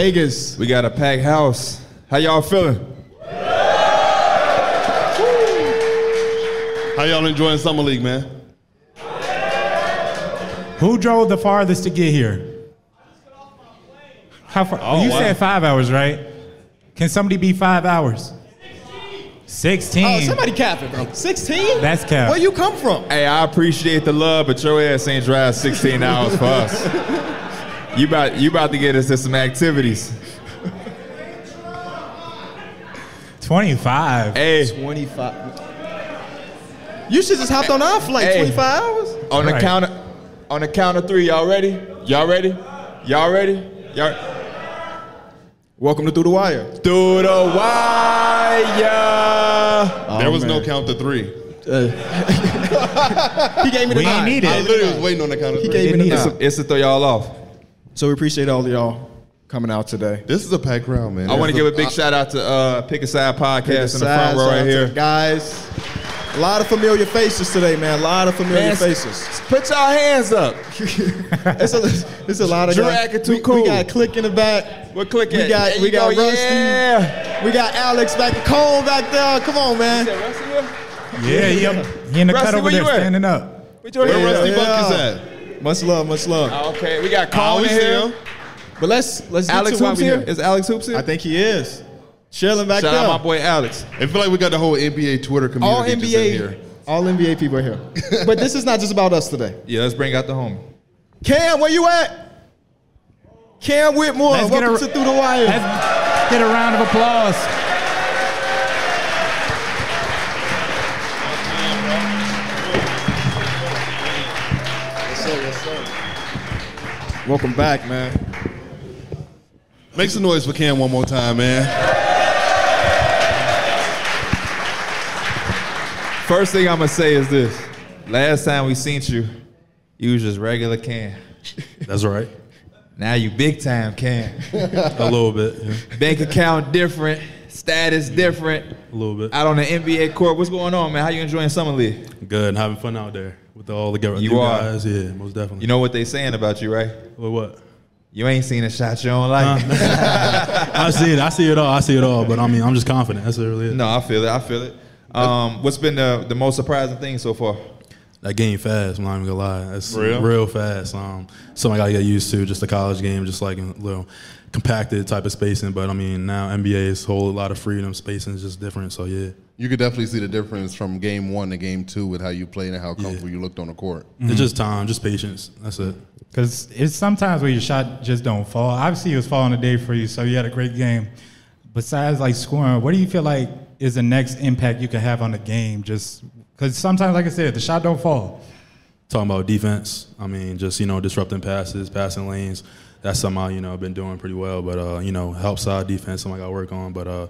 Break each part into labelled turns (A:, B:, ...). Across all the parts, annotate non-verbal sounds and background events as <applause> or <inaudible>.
A: Vegas.
B: We got a packed house. How y'all feeling?
C: How y'all enjoying Summer
A: <laughs>
C: League, man?
D: Who drove the farthest to get here? How far? you
C: wow.
D: said five hours, right? Can somebody be five hours? Sixteen.
A: Oh, somebody capping, bro. 16?
D: That's cap.
A: Where you come from?
B: Hey, I appreciate the love, but your ass ain't drive 16 hours for us. You about you about to get us to some activities.
D: Twenty-five.
B: Hey,
A: 25. You should just hopped on our flight
B: Hey.
A: 25 hours.
B: on the
D: Right.
B: count of, on the count of three, y'all ready? Y'all ready? Y'all ready? Y'all
A: Welcome to Through the Wire.
B: through the wire.
C: there was no count to three.
A: Uh, He gave me the
D: We ain't
A: nine.
D: need
C: I
D: it.
C: literally was waiting on the count of
A: He
C: three.
A: gave me the
B: It's,
A: nine.
B: a- it's to throw y'all off.
A: So we appreciate all of y'all coming out today.
C: This is a packed crowd, man.
B: I want to
C: There's
B: give a big shout out to uh, Pick a Side Podcast in the front
A: Besides,
B: row
A: shout out
B: right
A: to the
B: here.
A: Guys, a lot of familiar faces today, man. A lot of familiar
B: Man,
A: faces.
B: Put y'all hands up.
A: <laughs> it's, a, it's a lot of guys.
B: Drag it too
A: we,
B: cool.
A: we got Click in the back.
B: We're clicking.
A: We got,
B: There
A: we
B: you
A: got
B: go.
A: Rusty.
B: Yeah.
A: We got Alex back and Cole back there. Come on, man.
D: Yeah, he, up- he in the
B: Rusty,
D: cut over
B: where
D: there
B: you at?
D: standing up.
C: Where Rusty
A: Yeah.
C: Buck is at?
A: Much love, much love.
B: Oh, Okay, we got
C: I
B: Colin
C: always see him.
B: here.
A: But let's let's get
B: Alex
A: to why
B: Hoops
A: we
B: here. Is Alex Hoops here?
A: I think he is chilling back
B: Shout
A: there.
B: out my boy Alex.
C: I feel like we got the whole NBA Twitter community
A: all
C: just in
A: NBA,
C: here.
A: all NBA people are here. <laughs> but this is not just about us today.
B: Yeah, let's bring out the homie.
A: Cam, where you at? Cam Whitmore,
D: Let's get
A: welcome
D: a-
A: to Through the Wire.
D: Let's get a round of applause.
A: Welcome back, man.
C: Make some noise for Cam one more time, man.
B: First thing I'm gonna say is this: Last time we seen you, you was just regular Cam.
E: That's right.
B: Now you big time Cam.
E: A little bit. yeah.
B: Bank account different, status different.
E: A little bit.
B: Out on the NBA court, what's going on, man? How you enjoying summer league?
E: Good and having fun out there with all the guys.
B: You are.
E: guys. Yeah, most definitely.
B: You know what they saying about you, right?
E: With what?
B: You ain't seen a shot you don't like.
E: <laughs> I see it. I see it all. I see it all. But I mean, I'm just confident. That's really it.
B: No, I feel it. I feel it. Um, what's been the, the most surprising thing so far?
E: That game fast. I'm not even gonna lie. That's
C: Real?
E: real, fast. Um, something I gotta get used to. Just a college game, just like a little compacted type of spacing. But I mean, now NBA is a whole lot of freedom. Spacing is just different. So yeah,
C: You could definitely see the difference from game one to game two with how you played and how comfortable you looked on the court.
E: it's just time, just patience. That's it.
D: Because it's sometimes where your shot just don't fall. Obviously, it was falling today for you, so you had a great game. Besides, like scoring, what do you feel like is the next impact you can have on the game? Just because sometimes, like I said, the shot don't fall.
E: Talking about defense, I mean, just you know, disrupting passes, passing lanes. That's something I, you know, been doing pretty well. But uh, you know, help side defense, something I got to work on. But uh,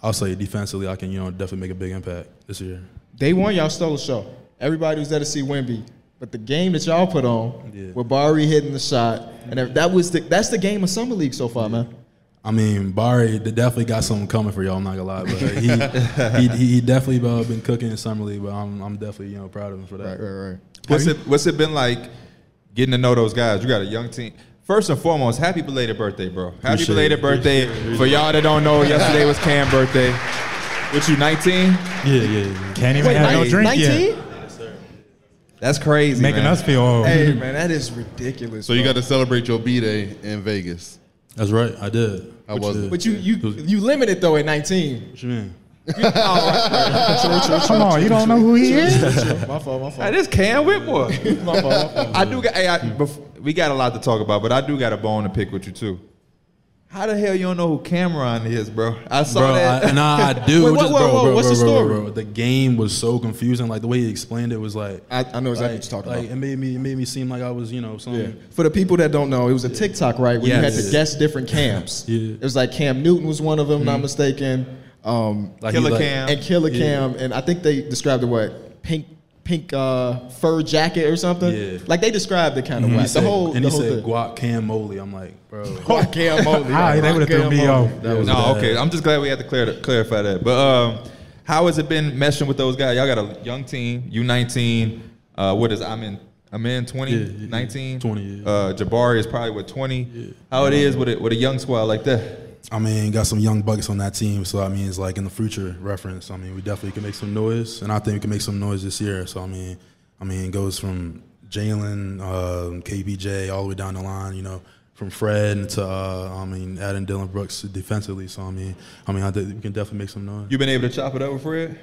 E: I'll say defensively, I can you know definitely make a big impact this year.
A: Day one, y'all stole the show. Everybody was there to see Wimby. But the game that y'all put on,
E: Yeah.
A: with Barry hitting the shot, and ev- that was the that's the game of summer league so far, man.
E: I mean, Barry d- definitely got something coming for y'all. I'm not gonna lie, but
A: <laughs>
E: uh, he, he he definitely uh, been cooking in summer league. But I'm I'm definitely you know proud of him for that.
A: right.
B: What's it What's it been like getting to know those guys? You got a young team. First and foremost, happy belated birthday, bro. Happy
E: Appreciate
B: belated
E: it.
B: birthday. For y'all that
A: <laughs>
B: don't know, yesterday was Cam's birthday. What you 19?
E: Yeah, yeah, yeah.
D: Can't even
A: Wait,
D: have no
A: nine-
D: drink
A: 19?
D: yet.
B: That's
C: <laughs>
B: crazy.
D: Making
B: man.
D: us feel old.
A: Hey, man, that is ridiculous.
C: So you
A: bro.
C: got to celebrate your B day in Vegas.
E: That's right. I did.
C: How
E: What
C: was it?
E: did?
A: But you you you limited though at 19.
E: What you mean?
D: Come on, you don't know who he is?
A: My fault, my
B: Hey,
A: fault.
B: this Cam Whitmore.
A: My fault, my fault.
B: I do got. Hey, I, bef- we got a lot to talk about, but I do got a bone to pick with you too. How the hell you don't know who Cameron is, bro? I saw
E: Bro,
B: that.
A: <laughs>
E: I, nah, I do.
A: Wait,
E: Just-
A: whoa, whoa,
E: bro,
A: whoa,
E: bro,
A: what's
E: bro,
A: the
E: bro, bro,
A: story?
E: bro. The game was so confusing. Like the way he explained it was like
A: I, I know exactly
E: like,
A: what you're talking
E: like,
A: about.
E: It made me it made me seem like I was you know some
A: Yeah. For the people that don't know, it was a TikTok, right? Where you
E: Yes.
A: had to guess different cams.
E: Yeah. Hmm.
A: It was like Cam Newton was one of them, not mistaken. Um,
E: like he,
B: Killer
E: like-
B: Cam.
A: and Killer Cam, and I think they described it what pink pink uh, fur jacket or something.
E: Yeah. Mm-hmm.
A: Like they described it kind of
E: He
A: way. The
E: said-
A: whole
E: and
A: the
E: he
A: whole
E: said
A: thing.
E: guac Cam Moly. I'm like, bro.
A: <laughs> Guac Cam Mobley.
D: <laughs> Ah, they
A: Guac
D: would've threw
A: Cam
D: me
A: Mobley.
D: off.
E: That was
B: No,
E: bad.
B: okay. I'm just glad we had to clear, clarify that. But um, how has it been meshing with those guys? Y'all got a young team, U19. Uh, what is I'm in? I'm in 20,
E: Yeah, yeah, yeah.
B: 19.
E: 20, yeah.
B: Uh, Jabari is probably with 20. How it is with a, with a young squad like that?
E: I mean, got some young buckets on that team, so I mean, it's like in the future reference. I mean, we definitely can make some noise, and I think we can make some noise this year. So I mean, I mean, it goes from Jalen, um, KBJ, all the way down the line. You know, from Fred to uh, I mean, adding Dylan Brooks defensively. So I mean, I mean, I think we can definitely make some noise.
B: You been able to chop it up with Fred?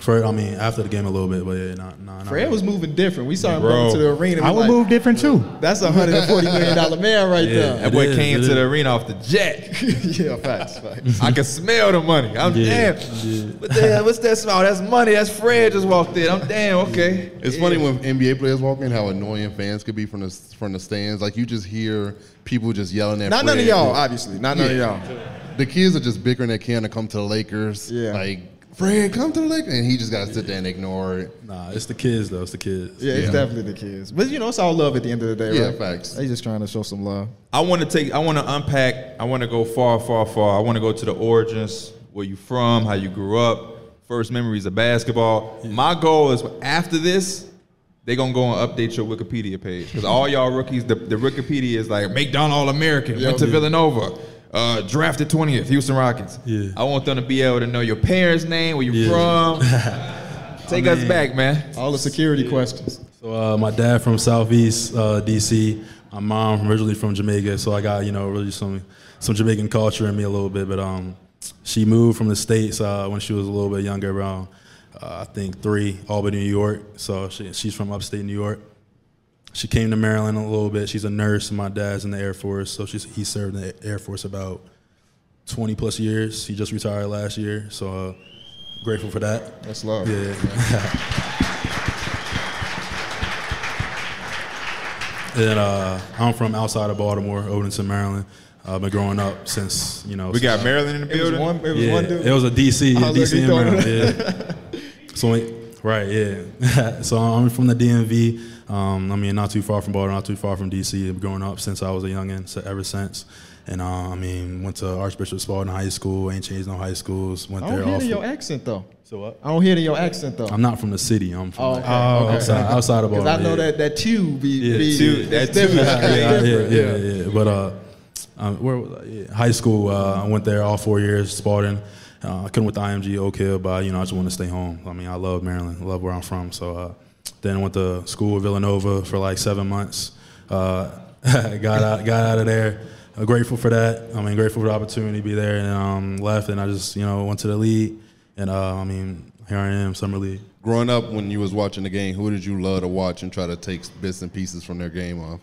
E: Fred, I mean, after the game a little bit, but yeah, not, not, not
A: Fred was moving different. We saw him
B: Bro.
A: go to the arena.
D: I
A: we
D: would
A: like,
D: move different too.
A: That's a hundred and forty million dollar man
E: <laughs>
A: right
B: That
E: It
B: boy
E: is,
B: came
E: it
B: to
E: is.
B: the arena off the jack.
A: there. <laughs> yeah, facts, facts.
B: I can smell the money. I'm
E: Yeah,
B: damn.
E: yeah.
B: What the hell? What's that smell? Oh, That's money. That's Fred just walked in. I'm damn. Okay.
C: It's funny when NBA players walk in, how annoying fans could be from the from the stands. Like you just hear people just yelling at.
A: Not none of
C: Fred.
A: y'all, obviously. Not none of y'all.
C: The kids are just bickering at Keanu to come to the Lakers.
A: Yeah.
C: Like, Fred, come to the Lakers. And he just got to sit there and ignore it.
E: Nah, it's the kids though. It's the kids.
A: Yeah, it's definitely the kids. But you know, it's all love at the end of the day,
C: Yeah,
A: right?
C: facts.
A: They just trying to show some love.
B: I want to take. I want to unpack. I want to go far, far, far. I want to go to the origins, where you from, how you grew up, first memories of basketball. My goal is after this, they gonna go and update your Wikipedia page because all y'all rookies, the, the Wikipedia is like McDonald All American, went to Villanova, uh, drafted twentieth, Houston Rockets.
E: Yeah.
B: I want them to be able to know your parents' name, where you
E: Yeah.
B: <laughs> from. Take us back, man.
A: All the security questions.
E: So uh, my dad from Southeast uh, DC. My mom originally from Jamaica, so I got you know really some some Jamaican culture in me a little bit. But um, she moved from the states uh, when she was a little bit younger, around uh, I think three, Albany, New York. So she, she's from upstate New York. She came to Maryland a little bit. She's a nurse. and My dad's in the Air Force, so she's he served in the Air Force about 20 plus years. He just retired last year, so uh, grateful for that.
A: That's love.
E: Yeah. <laughs> and uh, I'm from outside of Baltimore, Odenton, Maryland. I've been growing up since you know.
B: We got
E: since-
B: Maryland in the
A: It was
B: building.
A: one. It was
E: yeah,
A: one dude.
E: It was a DC,
A: I was
E: DC in
A: looking
E: Maryland. Yeah. <laughs> so we- right, yeah. <laughs> so I'm from the DMV. Um, I mean, not too far from Baltimore, not too far from DC. I've grown up since I was a youngin, so ever since. And uh, I mean, went to Archbishop Spalding High School. Ain't changed no high schools. Went
A: I
E: there
A: don't hear it Oh, in
E: often.
A: your accent though.
E: So what?
A: I don't hear it in your accent though.
E: I'm not from the city. I'm from
A: Oh,
E: like,
A: okay.
D: Oh,
A: okay.
E: outside, outside of
A: Because
E: Baltimore.
A: I know
E: yeah.
A: that that tube be,
E: Yeah,
A: be
B: tube,
A: that's
B: that tube
A: different.
B: is crazy.
A: That's
E: Yeah,
A: different,
E: yeah, yeah, yeah. But uh, um, where was I? Yeah, high school, uh, I went there all four years, Spartan. Uh, I couldn't with the IMG Oak but you know I just want to stay home. I mean, I love Maryland, I love where I'm from. So uh, then I went to school at Villanova for like seven months. Uh, <laughs> got out, got out of there. Uh, grateful for that. I mean, grateful for the opportunity to be there, and um, left. And I just you know went to the league, and uh, I mean here I am, summer league.
C: Growing up, when you was watching the game, who did you love to watch and try to take bits and pieces from their game off?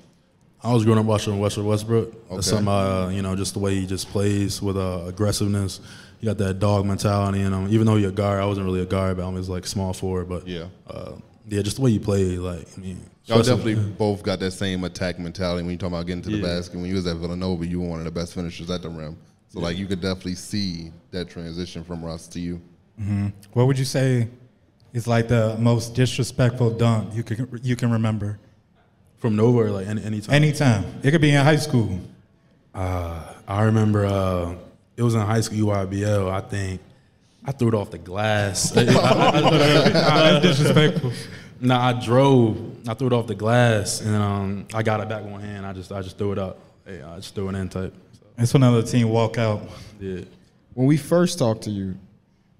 E: I was growing up watching Western Westbrook. That's
C: Okay.
E: something, uh, you know, just the way he just plays with uh, aggressiveness. You got that dog mentality in him. Even though you're a guard, I wasn't really a guard, but I'm just like small forward. But
C: Yeah.
E: uh, yeah, just the way you play, like I mean,
C: Y'all
E: especially-
C: definitely both got that same attack mentality when you talk about getting to the
E: Yeah.
C: basket. When you was at Villanova, you were one of the best finishers at the rim. So like you could definitely see that transition from Russ to you.
D: Mm-hmm. What would you say is like the most disrespectful dunk you can you can remember?
E: from nowhere, like any anytime.
D: Anytime. It could be in high school.
E: I remember uh, it was in high school UIBL. I think I threw it off the
D: <laughs>
E: glass.
D: Nah, that's disrespectful.
E: No, I drove. I threw it off the glass, and um, I got it back one hand. I just I just threw it up. Yeah, I just threw it in type. So,
D: That's when another team walk out.
E: yeah.
A: When we first talked to you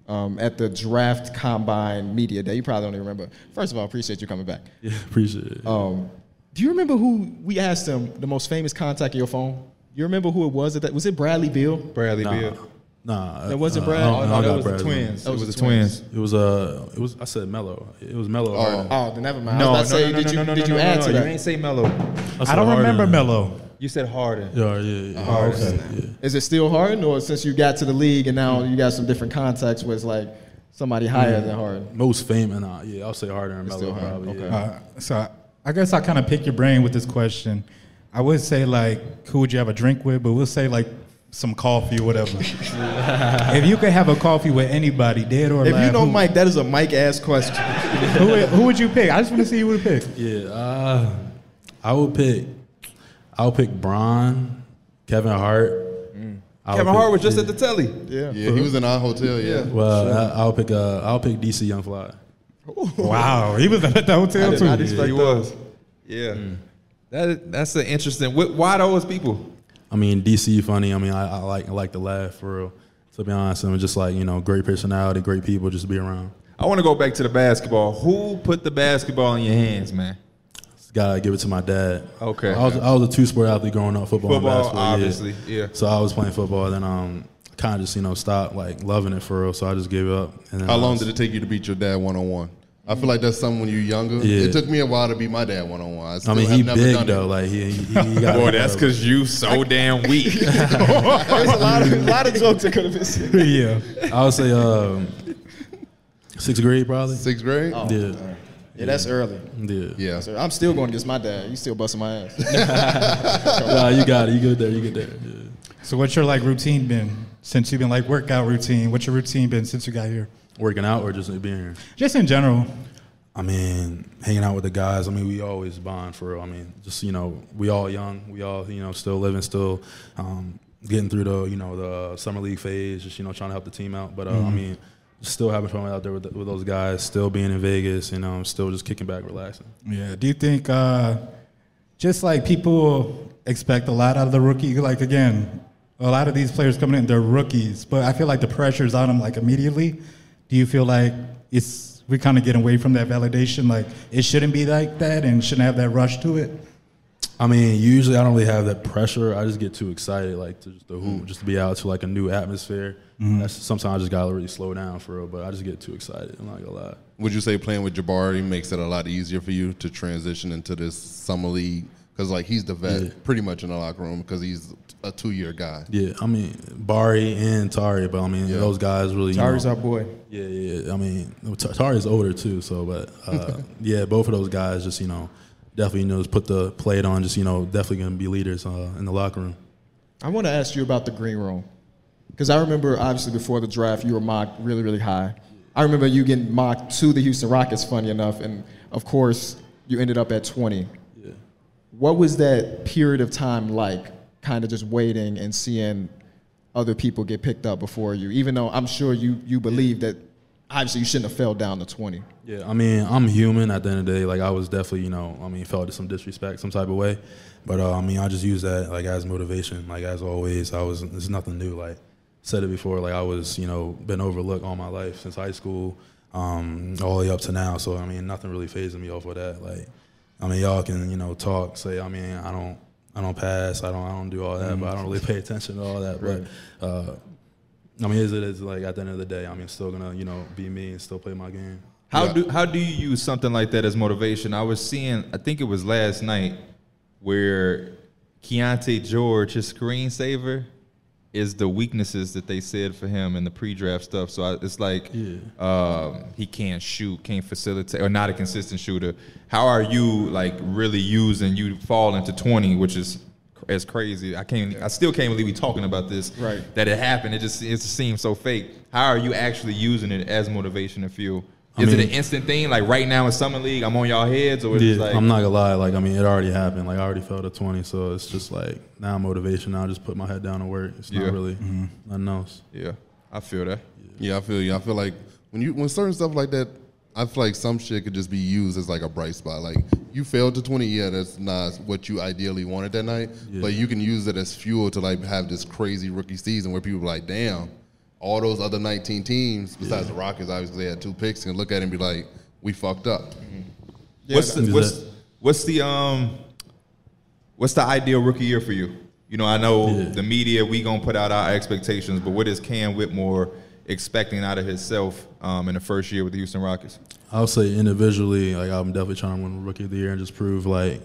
A: um, at the draft combine media day, you probably don't even remember. First of all, appreciate you coming back.
E: <laughs> Yeah, appreciate it.
A: Um, do you remember who we asked him the most famous contact of your phone? You remember who it was? At that was it Bradley Bill?
B: Bradley
E: nah,
B: Beal.
E: nah.
A: That wasn't
E: uh,
A: Brad?
E: I don't-
A: Oh,
E: I
A: no,
E: don't
A: that
E: got
A: was
B: the
E: Brad's
B: twins.
A: That
B: It
A: was
B: was
A: the
B: the twins.
E: name. It was uh, it was I said Mellow. It was Mellow. Harden.
A: Oh, then never mind.
B: No,
A: I
B: no,
A: was about to say,
B: no,
A: did
B: no,
A: you
B: no, no,
A: did you
B: no, no,
A: add
B: no,
A: to
B: You
A: that?
B: ain't say Mello.
E: said
D: I don't
E: Harden.
D: remember Melo.
B: You said Harden. Oh,
E: Yeah, yeah, yeah.
B: Harden.
A: Is it still Harden, or since you got to the league and now you got some different contacts where it's like somebody higher than Harden?
E: Most famous. Nah, yeah, I'll say Harden and Mellow
A: still Harden,
E: probably.
A: okay.
E: yeah.
D: Uh, so I, I guess I kind of pick your brain with this question. I would say like, who would you have a drink with? But we'll say like some coffee
E: <laughs>
D: or whatever. <laughs> if you could have a coffee with anybody, dead or alive,
A: If you know
D: who,
A: Mike, that is a Mike ass
D: <laughs>
A: question.
D: who, would- who would you pick? I just want to see who would pick.
E: Yeah, uh, I would pick. I would pick Bron, Kevin Hart. I would
B: Kevin
E: pick-
B: Hart was just
E: yeah.
B: at the telly.
A: Yeah.
C: Yeah, he was in our hotel. Yeah,
E: Well, I, I'll pick. Uh, I'll pick DC Young Fly.
D: Wow, he was at the hotel
A: I did
D: too.
A: not expect
B: was. Yeah. That that's an interesting. wh- Why those people?
E: I mean, DC funny. I mean, I, I like I like to laugh for real. To be honest, I'm just like you know, great personality, great people, just to be around.
B: I want to go back to the basketball. Who put the basketball in your hands, man?
E: Gotta give it to my dad.
B: Okay.
E: I was, I was a two sport athlete growing up, football,
B: Football,
E: and basketball. yeah.
B: obviously, yeah.
E: So I was playing football, then um, kind of just you know stopped like loving it for real. So I just gave up. And then
C: How
E: I
C: long
E: was-
C: did it take you to beat your dad one on one? I feel like that's something when you're younger.
E: Yeah.
C: It took me a while to beat my dad one on one.
E: I mean,
C: have
E: he
C: never
E: big
C: done
E: though.
C: It.
E: Like he,
B: <laughs>
E: he, he got.
B: Boy, that's because you
E: <laughs>
B: so damn weak.
A: There's a lot of, a lot of jokes that could have been said.
D: yeah.
E: I would say um, sixth grade probably.
C: Sixth grade?
E: Yeah,
A: Yeah, that's early.
E: yeah.
C: Yeah.
A: So I'm still going against my dad. You still busting my ass.
E: <laughs> Nah, you got it. You good there? You good there? Yeah.
D: So what's your like routine been since you've been like workout routine? What's your routine been since you got here?
E: Working out or just being here?
D: Just in general.
E: I mean, hanging out with the guys. I mean, we always bond for real. I mean, just you know, we all young. We all you know still living, still um, getting through the you know the summer league phase. Just you know trying to help the team out. But uh,
D: Mm-hmm.
E: I mean, still having fun out there with, with those guys. Still being in Vegas and um, still just kicking back, relaxing.
D: Yeah. Do you think uh, just like people expect a lot out of the rookie? Like again, a lot of these players coming in, they're rookies, but I feel like the pressure's on them like immediately. Do you feel like it's we kind of getting away from that validation? Like it shouldn't be like that and shouldn't have that rush to it.
E: I mean, usually I don't really have that pressure. I just get too excited, like to just the
C: Mm.
E: hoop, just to be out to like a new atmosphere.
C: Mm-hmm.
E: That's sometimes I just gotta really slow down for real. But I just get too excited. I'm not gonna lie.
C: Would you say playing with Jabari makes it a lot easier for you to transition into this summer league? Because like he's the vet, pretty much in the locker room, because he's a two year guy.
E: Yeah, I mean Bari and Tari, but I mean those guys really. you
A: Tari's
E: know,
A: our boy.
E: Yeah, yeah. yeah. I mean, no, Ta- Tari's older too, so but
C: <laughs>
E: uh, yeah, both of those guys just you know definitely you know just put the plate on. Just you know definitely gonna be leaders uh, in the locker room.
A: I want to ask you about the green room. Because I remember, obviously, before the draft, you were mocked really, really high. I remember you getting mocked to the Houston Rockets, funny enough. And of course, you ended up at 20. What was that period of time like, kind of just waiting and seeing other people get picked up before you, even though I'm sure you, you believe that obviously you shouldn't have fell down to 20?
E: Yeah, I mean, I'm human at the end of the day. Like, I was definitely, you know, I mean, felt some disrespect, some type of way. But, uh, I mean, I just use that, like, as motivation. Like, as always, I was, there's nothing new. Like, said it before, like, I was, you know, been overlooked all my life since high school, um, all the way up to now. So, I mean, nothing really phases me off of that. Like, I mean, y'all can, you know, talk, say, I mean, I don't, I don't pass, I don't, I don't do all that, but I don't really pay attention to all that. But, uh, I mean, is it is like at the end of the day, I mean, still gonna, you know, be me and still play my game.
B: How do how do you use something like that as motivation? I was seeing, I think it was last night, where Keontae George, his screensaver, is the weaknesses that they said for him in the pre-draft stuff. So I, it's like um, he can't shoot, can't facilitate, or not a consistent shooter. How are you like really using? You fall into twenty, which is cr- as crazy. I can't. I still can't believe we talking about this.
A: Right.
B: That it happened. It just it just seems so fake. How are you actually using it as motivation and fuel?
E: I
B: Is it
E: mean-
B: an instant thing? Like right now in summer league, I'm on y'all heads, or it's
E: Yeah,
B: like
E: I'm not gonna lie. Like, I mean, it already happened. Like, I already felt a 20, so it's just like now motivation. Now I just put my head down and work. It's
B: Yeah.
E: not really nothing else.
B: yeah, I feel that.
C: Yeah, I feel you. I feel like when you when certain stuff like that, I feel like some shit could just be used as like a bright spot. Like you failed to twenty, yeah, that's not what you ideally wanted that night. But you can use it as fuel to like have this crazy rookie season where people are like, damn, all those other nineteen teams besides the Rockets, obviously they had two picks, can look at it and be like, we fucked up.
B: what's the,
E: that-
B: what's what's the um what's the ideal rookie year for you? You know, I know
E: Yeah.
B: the media we gonna put out our expectations, but what is Cam Whitmore expecting out of himself um, in the first year with the Houston Rockets?
E: I'll say individually, like I'm definitely trying to win Rookie of the Year and just prove, like,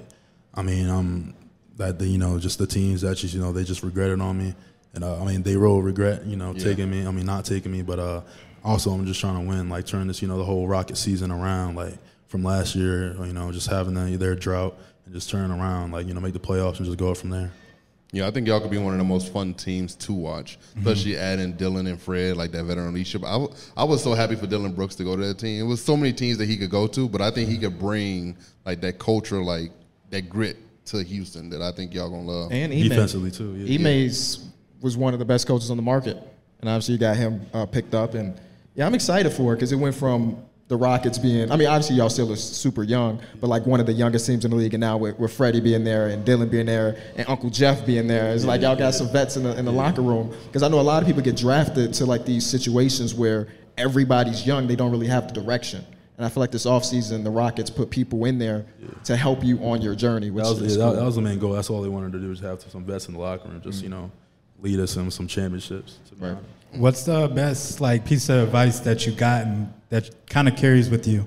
E: I mean, um, that the, you know, just the teams that just you know they just regretted on me, and uh, I mean they roll regret, you know, taking me. I mean, not taking me, but uh, also I'm just trying to win, like turn this, you know, the whole Rocket season around, like from last year, you know, just having the, their drought and just turn around, like you know, make the playoffs and just go up from there.
C: Yeah, I think y'all could be one of the most fun teams to watch, especially adding Dylan and Fred, like that veteran leadership. I, w- I was so happy for Dylan Brooks to go to that team. It was so many teams that he could go to, but I think he could bring like that culture, like that grit to Houston that I think y'all gonna love.
A: And Ime.
E: Defensively, too, yeah.
A: Ime's was one of the best coaches on the market, and obviously you got him uh, picked up. And yeah, I'm excited for it because it went from the Rockets being, I mean, obviously y'all still are super young, but like one of the youngest teams in the league, and now with, with Freddie being there and Dylan being there and Uncle Jeff being there, it's like y'all got some vets in the, in the locker room. Because I know a lot of people get drafted to like these situations where everybody's young, they don't really have the direction. And I feel like this offseason, the Rockets put people in there to help you on your journey. Which
E: That was,
A: is
E: yeah, that,
A: cool.
E: that was the main goal. That's all they wanted to do is have some vets in the locker room, just you know, lead us in some championships. to be
A: Mm-hmm. Right.
E: honest.
D: What's the best like piece of advice that you gotten that kind of carries with you?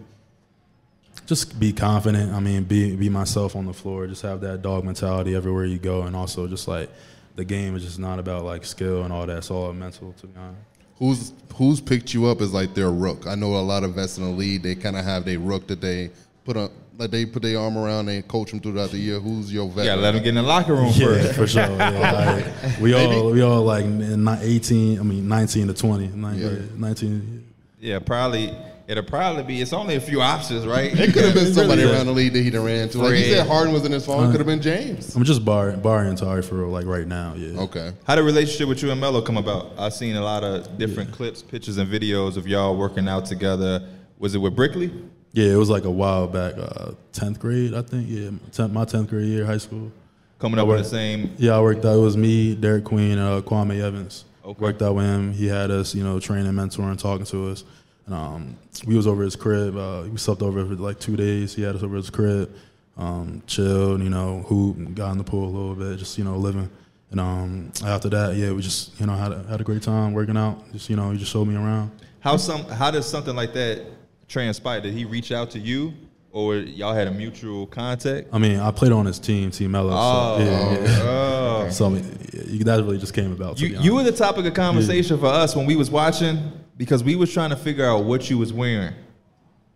E: Just be confident. I mean, be be myself on the floor. Just have that dog mentality everywhere you go, and also just like the game is just not about like skill and all that. It's all mental, to be honest.
C: Who's who's picked you up as like their rook? I know a lot of vets in the league. They kind of have their rook that they put up, like they put their arm around. They coach them throughout the year. Who's your vet?
B: You gotta let him get in the locker
C: <laughs>
B: room first.
A: <laughs>
E: for sure.
B: <laughs>
E: Yeah, like, we all we all like n- not eighteen. I mean, nineteen to twenty. Nine-
C: Yeah.
E: Nineteen.
B: Yeah, probably. It'll probably be. It's only a few options, right? <laughs>
C: It could have been somebody
E: is.
C: around the league that he done ran to. Like you
B: Fred.
C: said, Harden was in his phone. Could have been James.
E: I'm just bar bar and Tari for real, like right now. Yeah.
C: Okay.
B: How did relationship with you and Mello come about? I've seen a lot of different clips, pictures, and videos of y'all working out together. Was it with Brickley?
E: Yeah, it was like a while back, uh, tenth grade, I think. Yeah, tenth, my tenth grade year, high school.
B: Coming up with the same.
E: Yeah, I worked out. It was me, Derek Queen, and uh, Kwame Evans.
B: Okay.
E: Worked out with him. He had us, you know, training, mentoring, talking to us. And um, we was over his crib. Uh, we slept over for like two days. He had us over his crib, um, chilled, you know, hoop, got in the pool a little bit, just you know, living. And um, after that, yeah, we just you know had a, had a great time working out. Just you know, he just showed me around.
B: How some? How does something like that transpire? Did he reach out to you, or y'all had a mutual contact?
E: I mean, I played on his team, Team Mello.
B: Oh,
E: so, yeah, yeah.
B: oh.
E: <laughs> So I mean, you, that really just came about. To
B: You,
E: be
B: you
E: honest.
B: were the topic of conversation for us when we was watching because we was trying to figure out what you was wearing,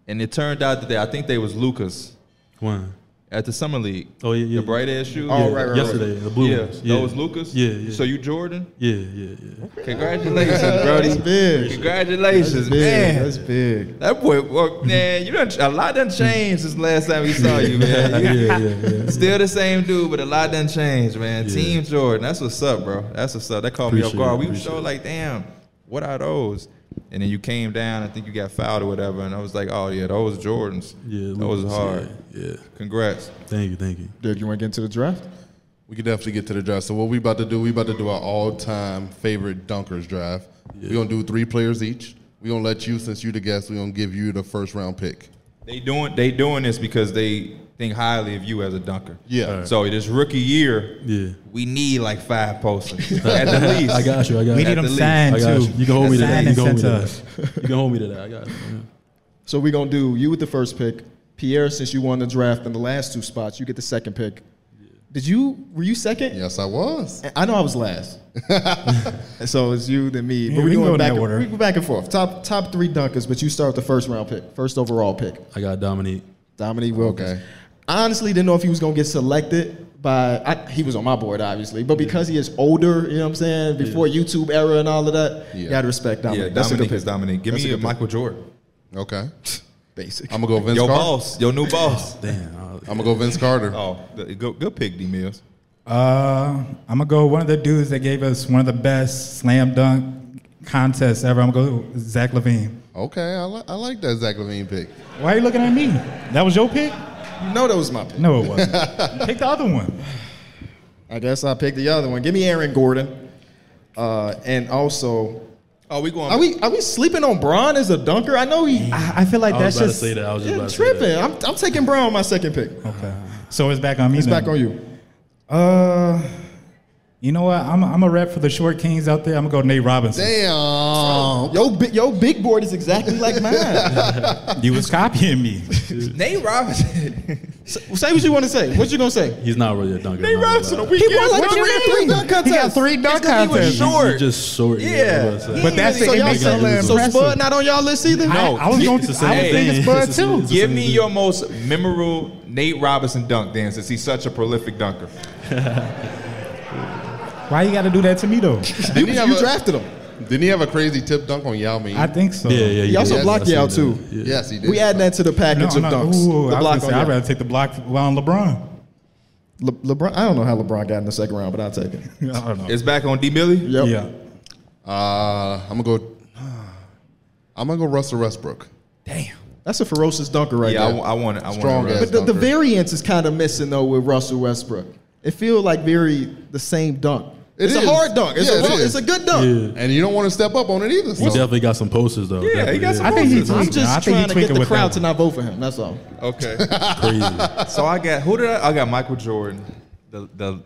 B: and it turned out that they, I think they was Lucas
E: When?
B: at the summer league.
E: Oh yeah, yeah.
B: The bright ass shoes.
E: Yeah, Yesterday, the blue
B: Yeah,
E: ones. Yeah.
B: those Lucas.
E: Yeah, yeah.
B: So you Jordan?
E: yeah, yeah, yeah.
B: Congratulations, Brody.
A: big.
B: Congratulations, man.
A: That's big.
B: that boy, well, man, you done a lot done changed since last time we saw you, man. You-
E: <laughs> yeah, yeah, yeah.
B: Still the same dude, but a lot done changed, man.
E: Yeah.
B: Team Jordan, that's what's up, bro. That's what's up. That caught me off
E: Appreciate
B: guard.
E: it,
B: We were so
E: appreciate it.
B: like, damn, what are those? And then you came down. I think you got fouled or whatever. And I was like, oh yeah, those Jordans.
E: Yeah,
B: that was
E: Lucas,
B: hard.
E: Yeah, yeah.
B: Congrats.
E: Thank you, thank you.
A: Dude, you want to get into the draft?
C: We could definitely get to the draft. So what we about to do? We about to do our all-time favorite dunkers draft. We're gonna do three players each. We're gonna let you, since you the guest, we're gonna give you the first round pick.
B: They doing they doing this because they think highly of you as a dunker.
C: Yeah.
B: So this rookie year,
E: Yeah.
B: we need like five
E: <laughs>
B: posters at the least.
E: I got you. I got
D: We
E: you.
D: need
B: the
D: them
B: league.
E: I
D: signed
E: got
D: too.
E: you. You can hold me to that.
D: Signed
E: You can hold
D: and sent
E: me
D: to
E: to
D: us.
E: that. <laughs> You can hold me to that. I got you. Yeah.
A: So we're gonna do you with the first pick. Pierre, since you won the draft in the last two spots, you get the second pick. Did you were you second?
C: Yes, I was.
A: I know I was
C: <laughs>
A: last. so it's you then me.
D: Yeah,
A: but we're
D: we can go
A: going
D: in
A: back.
D: that
A: And,
D: order.
A: we go back and forth. Top top three dunkers, but you start with the first round pick, first overall pick.
E: I got Dominique.
A: Dominique Wilkins.
C: Okay.
A: I honestly didn't know if he was gonna get selected by. I, he was on my board, obviously, but because he is older, you know what I'm saying. Before YouTube era and all of that,
C: Yeah.
A: you gotta respect
B: Yeah,
A: Dominique. That's
B: Dominique
A: a
B: is
A: good pick.
B: Dominique. Give
A: That's a
B: me
A: good
B: a Michael Jordan.
C: Okay.
A: <laughs> Basic.
C: I'm gonna go Vince
B: Your
C: Carter.
B: boss, your new boss.
E: <laughs> Damn. I,
C: I'm gonna go Vince Carter.
B: Oh, th- good, good pick, D Mills.
D: Uh, I'm gonna go with one of the dudes that gave us one of the best slam dunk contests ever. I'm gonna go with Zach Levine.
C: Okay, I, li- I like that Zach Levine pick.
D: Why are you looking at me? That was your pick?
A: You know that was my pick.
D: No, it
A: <laughs>
D: wasn't. pick the other one.
A: I guess I picked the other one. Give me Aaron Gordon. Uh, and also,
B: Oh, we going.
A: are we are we sleeping on Braun as a dunker? I know he. I,
D: I, I feel like
E: I was
D: that's
E: about to
D: just
E: say that. I was just
A: yeah,
E: about to say
A: tripping.
E: that.
A: I'm, I'm taking Brown my second pick.
D: Okay. So it's back on me.
A: It's
D: then.
A: back on you.
D: Uh, you know what? I'm I'm a rep for the short kings out there. I'm gonna go Nate Robinson.
C: Damn.
A: Yo, bi- yo, big board is exactly like <laughs> mine.
D: You was copying me.
B: Nate Robinson.
A: S- say what you want to say. What you gonna say?
E: He's not really a dunker.
A: Nate
E: I'm not gonna
A: Robinson, a
E: lie.
A: weekend. He won
D: What you mean?
A: three dunk
D: He got
A: contests.
D: three
A: It's
D: dunk
A: 'cause
D: contests.
A: He was short.
E: He's just short. Yeah.
B: Yeah.
A: uh,
E: that's what I
B: But
E: said.
D: that's
A: so
D: the
A: y'all
D: NBA
A: saying, so
D: impressive.
A: Spud not on y'all list either.
D: No, I, I was
E: Yeah,
D: going
E: it's
D: to
E: the
D: say
E: same
D: I was
E: thing.
D: thinking Spud
E: It's the same-
D: too.
E: it's the
B: Give
E: same
B: me
E: thing.
B: your most memorable Nate Robinson dunk, Dan, since he's such a prolific
E: <laughs>
B: dunker.
D: Why you gotta do that to me though?
C: Didn't he have
A: you
C: a-
A: drafted him.
C: Didn't he have a crazy tip dunk on Yao Ming?
D: I think so.
E: Yeah, yeah.
A: He also
E: did.
A: blocked
E: I
A: you out,
E: seen that.
A: too.
E: Yeah.
C: yes, he did.
A: We add that to the
D: No,
A: package
D: I'm
A: of
D: not,
A: dunks.
D: ooh,
A: the
D: I
A: block
D: was gonna say, I'd
A: on you.
D: rather take the block on LeBron.
A: Le- LeBron. I don't know how LeBron got in the second round, but I'll take it.
D: I don't know.
B: It's back on D Millie.
A: Yep.
D: Yeah.
C: <sighs> Uh, I'm gonna go. I'm gonna go Russell Westbrook.
B: Damn.
A: That's a ferocious dunker right
B: yeah, I,
A: there.
B: wa- I want it. I
C: Strong
B: want it.
A: but
B: Russ.
A: the, the
C: dunker.
A: variance is kind of missing though with Russell Westbrook. It feels like very the same dunk.
C: It
A: it's
C: is.
A: a hard dunk. It's,
C: Yeah,
A: a,
C: it
A: well, it's
C: is.
A: a good dunk.
C: And you don't want to step up on it either.
E: He
C: So.
E: definitely got some posters though.
B: Yeah, he got
E: Definitely,
B: some
D: I think he's
A: I'm just
D: I think he
A: trying to
D: tweaking
A: get the
D: with
A: crowd to
D: that one.
A: not vote for him. That's all. <laughs>
B: Okay.
E: yeah. Crazy.
B: so I got who did I? I got Michael Jordan. The the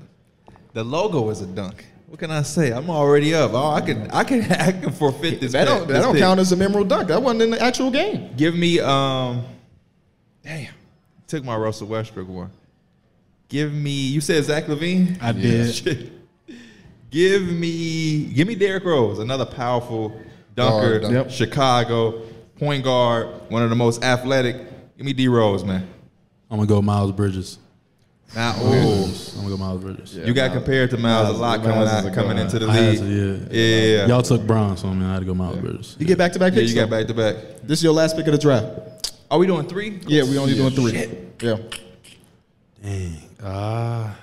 B: the logo is a dunk. What can I say? I'm already up. Oh, I can I can <laughs> I can forfeit this.
A: That
B: bet-
A: don't, that
B: this
A: don't
B: pick.
A: count as a memorable dunk. That wasn't in the actual game.
B: Give me um, damn. Took my Russell Westbrook one. Give me. You said Zach Levine. <laughs>
D: I did.
B: Shit. give me give me Derrick Rose, another powerful dunker,
C: Guard, dunker.
B: Chicago point guard, one of the most athletic. Give me D Rose, man.
E: I'm gonna go Miles Bridges.
B: Now, ooh,
E: I'm gonna go Miles Bridges.
B: you got compared to Miles a lot coming
A: Miles is
B: out,
A: a
B: coming
A: guy.
B: into the
E: I
B: league.
E: had to,
B: yeah,
E: yeah.
B: yeah, yeah.
E: Y'all took Brown, so I mean I had to go Miles Bridges.
A: You get back to back
B: Yeah,
A: picks.
B: you got
A: though?
B: back to back.
A: This is your last pick of the draft.
B: Are we doing three?
A: Yeah, we only doing three. Yeah.
E: Dang.
C: uh,
E: Ah.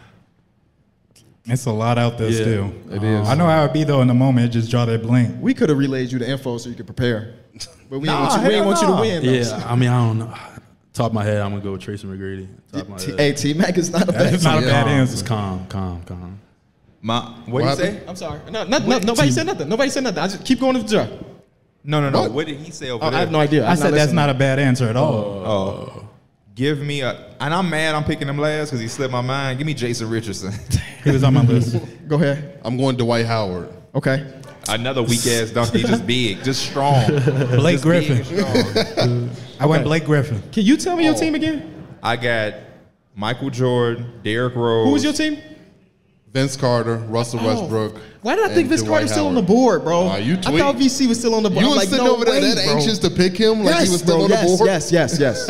D: It's a lot out there
E: Yeah,
D: still.
E: it
D: Uh,
E: is.
D: I know how it be though in the moment. Just draw that blank.
A: We could have relayed you the info so you could prepare. But we
B: Nah,
A: ain't want you, we
B: hell
A: ain't want you to
B: nah.
A: win. though.
E: Yeah, I mean I don't know. Top of my head, I'm gonna go with Tracy McGrady. Top of my
A: T-
E: head.
A: Hey, T Mac is not a bad
D: That's not a
E: Calm.
D: bad
E: It's
D: answer.
E: calm, calm, calm.
B: My, what did
C: What
B: you say?
C: happened?
A: I'm sorry. No, no, no, nobody said nothing. Nobody said nothing. I just keep going to the draft.
B: No, no, no. What,
C: What?
B: did he say over
A: I
B: there?
A: have no idea.
D: I said that's not a bad answer at all.
B: Oh. Give me a, and I'm mad I'm picking him last because he slipped my mind. Give me
A: <laughs>
B: Jason Richardson.
D: He was on my list.
A: Go ahead.
C: I'm going Dwight Howard.
A: Okay.
B: Another weak ass dunk. He's just big, just
A: <laughs>
B: strong.
D: Blake
B: Just big and
D: Griffin.
B: strong.
D: I went Blake Griffin.
A: Can you tell me
C: Oh,
A: your team again?
B: I got Michael Jordan, Derrick Rose.
A: Who was your team? Oh.
C: Vince Carter, Russell Westbrook.
A: Why did I
C: and
A: think Vince
C: Dwight
A: Carter's still on the
C: Howard.
A: board, bro?
C: Nah, you
A: I thought
C: tweak.
A: VC was still on the board.
C: You
A: I'm
C: was
A: like,
C: sitting
A: no
C: over there
A: way,
C: that
A: bro.
C: anxious to pick him, like
A: yes,
C: he was still
A: bro,
C: on the
A: yes,
C: board.
A: yes, yes, yes,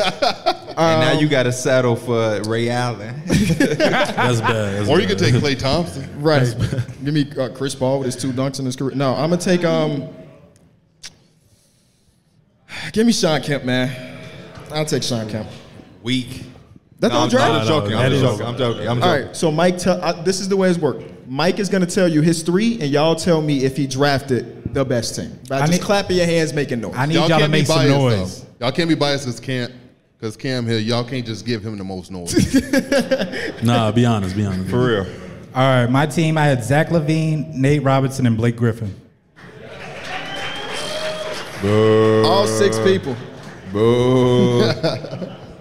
B: And now
A: Um,
B: you got to settle for Ray Allen. <laughs>
E: That's bad. That's
C: Or you
E: bad.
C: could take Clay Thompson.
A: Right. Give me uh, Chris Paul with his two dunks in his career. No, I'm gonna take um. Give me Sean Kemp, man. I'll take Sean Kemp.
B: Weak.
A: That's
B: No,
A: all
B: I'm,
A: draft.
B: I'm joking.
E: That
B: I'm
E: is-
B: joking. I'm joking. I'm joking.
A: All right, so Mike, tell uh, this is the way it's worked. Mike is going to tell you his three, and y'all tell me if he drafted the best team. By
D: I
A: just
D: need-
A: clapping your hands, making noise.
D: I need
C: Y'all
D: y'all, to
C: can't be
D: make some
C: biased
D: noise.
C: though. Y'all can't be biased because Cam, because Cam Hill. Y'all can't just give him the
A: <laughs>
C: most noise.
E: Nah, be honest, be honest.
B: For real.
D: All right, my team. I had Zach Levine, Nate Robinson, and Blake Griffin.
A: All six people.
B: Boo.
A: <laughs>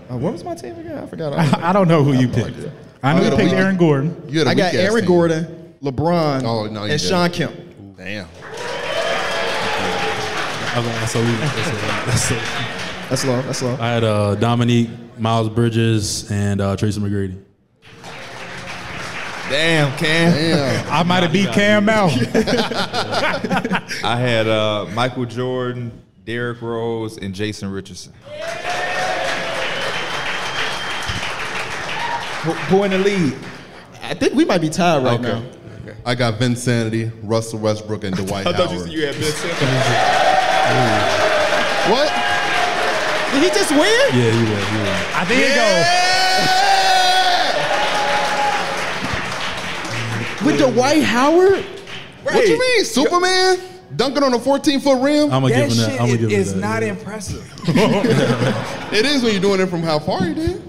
A: Uh, what was my team again? I forgot.
D: <laughs> I don't know who you picked. I know
C: I
D: you
C: got a
D: picked
C: weak-
D: Aaron Gordon.
C: You had a
A: I got
C: weak-ass
A: Aaron
C: team.
A: Gordon, LeBron,
C: Oh, no, you
A: and
C: did.
A: Sean Kemp.
C: Damn.
E: I, was like, that's a lead. <laughs> That's a- that's a-
A: That's low. That's low.
E: I had uh, Dominique, Miles Bridges, and uh, Tracy McGrady.
B: Damn, Cam.
C: Damn.
D: I might have beat Cam out.
B: <laughs>
D: <laughs>
B: I had uh, Michael Jordan, Derrick Rose, and Jason Richardson. Who, who in the lead?
A: I think we might be tied right now.
C: I got Vince Sanity, Russell Westbrook, and
B: <laughs>
C: Dwight
B: I thought you
C: Howard.
B: said you had Ben Simmons.
C: what?
A: Did he just win?
E: Yeah, he was. He was.
D: I think
A: With Dwight Howard?
C: What you mean, Superman? Dunking on a 14 foot rim?
E: I'm gonna give him that. I'm gonna give him
A: <laughs>
B: is
E: that.
B: not
E: yeah.
B: impressive.
C: <laughs> it is when you're doing it from how far you did.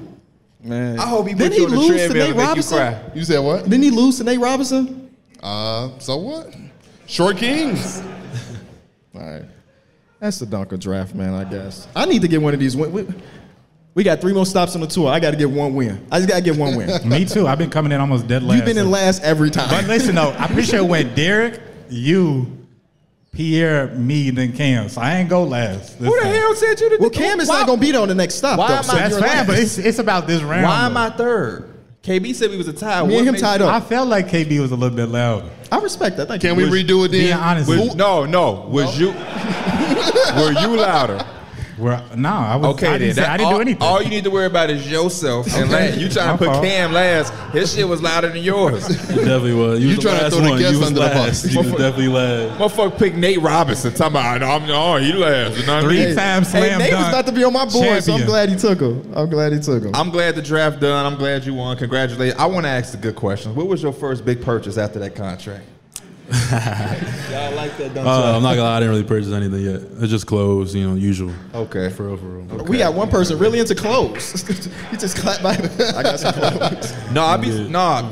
A: Man.
B: I hope he put
A: Didn't he
B: you on the
A: lose to
B: treadmill
A: Nate
B: and make you cry.
A: Robinson?
C: You said what?
A: Didn't he lose to Nate Robinson?
C: Uh, so what? Short
A: <laughs>
C: Kings.
A: All right. That's the Donker draft, man, I guess. I need to get one of these win. We, we got three more stops on the tour. I got to get one win. I just got to get one win.
D: <laughs> Me too. I've been coming in almost dead last.
A: You've been in last every
D: But
A: time.
D: listen though, I
A: <laughs>
D: appreciate when Derek, you, Pierre, me, then Cam. So I ain't go last. this
B: Who the
D: time.
B: hell said you to
A: Well, Cam is
B: Why-
A: not going to be there on the next stop,
B: Why
A: though.
B: am
A: so
B: I-
D: That's
A: you're
D: fine,
A: last.
D: but it's, it's about this round.
B: Why am
D: though.
B: I third? KB said we was a tie.
A: Me
B: What
A: and him
B: makes
A: tied
B: you-
A: up.
D: I felt like KB was a little bit loud.
A: I respect that. Thank
C: Can
A: you.
C: we redo it then?
D: Being honest,
B: Was- no, no. Was
A: <laughs>
B: you? were you louder?
D: we're, no, I was.
B: Okay,
D: I
B: then.
D: didn't, say,
B: That-
D: I didn't
B: all-
D: do anything.
B: All you need to worry about is yourself. And
D: Okay.
B: last, you trying
D: My
B: to put
D: fault.
B: Cam last? His shit was louder than yours.
E: He definitely was. You, was
C: trying to
E: last
C: throw the
E: one.
C: guest
E: you was
C: under the
E: last.
C: bus.
E: You was definitely last.
B: Motherfucker picked Nate Robinson. Talking about, I'm oh, he last. You know what I
D: Three
B: mean?
D: times
A: Hey,
D: slam
A: Nate was
D: dunk.
A: about to be on my board, so I'm
D: champion.
A: glad he took him. I'm glad he took him.
B: I'm glad the draft done. I'm glad you won. Congratulations. I want to ask the good questions. What was your first big purchase after that contract? Y'all like that, don't
E: Uh, I'm not gonna lie, I didn't really purchase anything yet. It's just clothes, you know, usual.
B: Okay.
E: For real, for real.
A: <laughs> We got one person really into clothes. <laughs> he just clapped by. the- Ah, I got some <laughs> clothes.
B: No, I be nah.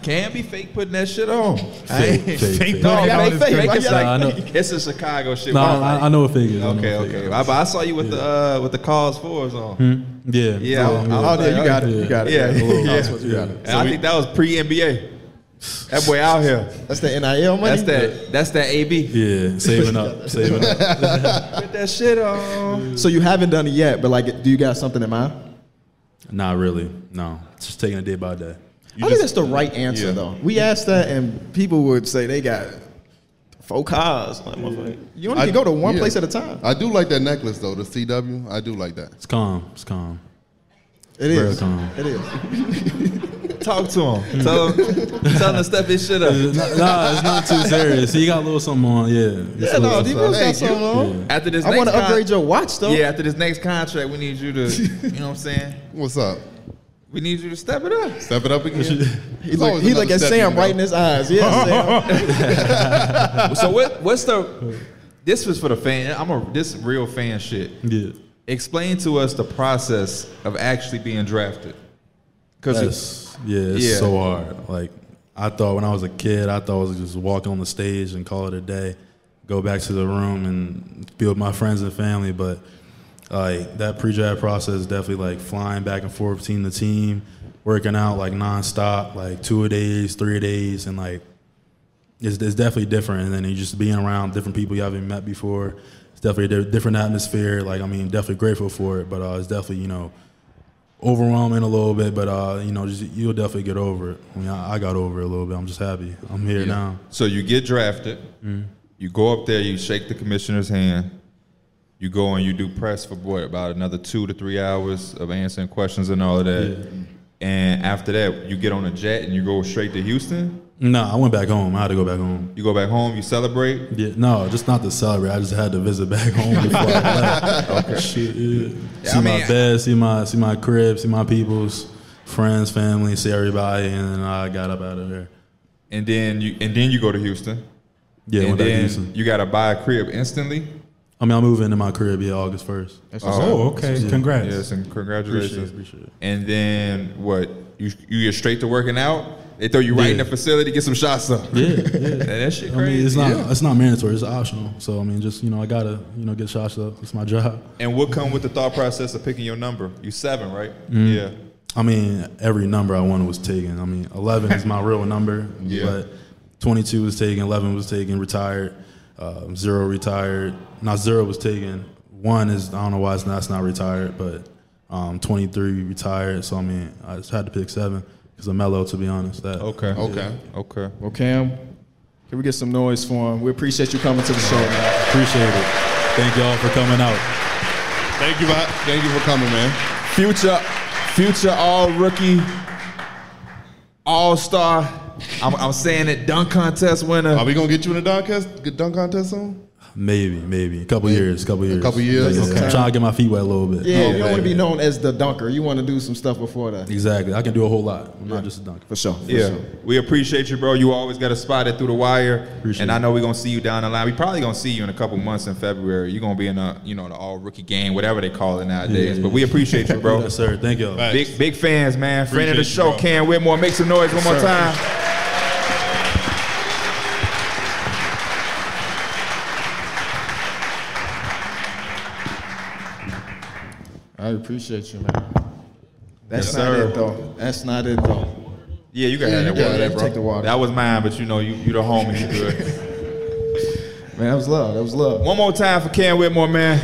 B: Can't be fake putting that shit on. I ain't-
E: Fake, fake,
D: Fake
E: fake.
D: butt.
A: Oh,
D: Fake
A: yeah,
D: all
A: they
D: this
A: fake.
D: great
A: Why you
E: stuff.
A: like-
E: Nah, I know.
B: It's a Chicago shit.
E: No,
B: Why
E: I,
B: I'm
E: I-
B: like-
E: I know what fake is. I know
B: Okay,
E: what fake
B: okay.
E: is. Hmm?
B: I, but I saw you with the uh, with the cause fours on.
E: Yeah.
B: Yeah,
E: yeah,
B: I'm-
E: yeah.
B: I'm-
A: Oh, yeah, you got it. You got it.
B: Yeah,
E: yeah.
B: <laughs> yeah. And I think that was pre NBA. That boy out here.
A: That's the NIL money.
B: That's that. That's that AB.
E: Yeah,
A: <laughs>
E: saving up, saving
B: <laughs>
E: up.
B: Put that shit on.
A: So you haven't done it yet, but like, do you got something in mind?
E: Not really. No, just taking it day by day.
A: I think that's the right answer,
C: Yeah.
A: though. We asked that, and people would say they got four
B: Oh,
A: cars. Like, motherfucker, You only
C: I-
A: can go to one
C: yeah.
A: place at a time.
C: I do like that necklace though, the CW. I do like that.
E: It's calm. It's calm.
A: It
E: Real
A: is.
E: calm.
A: It is.
B: Talk to him.
E: <laughs>
B: Tell him. Tell him to step his shit up.
E: It's not- nah, it's not too serious. He got a little something on. Yeah.
A: Yeah, no, these boys got
C: Thank you.
A: something on.
B: After this,
A: I
B: next
A: want to
B: con-
A: upgrade your watch, though.
B: Yeah, after this next contract, we need
A: <laughs>
B: you to. You know what I'm saying?
C: What's up?
B: We need you to step it up.
C: Step it up again.
A: He look, he look at Sam right in his eyes. Yeah, Sam.
B: <laughs>
E: <laughs>
B: So what? What's the? This was for the fan. I'm a this real fan shit.
E: Yeah.
B: Explain to us the process of actually being drafted. Because
E: That's, yeah, it's
B: Yeah.
E: so hard. Like I thought when I was a kid, I thought I was just walking on the stage and call it a day, go back to the room and be with my friends and family. But like that pre-draft process is definitely like flying back and forth team to team, working out like nonstop, like two a days, three a days, and like it's, it's definitely different. And then you just being around different people you haven't met before. It's definitely a di- different atmosphere. Like I mean, definitely grateful for it, but uh, it's definitely you know overwhelming a little bit, but uh, you know, just, you'll definitely get over it. I mean, I, I got over it a little bit. I'm just happy. I'm here now. Mm.
B: so you get drafted, you go up there, you shake the commissioner's hand, you go and you do press for what about another two to three hours of answering questions and all of that. And after that, you get on a jet and you go straight to Houston.
E: No, I went back home. I had to go back home.
B: You go back home, you celebrate.
E: Yeah, no, just not to celebrate. I just had to visit back home before I
B: <laughs>
E: left. Shit, yeah.
B: Yeah,
E: see
B: I mean-
E: my bed, see my see my crib, see my peoples, friends, family, see everybody, and then I got up out of there.
B: And then you and then you go to Houston.
E: Yeah,
B: and
E: went back to
B: then
E: Houston.
B: you gotta buy a crib instantly.
E: I mean, I moved into my crib. Yeah, August first.
D: Oh, okay. Congrats.
B: Yes, and congratulations.
E: Appreciate it, appreciate it.
B: And then what? You you get straight to working out. They throw you right in the
E: Yeah.
B: facility, get some shots up. <laughs>
E: Yeah, yeah.
B: And that shit
E: I mean,
B: crazy.
E: it's not it's not mandatory. It's optional. So I mean, just you know, I gotta you know get shots up. It's my job.
B: and what come with the thought process of picking your number? You seven, right?
E: Mm.
B: Yeah.
E: I mean, every number I wanted was taken. I mean, 11 is my real number,
B: Yeah.
E: but 22 was taken, 11 was taken, retired, uh, zero retired. Not zero was taken. One is, I don't know why it's not, it's not retired, but um, 23 retired. So, I mean, I just had to pick seven because of Melo, to be honest. That,
B: Okay.
C: Okay.
B: Okay.
A: Well, Cam, can we get some noise for him? We appreciate you coming to the show, man.
E: Appreciate it. Thank y'all for coming out.
C: Thank you, Bob. Thank you for coming, man.
B: Future, future all rookie, all star. I'm, I'm saying it. Dunk contest winner.
C: Are we gonna get you in a dunk contest? Get dunk contest soon?
E: Maybe, maybe. A couple years, couple years.
C: couple years,
E: Yeah, yeah.
C: okay.
E: I'm trying to get my feet wet a little bit.
A: Yeah, you don't want to
C: baby.
A: be known as the dunker. You want to do some stuff before that.
E: Exactly. I can do a whole lot. I'm not just a dunker.
A: For sure. For
B: Yeah,
A: Sure.
B: we appreciate you, bro. You always got a spot at through the wire,
E: Appreciate
B: and I
E: it.
B: know we're gonna see you down the line. We probably gonna see you in a couple months in February. You're gonna be in a you know the all rookie game, whatever they call it nowadays.
E: Yeah.
B: But we appreciate you,
A: <laughs>
B: bro.
E: Yes, sir. Thank y'all.
C: Right.
B: big big fans, man. Friend of the
C: Appreciate
B: show,
C: you, bro.
B: Cam Whitmore. Make some noise one more
C: sir.
B: time.
A: I appreciate you, man. That's
B: Yes,
A: not
B: sir.
A: it, though. That's not it, though.
B: Yeah, you got
C: Yeah,
B: that
C: you got
B: water.
C: that, bro.
A: Take the water.
B: That was mine, but you know you you the homie. You good.
A: <laughs> Man, that was love. That was love.
B: one more time for Cam Whitmore, man.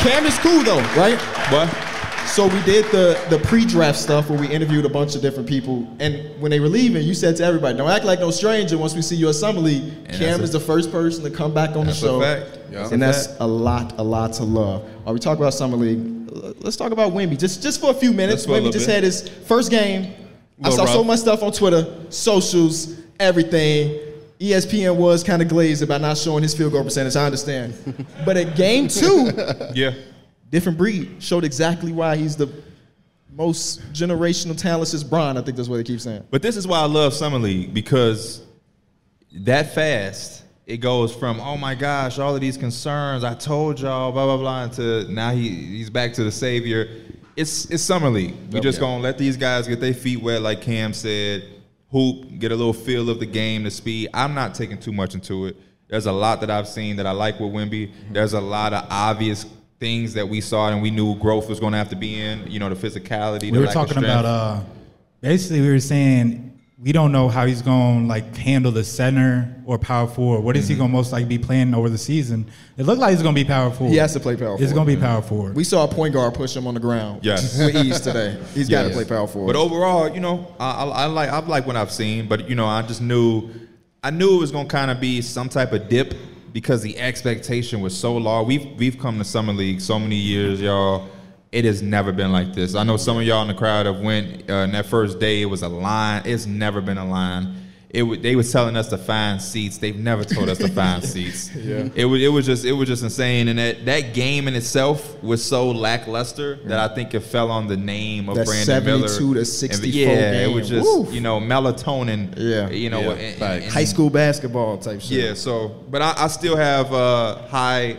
A: Cam is cool, though, right?
B: What?
A: So we did the the pre-draft stuff where we interviewed a bunch of different people, and when they were leaving, you said to everybody, "Don't act like no stranger." Once we see you at summer league,
B: that's
A: Cam
B: a-
A: is the first person to come back on the
B: that's a
A: show,
B: fact. Yeah. That's a
A: and that's
B: fact.
A: a lot, a lot to love. While we talk about summer league, l- let's talk about Wimby just just for a few minutes.
B: for a
A: Wimby
B: little
A: just
B: bit.
A: had his first game. I
C: Little
A: saw so
C: rough.
A: much stuff on Twitter, socials, everything. E ESPN was kind of glazed about not showing his field goal percentage. I understand,
B: <laughs>
A: but at game two
B: Yeah.
A: different breed showed exactly why he's the most generational talents is Bron. I think that's what they keep saying.
B: But this is why I love Summer League because that fast it goes from oh my gosh, all of these concerns, I told y'all, blah blah blah, to now he he's back to the savior. It's it's Summer League. We just gonna let these guys get their feet wet, like Cam said, hoop, get a little feel of the game, the speed. I'm not taking too much into it. There's a lot that I've seen that I like with Wimby.
D: Mm-hmm.
B: There's a lot of obvious things that we saw and we knew growth was gonna have to be in, you know, the physicality, the
D: we were
B: lack of
D: talking about
B: strength.
D: uh basically we were saying we don't know how he's going to like handle the center or power forward. What is
B: Mm-hmm.
D: he going to most likely be playing over the season? It looked like he's going to be power forward.
A: He has to play power
D: It's
A: forward.
D: going to be power forward.
A: We saw a point guard push him on the ground. <laughs>
B: Yes.
A: with ease today. He's got to
B: Yes.
A: play power forward.
B: But overall, you know, I, I, I like I like what I've seen, but you know, I just knew I knew it was gonna kind of be some type of dip because the expectation was so large. We've we've come to summer league so many years, y'all. It has never been like this. I know some of y'all in the crowd have went uh, and that first day. It was a line. It's never been a line. It w- they was telling us to find seats. They've never told us to find seats. Yeah. It was it was just it was just insane. And that, that game in itself was so lackluster that I think it fell on the name of
A: That
B: Brandon Miller.
A: 72 to
B: And-
A: 64
B: Yeah, it was
A: game.
B: just
A: Woof.
B: you know melatonin.
A: Yeah.
B: you know,
C: Yeah,
B: and-
C: facts.
B: and-
A: High school basketball type shit.
B: Yeah, so but I, I still have uh, high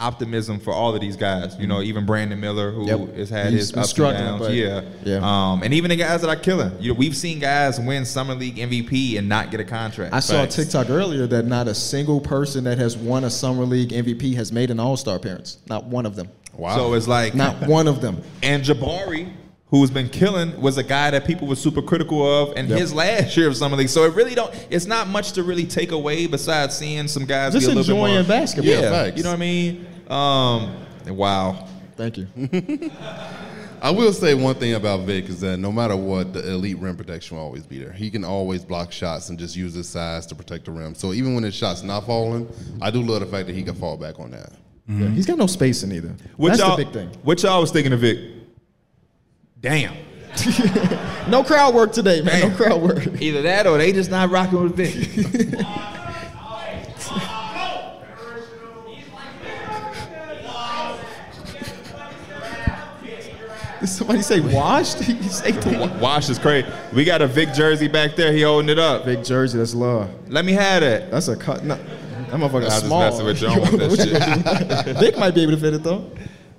B: optimism for all of these guys. You know, even Brandon Miller who
A: Yep.
B: has had
A: He's
B: his
A: been
B: ups and
A: struggling,
B: downs.
A: but-
B: yeah,
A: Yeah.
B: Um, and even the guys that are killing. You know, we've seen guys win summer league MVP and not get a contract.
A: I saw a
B: Facts.
A: TikTok earlier that not a single person that has won a summer league MVP has made an All Star appearance. Not one of them.
C: Wow.
B: So it's like <laughs>
A: Not one of them.
B: And Jabari, who's been killing, was a guy that people were super critical of in his last year of summer league. So it really don't. It's not much to really take away besides seeing some guys
A: Just
B: be a little bit
A: enjoying
B: more,
A: basketball.
B: Yeah,
C: Facts.
B: you know what I mean. Um, wow.
A: Thank you.
C: <laughs> I will say one thing about Vic is that no matter what, the elite rim protection will always be there. He can always block shots and just use his size to protect the rim. So even when his shot's not falling, I do love the fact that he can fall back on that.
B: Mm-hmm.
A: Yeah, He's got no spacing either.
B: What
A: That's
B: y'all,
A: the big thing.
B: What y'all was thinking of Vic? Damn.
A: <laughs> No crowd work today, man. No
B: Damn.
A: crowd work.
B: Either that or they just not rocking with Vic.
A: <laughs> Did somebody say washed? <laughs> He say
B: Wa- Wash is crazy. We got a Vic jersey back there. He holding it up.
A: big jersey. That's law.
B: Let me have that.
A: That's a cut. No, that motherfucker
B: I was just
A: small.
B: messing with you. I don't want
A: What you
B: that
A: gonna do? <laughs> Vic might be able to fit it though.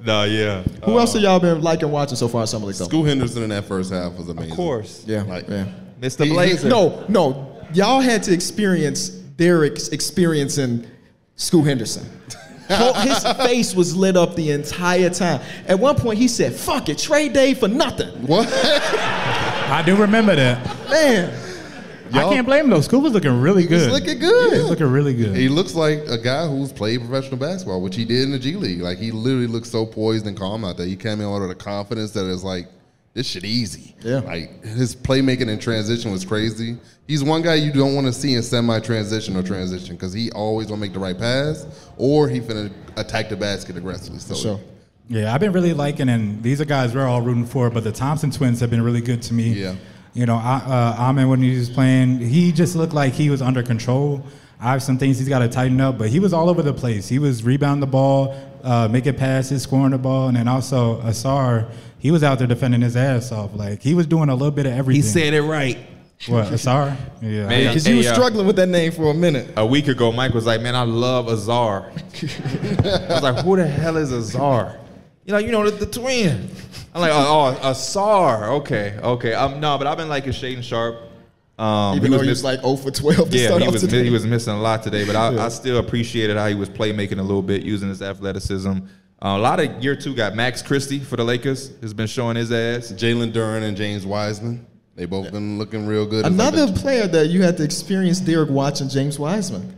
B: No, yeah. Uh,
A: Who else have y'all been liking watching so far in summer league though?
C: Scoot Henderson in that first half was amazing.
B: Of course.
A: Yeah,
C: Like-
A: yeah.
B: Mr.
C: He-
B: Blazer.
A: No, no. Y'all had to experience Derek's experiencing Scoot <laughs> Henderson. Whole- His face was lit up the entire time. At one point, he said, "Fuck it, trade day for nothing." <laughs>
C: What?
D: I do remember that.
A: Man,
C: Y'all-
D: I can't blame him though. Scoop was looking really good.
A: looking good.
D: He's looking really good.
C: He looks like a guy who's played professional basketball, which he did in the G League. Like he literally looked so poised and calm out there. He came in with a confidence that is like, this shit easy.
A: Yeah.
C: Like his playmaking and transition was crazy. He's one guy you don't want to see in semi transition or transition because he always gonna make the right pass or he finna attack the basket aggressively. So
A: sure.
D: Yeah, I've been really liking, and these are guys we're all rooting for. But the Thompson twins have been really good to me.
C: Yeah.
D: You know, I, uh, Amin when he was playing, he just looked like he was under control. I have some things he's got to tighten up, but he was all over the place. He was rebounding the ball, uh, making passes, scoring the ball, and then also Asar. He was out there defending his ass off. Like he was doing a little bit of everything.
B: He said it right.
D: "What Asar? Yeah.
B: Man,
A: Because you
B: Hey,
A: was
B: uh,
A: struggling with that name for a minute.
B: A week ago, Mike was like, "Man, I love Azar." <laughs> I was like, "Who the hell is Azar?" You know, you know the, the twin. I'm like, "Oh, oh Azar. Okay, okay." Um, no, but I've been liking Shaden Sharp. Um,
A: Even though he
B: miss-
A: was like 0 for 12 to
B: yeah,
A: start
B: he
A: off
B: was
A: today.
B: he was missing a lot today, but I, I still appreciated how he was playmaking a little bit, using his athleticism. Uh, a lot of year two got Max Christie for the Lakers has been showing his ass.
C: Jalen Duran and James Wiseman, they both been looking real good. It's like
A: Another
C: the-
A: player that you had to experience Derek watching James Wiseman.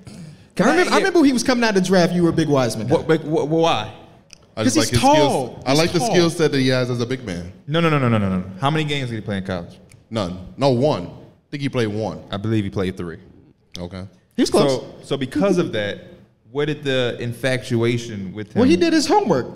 A: I
B: I-
A: remember, I
B: yeah.
A: remember he was coming out of the draft. You were a big Wiseman. guy.
B: What, but wh- why?
C: I just
A: 'Cause he's
C: like his
A: tall.
C: skills. I
A: He's
C: like the
A: tall.
C: skill set that he has as a big man.
B: No, no, no, no, no, no, no. How many games did he play in college?
C: None. No one. I think he played one.
B: I believe he played three.
C: Okay.
A: He was close.
B: So, so because of that, what did the infatuation with him?
A: well, he did his homework.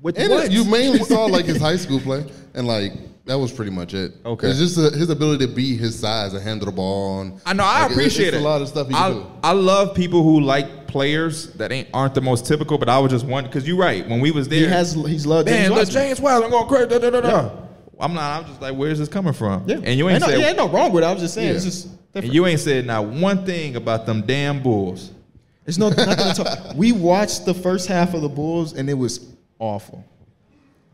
A: With
C: And
A: what?
C: it- you mainly
A: <laughs>
C: saw like his high school play, and like that was pretty much it.
B: Okay.
C: it's just uh his ability to be his size and handle the ball. And,
B: I know. I
C: like,
B: appreciate
C: it's
B: it.
C: A lot of stuff he
B: I,
C: do.
B: I love people who like players that ain't aren't the most typical. But I was just one because you're right. When we was there,
A: he has. He's loved.
B: man,
A: James
B: look,
A: Wiseman.
B: James Wiseman going crazy. Da, da, da, da. I'm not. I'm just like, where's this coming from?
A: Yeah.
B: And you ain't
A: no,
B: said.
A: yeah, ain't no wrong with it. I was just saying.
C: Yeah.
A: It's just different.
B: and you ain't said not one thing about them damn bulls.
A: It's no nothing to talk. We watched the first half of the Bulls and it was awful.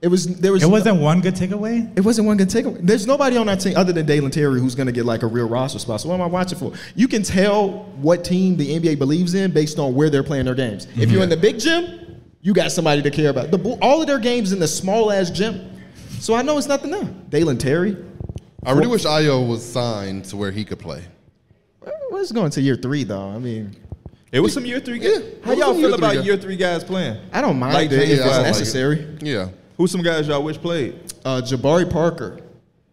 A: It was there was
D: It wasn't one good takeaway.
A: it wasn't one good takeaway. There's nobody on that team other than Dalen Terry who's gonna get like a real roster spot. So what am I watching for? You can tell what team the NBA believes in based on where they're playing their games. If you're in the big gym, you got somebody to care about. The Bull- all of their games in the small ass gym. So I know it's nothing there. Dalen Terry.
C: I really wish Io was signed to where he could play.
A: What's going to year three though? I mean,
B: It was some year three guys. How
C: It was
B: y'all
C: some
B: feel
C: year three
B: about
C: guys.
B: year three guys playing?
A: I don't mind it
B: Like
A: if
C: Jay, I
A: it's
C: don't like it.
A: necessary.
C: Yeah.
B: Who's some guys y'all wish played?
A: Uh, Jabari Parker.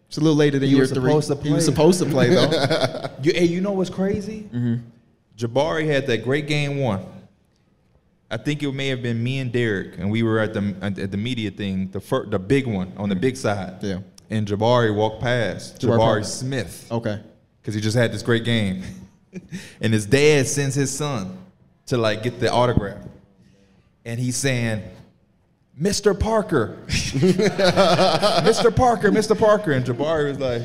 A: It's a little later than
B: He
A: year
B: was
A: three.
B: supposed to
A: He was
B: play.
A: supposed to play though.
B: <laughs>
A: Mm-hmm.
B: You, hey, you know what's crazy? Jabari had that great game one. I think it may have been me and Derek, and we were at the at the media thing, the fir- the big one on the big side.
A: Yeah.
B: And Jabari walked past
A: Jabari
B: Jabari,
A: Parker.
B: Smith
A: okay.
B: because he just had this great game, <laughs> and his dad sends his son to like get the autograph, and he's saying. Mr. Parker, <laughs> Mr. Parker, Mr. Parker, and Jabari was like,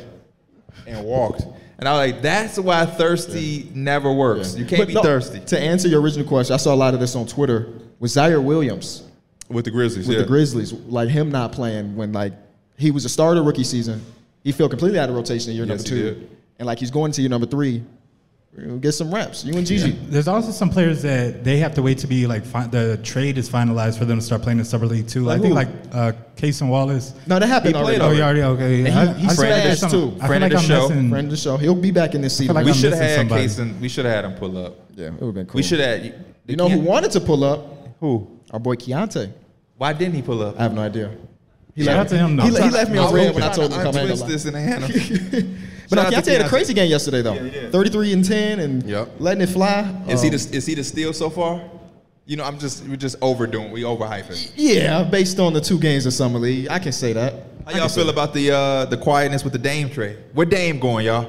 B: and walked, and I was like, that's why thirsty never works. You can't
A: But
B: be
A: no,
B: thirsty.
A: To answer your original question, I saw a lot of this on Twitter. Was Zaire Williams
B: With the Grizzlies,
A: with
B: yeah.
A: the Grizzlies, like him not playing when like he was a starter rookie season, he fell completely out of rotation in year number
B: Yes, he
A: two,
B: did.
A: and like he's going to year number three, We'll get some reps. You and Gigi.
D: There's also some players that they have to wait to be like fi- the trade is finalized for them to start playing in summer league too.
A: Like
D: I think
A: who?
D: like uh, Case and Wallace.
A: No, that happened
B: He
A: already.
B: played
D: Oh, you
B: already.
D: already okay.
A: And he-
D: I,
A: he
D: I feel like I'm
A: smashed, too.
D: missing. I feel
B: Friend of
D: like
B: the
D: I'm
B: show.
D: missing.
A: Friend of the show. He'll be back in this season.
D: like
B: We
D: I'm
B: should have had
D: missing somebody.
B: Kaysen. We should have had him pull up.
A: yeah, it would have been cool.
B: We should have. You,
A: You know who
B: can't-
A: wanted to pull up?
B: Who?
A: Our boy Keontae.
B: Why didn't he pull up?
A: I have no idea. He
D: Shout out to him, though.
A: He, le- he left me on
B: I'm
A: red when I
B: trying
A: told him to come
B: untwist
A: in. <laughs>
B: this in the hand.
A: But no,
B: Shout out to
A: Keontae had a
B: Keontae.
A: crazy game yesterday though.
B: he did.
A: 33 and 10 and
C: Yep.
A: letting it fly.
B: Is he
A: Um,
B: the is he the steal so far? You know, I'm just we're just overdoing. We overhyping.
A: Yeah, based on the two games of summer league, I can say that.
B: How y'all feel about the uh, the quietness with the Dame trade? Where Dame going, y'all?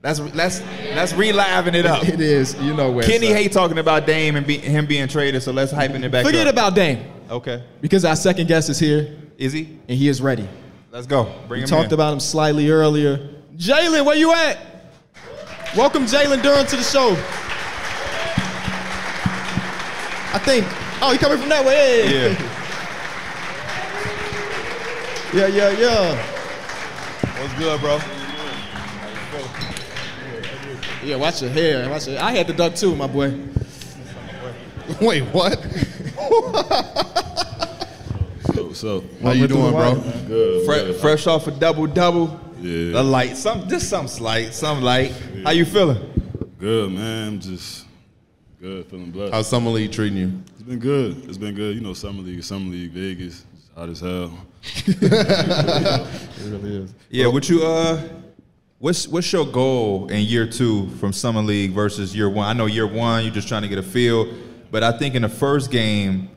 B: That's that's that's reliving
A: <laughs>
B: it up.
A: It is, you know where.
B: Kenny
A: it's at.
B: hate talking about Dame and be, him being traded, so let's hyping it back
A: Forget
B: up.
A: about Dame
B: Okay,
A: because our second guest is here
B: is he?
A: and he is ready.
B: Let's go. Bring
A: We
B: him
A: talked
B: in.
A: about him slightly earlier. Jalen, where you at? Welcome Jalen Durham to the show. I think. Oh, he coming from that way. Hey.
B: Yeah.
A: <laughs> Yeah, yeah, yeah.
B: What's good, bro?
A: Yeah, watch your hair. Watch your, I had the duck too, my boy.
C: Wait,
A: <laughs>
C: what?
F: What's up?
C: How you doing, bro?
F: Good.
B: Fre- fresh off a double double.
F: Yeah.
B: A light, some just some slight, some light. How you feeling?
F: Good, man. I'm just good, feeling blessed.
C: How's Summer League treating you?
F: It's been good. It's been good. You know, Summer League, Summer League, Vegas. It's hot
C: <laughs>
F: as hell.
B: Yeah. What you uh, what's what's your goal in year two from summer league versus year one? I know year one you're just trying to get a feel, but I think in the first game,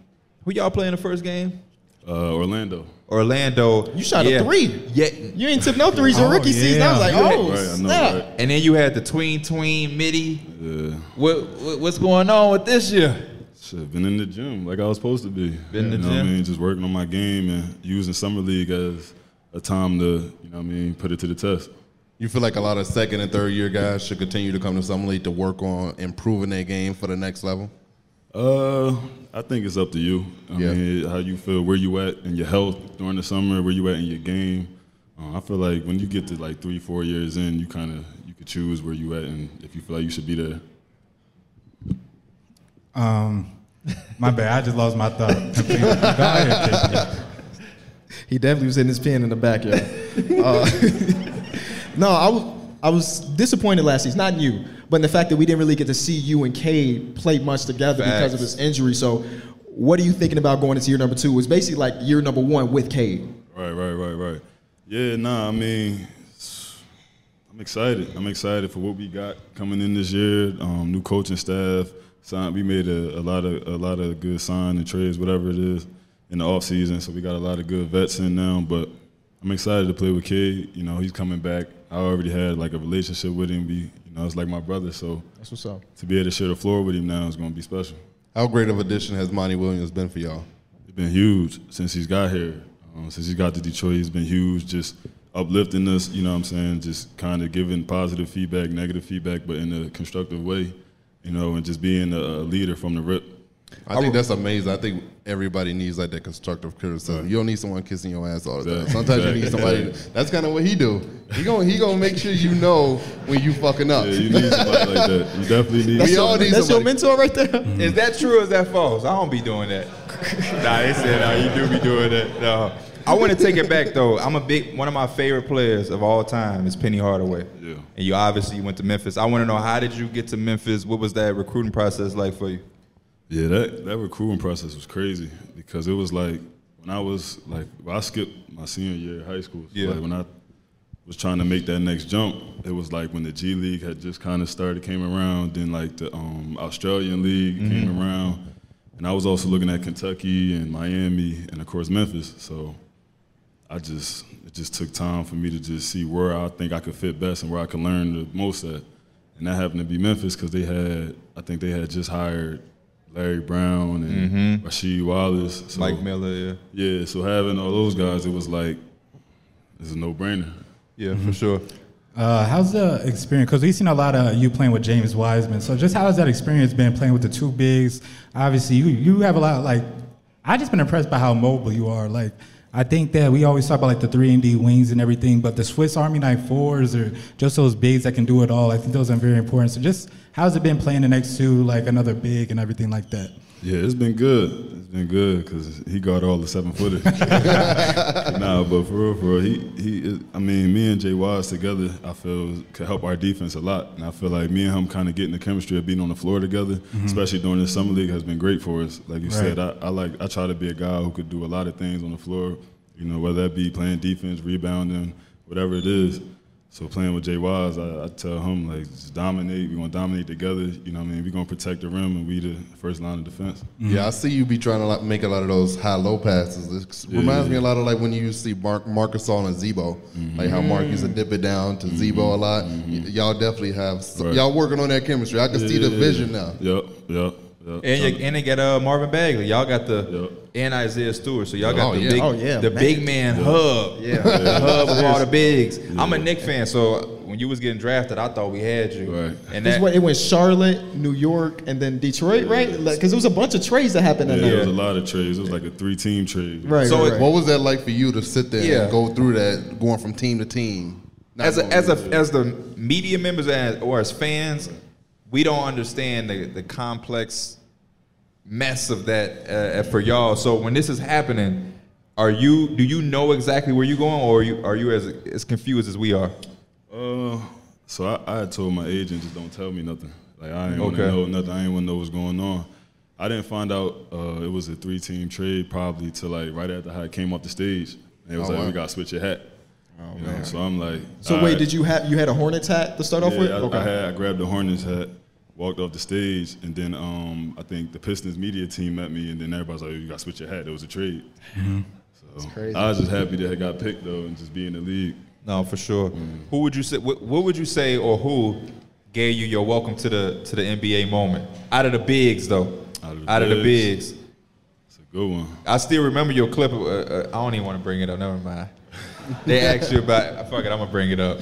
B: who y'all play in the first game?
F: Uh, Orlando.
B: Orlando.
A: You shot a three.
B: Yeah.
A: You ain't took no threes your
D: Oh,
A: rookie season. I was
D: yeah.
A: like,
B: You
A: oh,
F: Right, I know,
A: snap.
F: right?
B: And then you had the tween tween midi.
F: Yeah.
B: What, what what's going on with this year?
F: Shit, been in the gym like I was supposed to be.
B: Been in the
F: you know What I
B: gym?
F: mean, just working on my game and using Summer League as a time to, you know, what I mean, put it to the test.
C: You feel like a lot of second and third year guys should continue to come to Summer League to work on improving their game for the next level?
F: Uh, I think it's up to you. I
C: Yeah.
F: mean, how you feel, where you at in your health during the summer, where you at in your game. Uh, I feel like when you get to like three, four years in, you kind of you could choose where you at and if you feel like you should be there.
D: <laughs> My bad. Um, <laughs> I just lost my thought.
A: <laughs>
D: Completely. Go ahead, Jay.
F: <laughs>
A: He definitely was hitting his pen in the <laughs> backyard. uh, no, I was I was disappointed last season. Not in you, but in the fact that we didn't really get to see you and Cade play much together because of
B: Facts.
A: his injury. So, what are you thinking about going into year number two? It was basically like year number one with Cade.
F: Right, right, right, right. Yeah, nah, I mean, it's- I'm excited. I'm excited for what we got coming in this year. Um, new coaching staff. Sign, we made a, a lot of a lot of good sign and trades, whatever it is, in the off season. So we got a lot of good vets in now. But I'm excited to play with Kid. You know, he's coming back. I already had like a relationship with him. We, you know, it's like my brother. So
A: That's what's up.
F: to be able to share the floor with him now is going to be special.
C: How great of addition has Monty Williams been for y'all?
F: It's been huge since he's got here. Um, since he got to Detroit, he's been huge, just uplifting us, you know what I'm saying? Just kind of giving positive feedback, negative feedback, but in a constructive way, you know, and just being a a leader from the rip.
C: I think that's amazing. I think everybody needs like that constructive criticism. You don't need someone kissing your ass all the time.
F: Exactly.
C: Sometimes you need somebody. That's kind of what he do. He gonna he gonna make sure you know when you fucking up.
F: Yeah, you need somebody like that. You definitely need
C: We
F: somebody. Mm-hmm.
C: all need
A: That's your
C: somebody.
A: mentor right there.
B: Mm-hmm. Is that true or is that false? I don't be doing
F: <laughs>
B: that. nah, they said nah, you do be doing that. No. I want to take it back though. I'm a big one of my favorite players of all time is Penny Hardaway.
F: Yeah.
B: And you obviously went to Memphis. I want to know how did you get to Memphis? What was that recruiting process like for you?
F: Yeah, that that recruiting process was crazy because it was like when I was like well, I skipped my senior year of high school. So,
B: Yeah.
F: Like when I was trying to make that next jump, it was like when the G League had just kind of started came around. Then like the um, Australian League came around, and I was also looking at Kentucky and Miami and of course Memphis. So I just it just took time for me to just see where I think I could fit best and where I could learn the most at, and that happened to be Memphis because they had I think they had just hired Larry Brown and Rasheed Wallace,
B: Mm-hmm.
F: so,
B: Mike Miller, yeah.
F: Yeah, so having all those guys, it was like it's a no brainer.
B: Yeah, for sure.
D: Uh, how's the experience? Because we've seen a lot of you playing with James Wiseman. So just how has that experience been playing with the two bigs? Obviously, you you have a lot like I just been impressed by how mobile you are. Like I think that we always talk about like the three and D wings and everything, but the Swiss Army knife fours or just those bigs that can do it all. I think those are very important. So just how's it been playing the next two like another big and everything like that?
F: Yeah, it's been good. It's been good because he got all the seven footers. <laughs> nah, but for real, for real, he he. Is, I mean, me and Jay Wise together, I feel could help our defense a lot, and I feel like me and him kind of getting the chemistry of being on the floor together, especially during the summer league, has been great for us. Like you said, I, I like I try to be a guy who could do a lot of things on the floor. You know, whether that be playing defense, rebounding, whatever it is. So playing with Jay Wise, I, I tell him like just dominate. We're gonna dominate together. You know what I mean? We're gonna protect the rim and we the first line of defense.
B: Mm-hmm.
C: Yeah, I see you be trying to like, make a lot of those high low passes. It reminds me a lot of like when you used to see Mark Marcus on and Zebo,
F: Mm-hmm.
C: like how Mark used to dip it down to Zebo a lot. Y- y'all definitely have s
F: Right.
C: y'all working on that chemistry. I can see the vision now.
F: Yep, yep, yep.
B: And you, and they got uh, Marvin Bagley. Y'all got the
F: Yep.
B: and Isaiah Stewart. So y'all got
C: Oh,
B: the
C: yeah.
B: big
A: Oh, yeah,
B: the
A: man.
B: big man hub. Yeah. The <laughs> hub of all the bigs. I'm a Nick fan, so when you was getting drafted, I thought we had you.
F: Right.
B: And
A: This
B: that,
A: way, it went Charlotte, New York, and then Detroit, right? Because there was a bunch of trades that happened
F: yeah,
A: that
F: there
A: night.
F: was a lot of trades. It was like a three-team trade.
A: Right.
B: So
A: right,
B: it-
A: right.
C: What was that like for you to sit there
B: Yeah.
C: and go through that, going from team to team? Not
B: as a,
C: going-
B: as a, as the media members and or as fans, we don't understand the, the complex mess of that uh, for y'all. So when this is happening, are you do you know exactly where you're going, or are you are you as as confused as we are?
F: Uh, so I, I had told my agent just don't tell me nothing. Like I ain't want
B: Okay.
F: to know nothing. I ain't want to know what's going on. I didn't find out uh, it was a three-team trade probably till like right after I came off the stage. And it was
C: Oh,
F: like
C: wow.
F: we got to switch your hat. Oh, you know? So I'm like.
A: So wait, did you have you had a Hornets hat to start off with?
F: Yeah, I, I had I grabbed the Hornets hat, walked off the stage, and then um, I think the Pistons media team met me, and then everybody's like, "You got to switch your hat." It was a trade. So
A: Mm-hmm. crazy.
F: I was just happy that I got picked though, and just be in the league.
B: No, for sure. Who would you say? What, what would you say, or who gave you your welcome to the to the NBA moment? Out of the bigs, though.
F: Out of the
B: bigs.
F: bigs. It's a good one.
B: I still remember your clip. Of, uh, uh, I don't even want to bring it up. Never mind. They asked you about. Fuck it. I'm gonna bring it
F: <laughs>
B: up.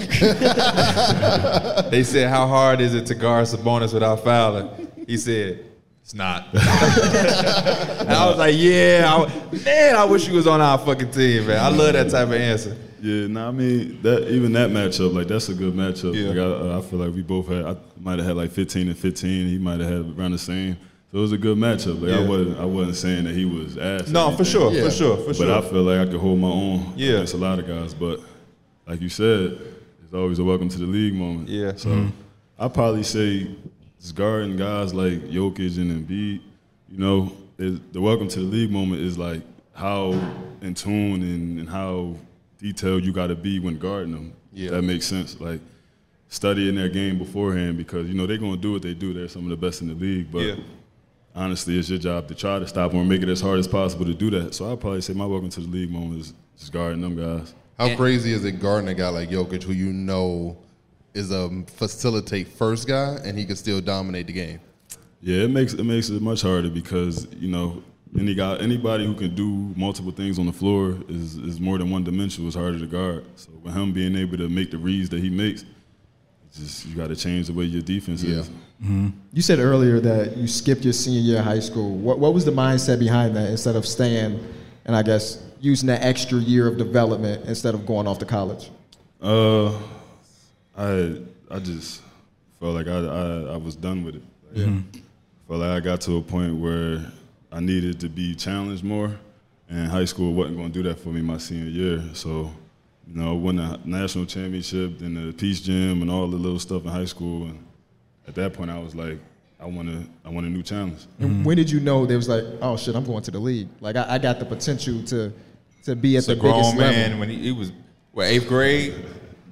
B: they said, "How hard is it to guard Sabonis without fouling?" He said, "It's not." <laughs> and I was like, "Yeah, I w- man. I wish you was on our fucking team, man. I love that type of answer."
F: Yeah, no, I mean that even that matchup, like that's a good matchup.
B: Yeah.
F: Like I, I feel like we both had, I might have had like 15 and 15. He might have had around the same. So it was a good matchup. Like
B: Yeah.
F: I wasn't, I wasn't saying that he was ass. or
B: No, for
F: anything.
B: sure,
C: Yeah.
B: for sure, for
F: But
B: sure.
F: I feel like I could hold my own.
B: Yeah.
F: it's a lot of guys, but like you said, it's always a welcome to the league moment.
B: Yeah.
F: So I probably say just guarding guys like Jokic and Embiid. You know, it, the welcome to the league moment is like how in tune and, and how detailed you got to be when guarding them.
C: Yeah.
F: that makes sense. Like studying their game beforehand because you know they're gonna do what they do. They're some of the best in the league, but
B: Yeah.
F: honestly, it's your job to try to stop them and make it as hard as possible to do that. So I'd probably say my welcome to the league moment is just guarding them guys.
C: How crazy is it guarding a guy like Jokic, who you know is a facilitate first guy, and he can still dominate the game? <laughs>
F: Yeah, it makes it makes it much harder because you know Any guy, anybody who can do multiple things on the floor is, is more than one dimensional. It's harder to guard. So with him being able to make the reads that he makes, it's just you got to change the way your defense
C: Yeah.
F: is. Mm-hmm.
A: Mm-hmm. You said earlier that you skipped your senior year of high school. What, what was the mindset behind that instead of staying and I guess using that extra year of development instead of going off to college?
F: Uh, I I just felt like I I, I was done with it. Yeah.
A: Mm-hmm.
F: Felt like I got to a point where I needed to be challenged more, and high school wasn't going to do that for me my senior year. So, you know, I won the national championship and the Peace Gym and all the little stuff in high school, and at that point I was like, I want to I want a new challenge.
B: Mm-hmm.
A: And when did you know there was like, oh shit, I'm going to the league? Like I, I got the potential to to be at
B: It's
A: the
B: a grown
A: biggest
B: man
A: level.
B: when he, he was what eighth grade.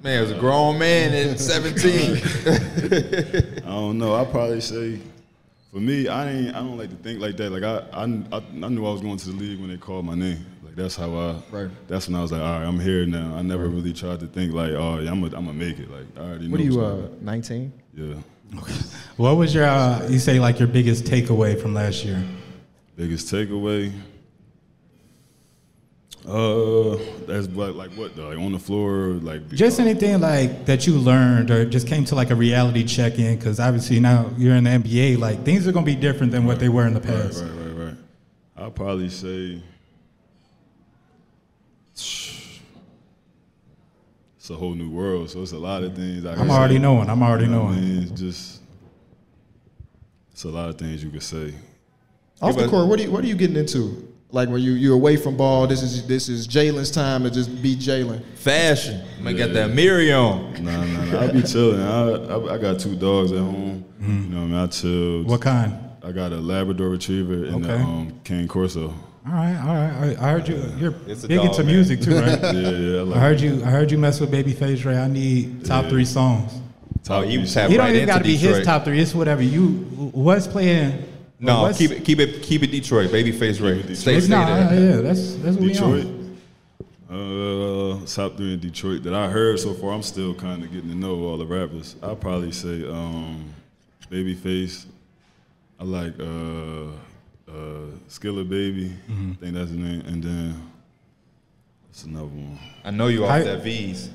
B: Man, it was a grown man
D: <laughs>
F: <laughs>
B: at seventeen.
F: I don't know. I probably say, for me, I ain't. I don't like to think like that. Like I, I, I, I knew I was going to the league when they called my name. Like that's how I.
A: Right.
F: That's when I was like, all right, I'm here now. I never really tried to think like, oh yeah, I'm gonna, I'm gonna make it. Like I already.
A: What are
F: knew
A: you,
F: it
A: uh,
F: was
A: 19?
F: gonna- yeah.
D: What was your, uh, you say, like your biggest takeaway from last year?
F: Biggest takeaway. Uh, that's like like what though? Like on the floor, like
D: Just anything like that you learned or just came to like a reality check in because obviously now you're in the NBA, like things are going to be different than what they were in the
F: Right,
D: past.
F: right, right, right. I'll probably say it's a whole new world, so it's a lot of things. I
D: Mm. I'm already knowing, I'm already
F: I
D: knowing.
F: mean, it's just it's a lot of things you could say.
A: Off the
B: but-
A: court, what are you what are you getting into? Like when you you're away from ball, this is this is Jalen's time to just be Jalen.
B: Fashion. Man, got that Miri on.
F: Nah, nah, nah. I be chilling. I, I I got two dogs at home. You know, what I mean, I chill.
D: Mm. What kind?
F: I got a Labrador Retriever and a
D: Okay.
F: um, Cane Corso.
D: All right, all right. I, I heard you, you're
B: It's a
D: big
B: dog,
D: into
B: man.
D: music too, right?
F: <laughs> Yeah, yeah. I
D: I
F: like
D: heard you. I heard you mess with Babyface Ray. I need top three songs.
B: Oh,
F: top.
B: he was
F: three.
B: tapped
D: You
B: right
D: don't even
B: into
D: got to be
B: Detroit.
D: his top three. It's whatever you. What's playing?
B: No,
D: what's-
B: keep it, keep it, keep it Detroit, babyface Ray.
F: Detroit.
B: Stay, stay
D: nah,
B: there.
D: yeah, that's that's what
F: Detroit.
D: we on.
F: Uh, top three in Detroit that I heard so far. I'm still kind of getting to know all the rappers. I'd probably say um, Babyface. I like uh, uh, Skillet Baby.
B: Mm-hmm.
F: I think that's the name. And then what's another one?
B: I know you off
D: I-
B: that V's.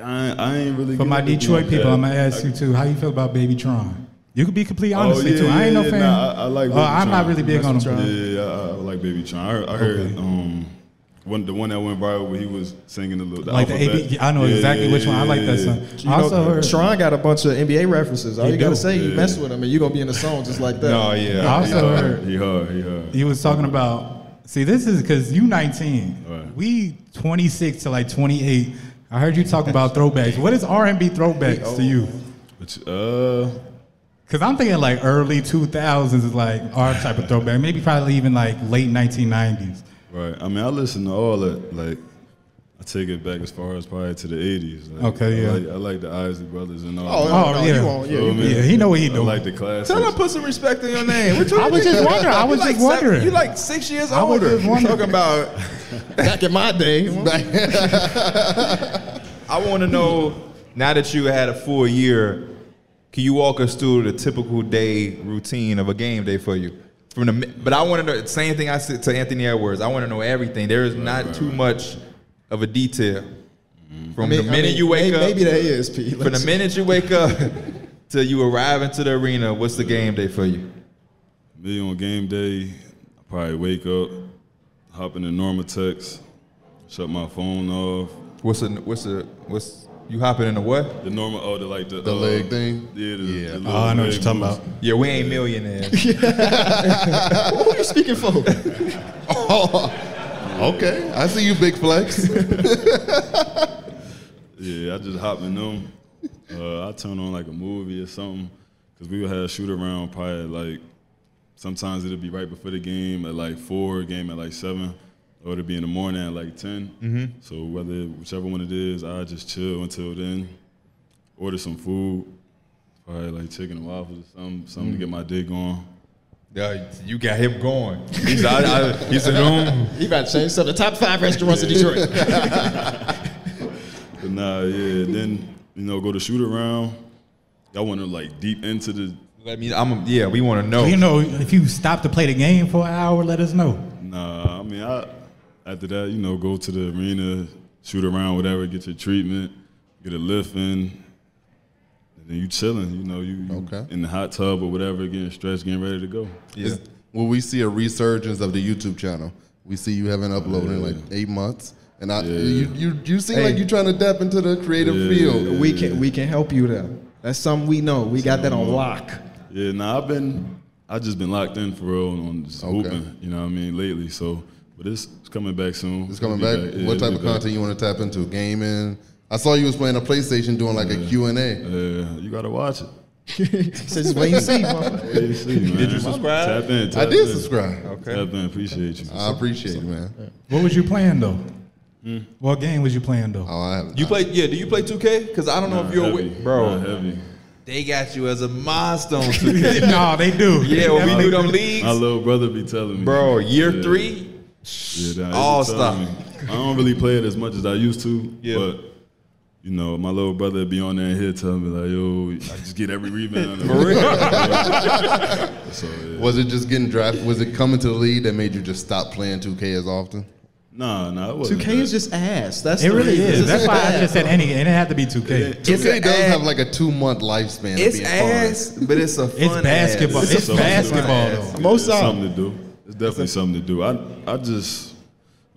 F: I, I ain't really.
D: For my
F: getting into
D: Detroit
F: that.
D: people, I'm gonna ask you too. How you feel about Baby Tron? You could be complete honestly
F: yeah,
D: too. I ain't
F: Oh,
D: no
F: yeah, yeah,
D: fan.
F: Nah, I, I like.
D: Oh,
F: Baby
D: I'm not
F: Tron.
D: really big
F: Mess
D: on
F: with
D: him.
F: Tron. Yeah, yeah, I, I like Baby Tron. I heard, I heard
D: Okay.
F: um, one the one that went viral where he was singing the little. The
D: Like the
F: alphabet.
D: AB, I know
F: Yeah,
D: exactly
F: yeah,
D: which one. I
F: yeah,
D: like that
F: yeah,
D: song.
A: You
D: I also
A: know,
D: heard.
A: Tron got a bunch of NBA references. All
D: He
A: you gotta
D: do.
A: say, you
F: Yeah.
A: mess with him and you're gonna be in the songs just
D: <laughs>
A: like that.
B: No,
F: Yeah,
B: yeah.
D: I also
F: he
D: heard
F: He hard. He hard.
D: you was talking about. See, this is because you 19.
F: Right.
D: We 26 to like 28. I heard you talking about throwbacks. What is R&B throwbacks to you?
F: But, uh,
D: Cause I'm thinking like early 2000s is like our type of throwback. Maybe probably even like late 1990s.
F: right. I mean, I listen to all that. Like, I take it back as far as probably to the '80s. Like,
D: Okay,
F: I
D: yeah.
F: like, I like the Isley Brothers and all.
A: Oh,
F: that.
A: no,
D: Oh,
A: no,
D: yeah.
A: you won't. Yeah,
F: You know
A: you
F: what I mean?
D: Yeah, he know what he
F: I
D: doing.
F: like the classics.
B: Tell him to put some respect in your name. What you
D: I was just wondering. I was
B: You
D: just
B: seven-
D: wondering.
B: you like six years
D: I was
B: older.
D: <laughs> just wondering.
B: Talking about
A: back in my day.
B: I want to know now that you had a full year, can you walk us through the typical day routine of a game day for you? From the mi- but I want to know same thing I said to Anthony Edwards. I want to know everything. There is not too much of a detail from
A: I mean-
B: the minute
A: I mean,
B: you wake
A: may-
B: up.
A: Maybe that is P.
B: from the minute you wake up <laughs> till you arrive into the arena. What's the game day for you?
F: Me on game day, I probably wake up, hop into Normatex, shut my phone off.
B: What's a what's a what's you hopping in the what?
F: The normal, oh, the like the,
C: The
F: uh,
C: leg thing?
F: Yeah, the,
C: Yeah.
F: the
C: Oh,
F: little
D: I know what
F: leg
D: you're talking
F: moves.
D: about.
B: Yeah, we ain't millionaires.
A: Who are you speaking for?
C: okay, I see you, Big Flex. <laughs>
B: <laughs>
F: Yeah, I just hop in them. Uh, I turn on like a movie or something, cause we would have a shoot around probably at, like sometimes it'd be right before the game at like four, game at like seven, or it'd be in the morning at like 10
B: Mm-hmm.
F: So whether whichever one it is, I just chill until then. Order some food, probably like chicken and waffles or something, something to get my day going.
B: Mm. Yeah, you got him going. He's out. out he's in room.
A: You about to change something. The top five restaurants in Detroit.
B: <laughs>
F: But nah, yeah. Then you know, go to shoot around. Y'all want to like deep into the
B: I mean, I'm yeah. We want to know.
D: You know, if you stop to play the game for an hour, let us know.
F: Nah, I mean, I after that, you know, go to the arena, shoot around, whatever, get your treatment, get a lift in, and then you chilling. You know, you, you
C: Okay.
F: in the hot tub or whatever, getting stretched, getting ready to go.
B: yeah.
C: Will we see a resurgence of the YouTube channel? We see you haven't uploaded in like eight months, and I you you you seem like you're trying to dip into the creative field.
A: We can we can help you there. That's something we know. We got that on lock. <laughs>
F: Yeah, nah, I've been, I just been locked in for real on just
C: Okay.
F: hooping. You know what I mean lately. So, but it's, it's coming back soon.
C: It's coming
F: It'll
C: back.
F: be Yeah,
C: what
F: it'll
C: type
F: be
C: of
F: back.
C: content you want to tap into? Gaming. I saw you was playing a PlayStation doing like a Q and A.
F: Yeah, you gotta <laughs> watch it.
A: So just wait and
F: <laughs>
A: see. motherfucker.
F: Wait and see,
B: Did you
F: man.
B: subscribe?
F: Tap in.
C: I
F: Tap
C: did
F: in.
C: subscribe.
B: Okay.
F: Tap in. Appreciate you.
C: I appreciate it, man.
D: What was you playing though?
F: Hmm.
D: What game was you playing though?
C: Oh, I haven't.
B: You play? Yeah. Do you play 2K? Because I don't know if you're
F: heavy,
B: aware, bro.
F: Nah, heavy.
B: They got you as a milestone <laughs>
D: <laughs>
B: 2K.
D: no, they do.
B: yeah. When we do them
F: My
B: leagues,
F: little brother be telling me,
B: bro. Year
F: Yeah.
B: three,
F: Yeah, nah,
B: all
F: it's a time.
B: star.
F: I don't really play it as much as I used to.
B: Yeah.
F: But you know, my little brother be on there here telling me like, "Yo, I just get every rebound."
B: For
D: <laughs>
B: real.
F: <laughs>
B: <laughs>
F: So, yeah.
C: Was it just getting drafted? Was it coming to the league that made you just stop playing 2K as often?
F: Nah, nah, it wasn't.
A: 2K
F: that.
A: is just ass. That's
D: It
A: the
D: really
A: reason.
D: is.
A: It's
D: That's
A: just
D: why I
A: ass.
D: just said any. It didn't have to be 2K.
C: 2K does
B: ass-
C: have like a two month lifespan. of
B: It's
C: being fun.
B: ass, but it's a fun
D: It's basketball.
B: Ass.
D: It's
F: something to do.
D: basketball
B: Ass.
D: though.
A: Most
F: it's
A: out.
F: something to do. It's definitely something to do. I I just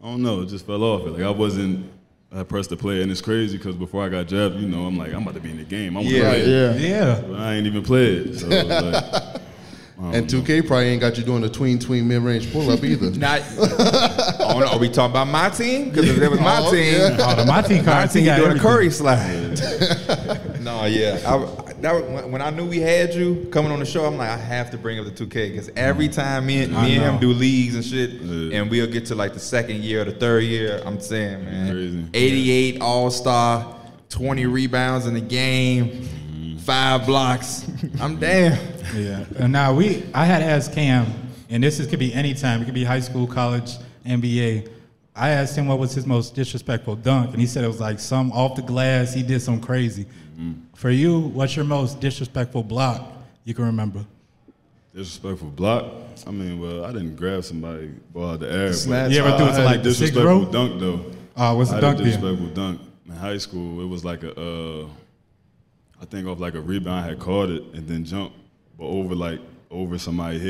F: I don't know. It just fell off. Like I wasn't. I pressed the play, and it's crazy because before I got drafted, you know, I'm like, I'm about to be in the game. I'm
B: Yeah,
F: yeah, play
A: Yeah.
D: Yeah.
F: But I ain't even played.
A: <laughs>
F: So, like, Oh,
C: And 2K probably ain't got you doing the tween tween mid range pull up
B: <laughs>
C: either. <laughs>
B: Not. oh, no, are we talking about my team? Because if that was my
C: Oh,
B: team,
C: yeah.
D: Oh, the- my team
B: my
D: card.
B: team
D: team got
B: doing a
D: everything.
B: Curry slide. no, yeah. I, that was, when- when I knew we had you coming on the show, I'm like, I have to bring up the 2K because every time me and,
D: I
B: me and him
D: know.
B: do leagues and shit, and we'll get to like the second year or the third year. I'm saying, man,
F: Crazy.
B: 88 All Star, 20 rebounds in the game,
F: Mm-hmm.
B: five
D: <laughs>
B: blocks. I'm damn.
D: Yeah. And now we, I had asked Cam, and this is, could be any time. It could be high school, college, NBA. I asked him what was his most disrespectful dunk, and he said it was like some off the glass. He did some crazy.
C: Mm.
D: For you, what's your most disrespectful block you can remember?
F: disrespectful block. I mean, well, I didn't grab somebody ball out the air. but-
A: Snatch.
D: You ever
F: I
D: threw it
F: had
D: to
F: a
D: like the sixth
F: disrespectful
D: row?
F: dunk though.
D: Uh, what's
F: I
D: the
F: had
D: dunk
F: a
D: then?
F: disrespectful dunk in high school. It was like a, uh, I think off like a rebound. I had caught it and then jumped, but over like over somebody's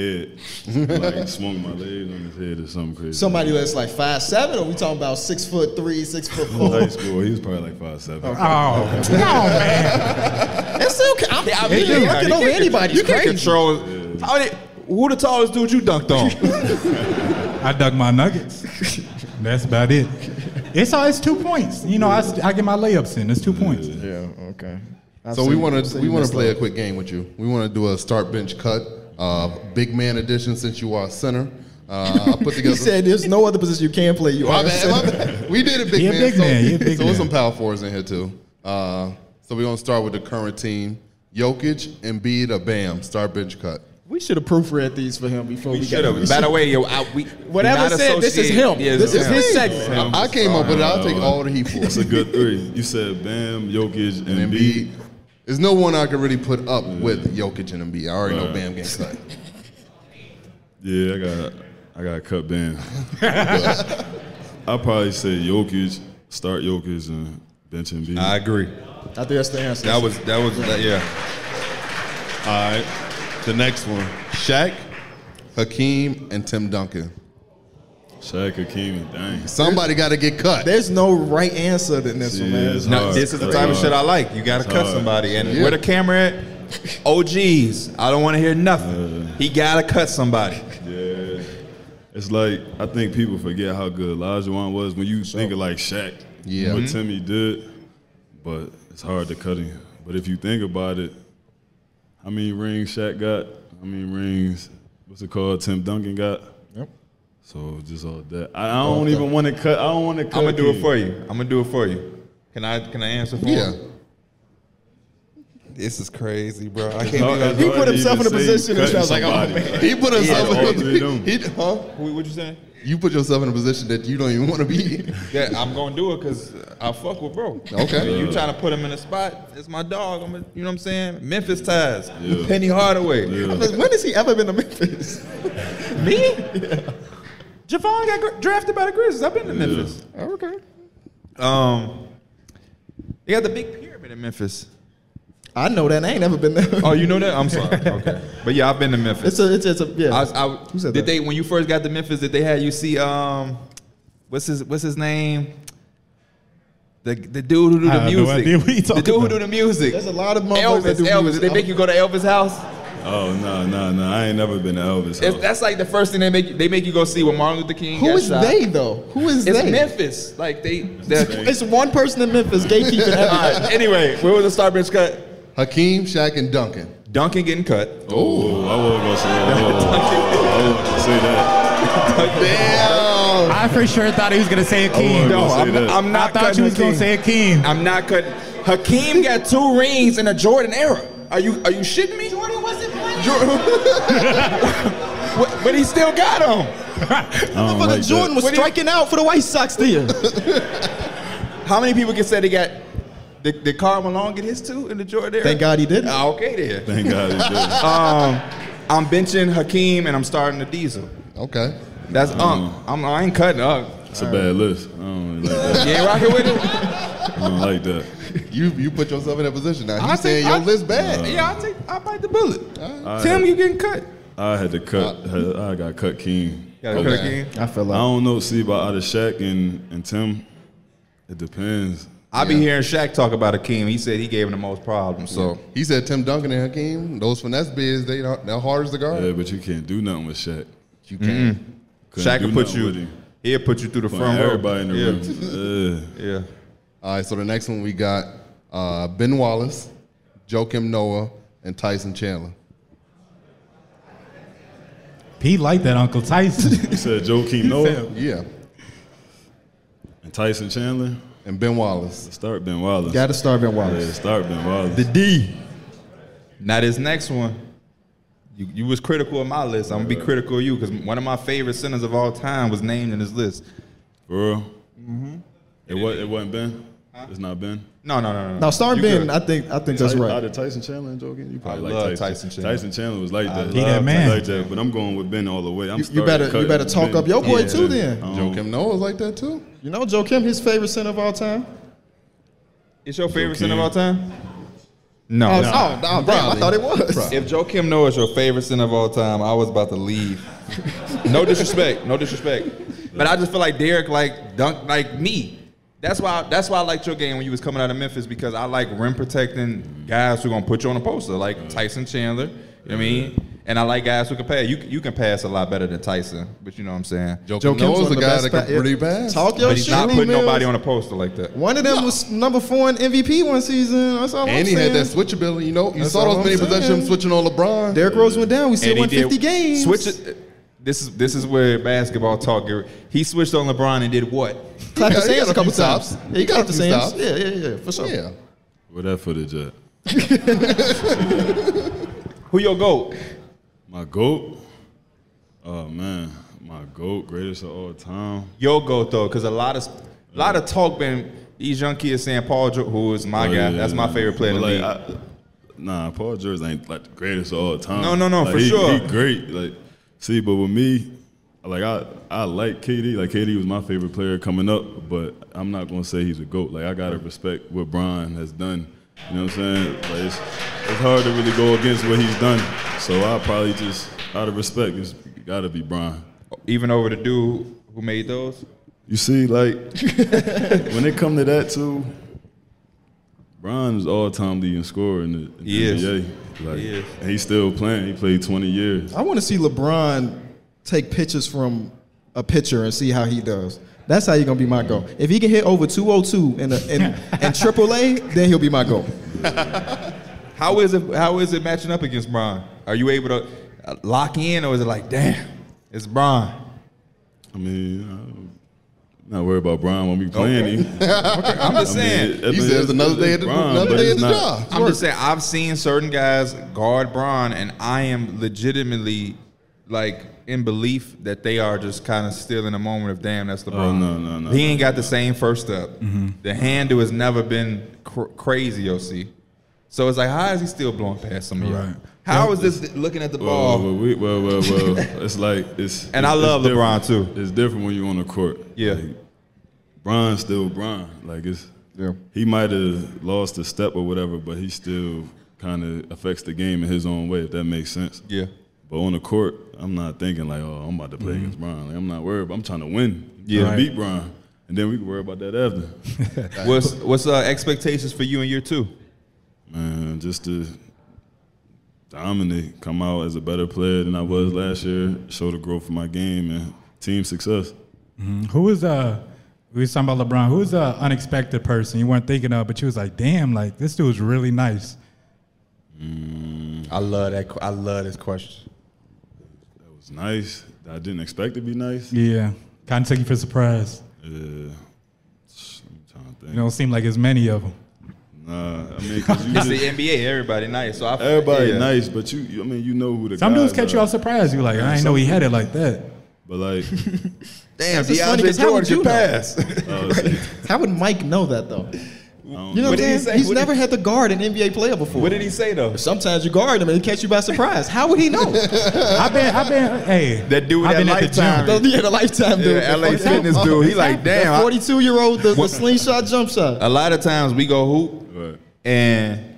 D: <laughs>
F: head, like swung my leg on his head or something crazy.
A: Somebody that's like five seven, or we talking about six foot three, six
D: <laughs>
A: foot
F: in
A: four?
F: high school. He was probably like five seven.
D: Oh, come on, man.
A: It's okay. I'm, I mean,
B: you-
A: you're working
B: you
A: over
B: can't-
A: anybody's
B: You can't
A: crazy.
B: control. How did- who the tallest dude you dunked
A: <laughs>
B: on?
D: I dug my nuggets. That's about it. It's, all, it's two points. You know, I, s- I get my layups in. It's two points.
A: Yeah. Okay. I've
C: So we
A: seen-
C: want
A: I've
C: to
A: seen
C: we
A: you
C: want to
A: mess
C: play
A: up.
C: a quick game with you. We want to do a start bench cut, uh, big man edition since you are a center. Uh,
A: <laughs>
C: I put
A: <laughs>
C: together.
A: He said, "There's no other position you can play. You
C: My
A: are."
C: bad, my bad. <laughs> We did a big
D: He a
C: man. <laughs>
D: big
C: so
D: man, he a big
C: so it's
D: man.
C: some power fours in here too. Uh, so we're gonna start with the current team: Jokic, Embiid, or Bam. Start bench cut.
A: We should have proofread these for him before we,
B: We
A: got-
B: should have. By the way, yo, I, we
A: Whatever
B: do not
A: said, this is
B: associate-
A: him. This
B: it's
A: is his
B: him.
A: segment.
F: Damn.
C: I came up with it. I'll take all the heat for
F: That's a
C: it.
F: good three. You said Bam, Jokic, and B.
C: Embiid. There's no one I can really put up with Jokic and Embiid. I already know
F: Right.
C: Bam getting cut.
F: Yeah, I got I got
C: <laughs>
F: cut Bam. I'll probably say Jokic, start Jokic and bench and B.
B: I agree.
A: I think that's the answer.
B: That was that was that, yeah.
C: All right. The next one Shaq, Hakeem, and Tim Duncan.
F: Shaq, Hakeem, and dang.
C: Somebody got to get cut.
A: There's no right answer than this one, man.
F: Jeez.
B: Now,
F: Hard.
B: this is the
F: That's
B: type of
F: hard.
B: shit I like. You gotta
F: That's
B: cut
F: hard.
B: somebody, and
C: Yeah.
B: where the camera at? Oh geez, I don't want to hear nothing. he gotta cut somebody.
F: Yeah. It's like I think people forget how good Olajuwon was when you think of like Shaq.
C: Yeah.
F: What
C: Mhm.
F: Timmy did, but it's hard to cut him. But if you think about it, how many rings Shaq got? How many rings? What's it called? Tim Duncan got.
A: Yep.
F: So
B: uh,
F: just all that. I, I don't even want to cut. I don't want to cut.
B: I'm gonna do it
F: him.
B: for you. I'm gonna do it for you. Can I can I answer for
C: Yeah.
B: him? This is crazy, bro. I
F: It's hard-
B: can't
F: it's
B: believe.
A: put
F: hard to
A: himself in
F: even
A: a
F: say you
A: position and
F: cutting
A: I was like, oh,
F: somebody.
A: man.
C: He put himself
A: <laughs>
F: Yeah, all
C: in
F: three of them.
C: he- huh?
B: Who- What you saying?
C: you put yourself in a position that you don't even want to be in.
B: Yeah, I'm gonna do it because I fuck with bro.
C: Okay.
B: you trying to put him in a spot? It's my dog. I'm a, you know what I'm saying? Memphis ties. Penny Hardaway. I'm like, when has he ever been to Memphis? Me?
A: <laughs>
B: Javon got gra- drafted by the Grizzlies. I've been to Memphis.
A: Okay.
B: Um, they got the big pyramid in Memphis.
A: I know that. I ain't never been there.
B: Oh, you know that? I'm sorry. Okay, but yeah, I've been to Memphis.
A: It's a, it's a, it's a yeah.
B: I, was- I, was-
A: Who said
B: did
A: that?
B: they when you first got to Memphis? Did they had you see um, what's his what's his name? The the dude who do
D: I
B: the
D: have no
B: music.
F: <laughs>
D: idea what
B: the
D: you talking
B: dude who
D: about.
B: do the music.
A: There's a lot of motherfuckers
B: Elvis,
A: that do
B: Elvis.
A: music.
B: They make you go to Elvis' house.
F: Oh no no no! I ain't never been to Elvis.
B: It's,
F: house.
B: that's like the first thing they make. They make you go see when Martin Luther
A: <laughs>
B: King.
A: Who
B: got
A: is
B: shot.
A: they though? Who is
B: It's
A: they?
B: Memphis. Like they. they're-
A: It's one person in Memphis
C: <laughs>
A: gatekeeping.
B: All
A: everything.
B: right. Anyway, where was the Starburst cut?
C: Hakeem, Shaq, and Duncan.
B: Duncan getting cut.
F: Oh, I wasn't gonna say that. I wasn't gonna say that.
C: Damn.
D: I for sure thought he was gonna say Akeem.
F: Oh,
B: No,
F: Don't say
B: I'm,
F: that.
B: I'm
D: I
B: not.
D: thought
B: cutting
D: you was gonna
B: Hakeem.
D: say Akeem.
B: I'm not cutting. Hakeem got two rings in the Jordan era. Are you are you shitting me? Jordan wasn't playing. but, but he still got them.
A: <laughs>
F: I don't
A: Motherfucker
F: like
A: Jordan
F: that.
A: was
B: What do you-
A: striking out for the White Sox then. <laughs>
B: How many people can say they got? <laughs> Did, did Carl Malone get his two in the Jordan era?
A: Thank God he didn't.
B: Ah, okay then.
F: Thank God he did.
B: <laughs> Um, I'm benching Hakeem and I'm starting the Diesel.
C: Okay.
B: That's um. I'm, I ain't cutting up.
F: It's Mm. a bad list. I don't really like that.
B: You ain't rocking with it.
F: I don't like that.
C: You you put yourself in that position now.
B: I
C: He's saying
B: think
C: your
B: I-
C: list bad.
B: Yeah, I take. I bite the bullet. Tim, you getting cut?
F: I had to cut. I got cut King.
B: Got to
C: Okay.
B: cut Hakeem.
A: I feel
F: I don't know. See about out of Shaq and and Tim. It depends.
B: I be hearing Shaq talk about Hakeem. He said he gave him the most problems. So
C: He said Tim Duncan and Hakeem, those finesse bids, they don't- they're hard as the guard.
F: Yeah, but you can't do nothing with Shaq.
C: You can't.
F: Couldn't
B: Mm-hmm. Shaq
F: do
B: will put
F: nothing with
B: you.
F: him.
B: He'll put you through the front
F: Front
B: row.
F: everybody in the
B: yeah. <laughs>
F: room. Ugh.
B: Yeah.
C: All right, so the next one we got uh, Ben Wallace, Joakim Noah, and Tyson Chandler.
D: Pete liked that
C: <laughs>
D: Uncle Tyson.
F: You said Joakim Noah
C: Yeah.
F: and Tyson Chandler.
C: And Ben Wallace.
F: Start Ben Wallace.
A: Gotta start Ben
F: Yeah,
A: Wallace.
F: start Ben Wallace.
B: D. Now this next one. You, you was critical of my list. I'm gonna be critical of you because one of my favorite centers of all time was named in this list.
F: For real? Mm-hmm. It, was, it wasn't Ben? It's not Ben?
B: No, no, no, no.
F: Um,
A: Now start
B: You
A: Ben.
B: good.
A: I think I think that's
F: Out
A: right.
F: of Tyson Chandler and Joe Gibbs? You probably
B: I
F: like
B: love Tyson
F: Tyson.
B: Chandler.
F: Tyson Chandler was like that.
D: He that
F: Love
D: man.
F: Like that, but I'm going with Ben all the way. I'm
A: You- you better-
F: starting
A: you better
F: cutting
A: talk
F: Ben.
A: up your boy too then.
F: Um,
C: Joakim Noah was like that too.
A: You know Joe Kim, his favorite center of all time.
B: It's your favorite
F: Joakim.
B: center of all time? No.
A: Oh, oh, oh, damn! I
C: Probably.
A: thought it was.
C: Probably.
B: If Joe Kim Noah is your favorite center of all time, I was about to leave. no disrespect, no disrespect, but I just feel like Derek like dunk like me. That's why that's why I liked your game when you was coming out of Memphis because I like rim protecting guys who gonna put you on a poster like Tyson Chandler. You know what I mean? And I like guys who can pass. You you can pass a lot better than Tyson, but you know what I'm saying.
C: Joakim
A: Kim's
C: Noah's
A: one
C: the
A: of
C: guy
A: best
C: that
A: pa-
C: can pretty pass.
A: Talk your
B: But he's
A: shit,
B: not putting
A: Mills.
B: nobody on a poster like that.
A: One of them was number four in MVP one season. That's all I'm
C: And he
A: saying.
C: had that switchability. You know, Oh, you
A: That's
C: saw
A: all
C: those
A: I'm
C: many possessions
A: saying.
C: switching on LeBron.
A: Derrick Rose went down. We still won 50 games.
B: Switch it. This is this is where basketball talk. He switched on LeBron and did what?
A: Clap his hands
C: He got- he got
A: a
C: a few
A: couple
C: stops.
A: times.
C: He got a
A: his
C: few
A: hands.
C: stops.
A: Yeah, yeah, yeah, for sure.
C: Yeah.
F: Where that footage
A: <laughs>
F: at?
B: Who your goat?
F: My GOAT? Oh, man. My GOAT, greatest of all time.
B: Your goat though, because a lot of a lot of talk been these young kids saying Paul George, who is my
F: Oh,
B: guy.
F: yeah,
B: That's
F: yeah,
B: my
F: yeah.
B: favorite player in the
F: But,
B: league.
F: like, I- nah, Paul George ain't like the greatest of all time.
B: No, no, no,
F: Like,
B: for
F: he-
B: sure.
F: He great. Like, see, but with me, like I, I like KD. Like KD was my favorite player coming up, but I'm not gonna say he's a goat. Like I gotta respect what Brian has done. You know what I'm saying? Like it's, it's hard to really go against what he's done. So I probably just out of respect, it's gotta be Brian.
B: Even over the dude who made those.
F: You
C: <laughs>
F: see, like when it come to that too, Brian is all time leading scorer in the, in
B: He
F: the
B: is.
F: NBA. Like,
B: He is.
F: And he's still playing. He played 20 years.
A: I want to see LeBron take pictures from a picture and see how he does. That's how you're gonna be my goal. If he can hit over 202 in a, in, in
B: <laughs>
A: AAA, then he'll be my goal.
B: How is it? How is it matching up against Bron? Are you able to uh, lock in, or is it like, damn, it's Bron?
F: I mean, I'm not worried about Brian when we playing
B: <laughs>
F: him.
B: Oh, I'm just saying.
C: He said it's another day at the, another day at the job.
B: I'm just saying I've seen certain guys guard Bron, and I am legitimately like in belief that they are just kind of still in a moment of damn, that's LeBron.
F: Oh, no, no, no,
B: He ain't got the same first step.
C: Mm-hmm.
B: The handle has never been cr- crazy, OC. So it's like, how is he still blowing past some of y'all?
D: Right.
B: How is this looking at the
F: Well,
B: ball?
F: well, we, well, well,
B: <laughs>
F: well, it's like it's.
B: And I
F: it's-
B: love
F: it's
B: LeBron,
F: different. It's different when you're on the court.
B: Yeah.
F: like, Bron's still Bron. Like it's.
B: Yeah.
F: He might have lost a step or whatever, but he still kind of affects the game in his own way. If that makes sense.
B: Yeah. Mm-hmm.
F: But on the court, I'm not thinking like, oh, I'm about to play against Bron. Like, I'm not worried. But I'm trying to win.
B: Yeah.
F: Yeah, beat Bron, and then we can worry about that after.
D: <laughs>
B: What's what's uh, expectations for you in year two?
F: man, just to dominate, come out as a better player than I was last year, show the growth of my game and team success.
D: Who was uh we was talking about LeBron, who's the unexpected person you weren't thinking of, but you was like, damn, like this dude's really nice.
F: Mm.
B: I love that. I love this question.
F: It was nice. I didn't expect it to be nice.
D: Yeah. Kinda took you for surprise.
F: Uh, I'm trying to
D: You
F: think.
D: don't seem like as many of them.
F: Nah, I mean,
D: <laughs>
F: 'cause you
B: It's the
F: just,
B: NBA. Everybody nice. So I,
F: everybody
B: yeah.
F: nice, but you, you, I mean, you know who the
D: Some
F: guys
D: dudes catch you
F: are.
D: off surprise. You like, I didn't know he had it like that.
F: But like,
D: <laughs>
B: Damn,
A: just funny 'cause
B: DeAndre
A: how would
B: Jordan
A: you know?
B: can pass. <laughs>
F: oh, shit.
A: How would Mike know that though?
F: I don't
A: You know
F: know.
A: what,
B: What did he
A: I'm
B: say?
A: saying? He's
B: What did-
A: never had to guard an NBA player before.
B: what did he say though?
A: Sometimes you guard him and he catch you by surprise. How would he
B: <laughs>
A: know?
D: I've been, I've been, hey,
B: That dude that
D: I've been at the
B: lifetime-
D: gym.
A: Those- yeah, the lifetime dude.
B: Yeah, LA
A: The fuck-
B: fitness dude. He like,
A: That
B: damn. I,
A: 42 year old, the, the slingshot jump shot.
B: a lot of times we go hoop
F: Right.
B: and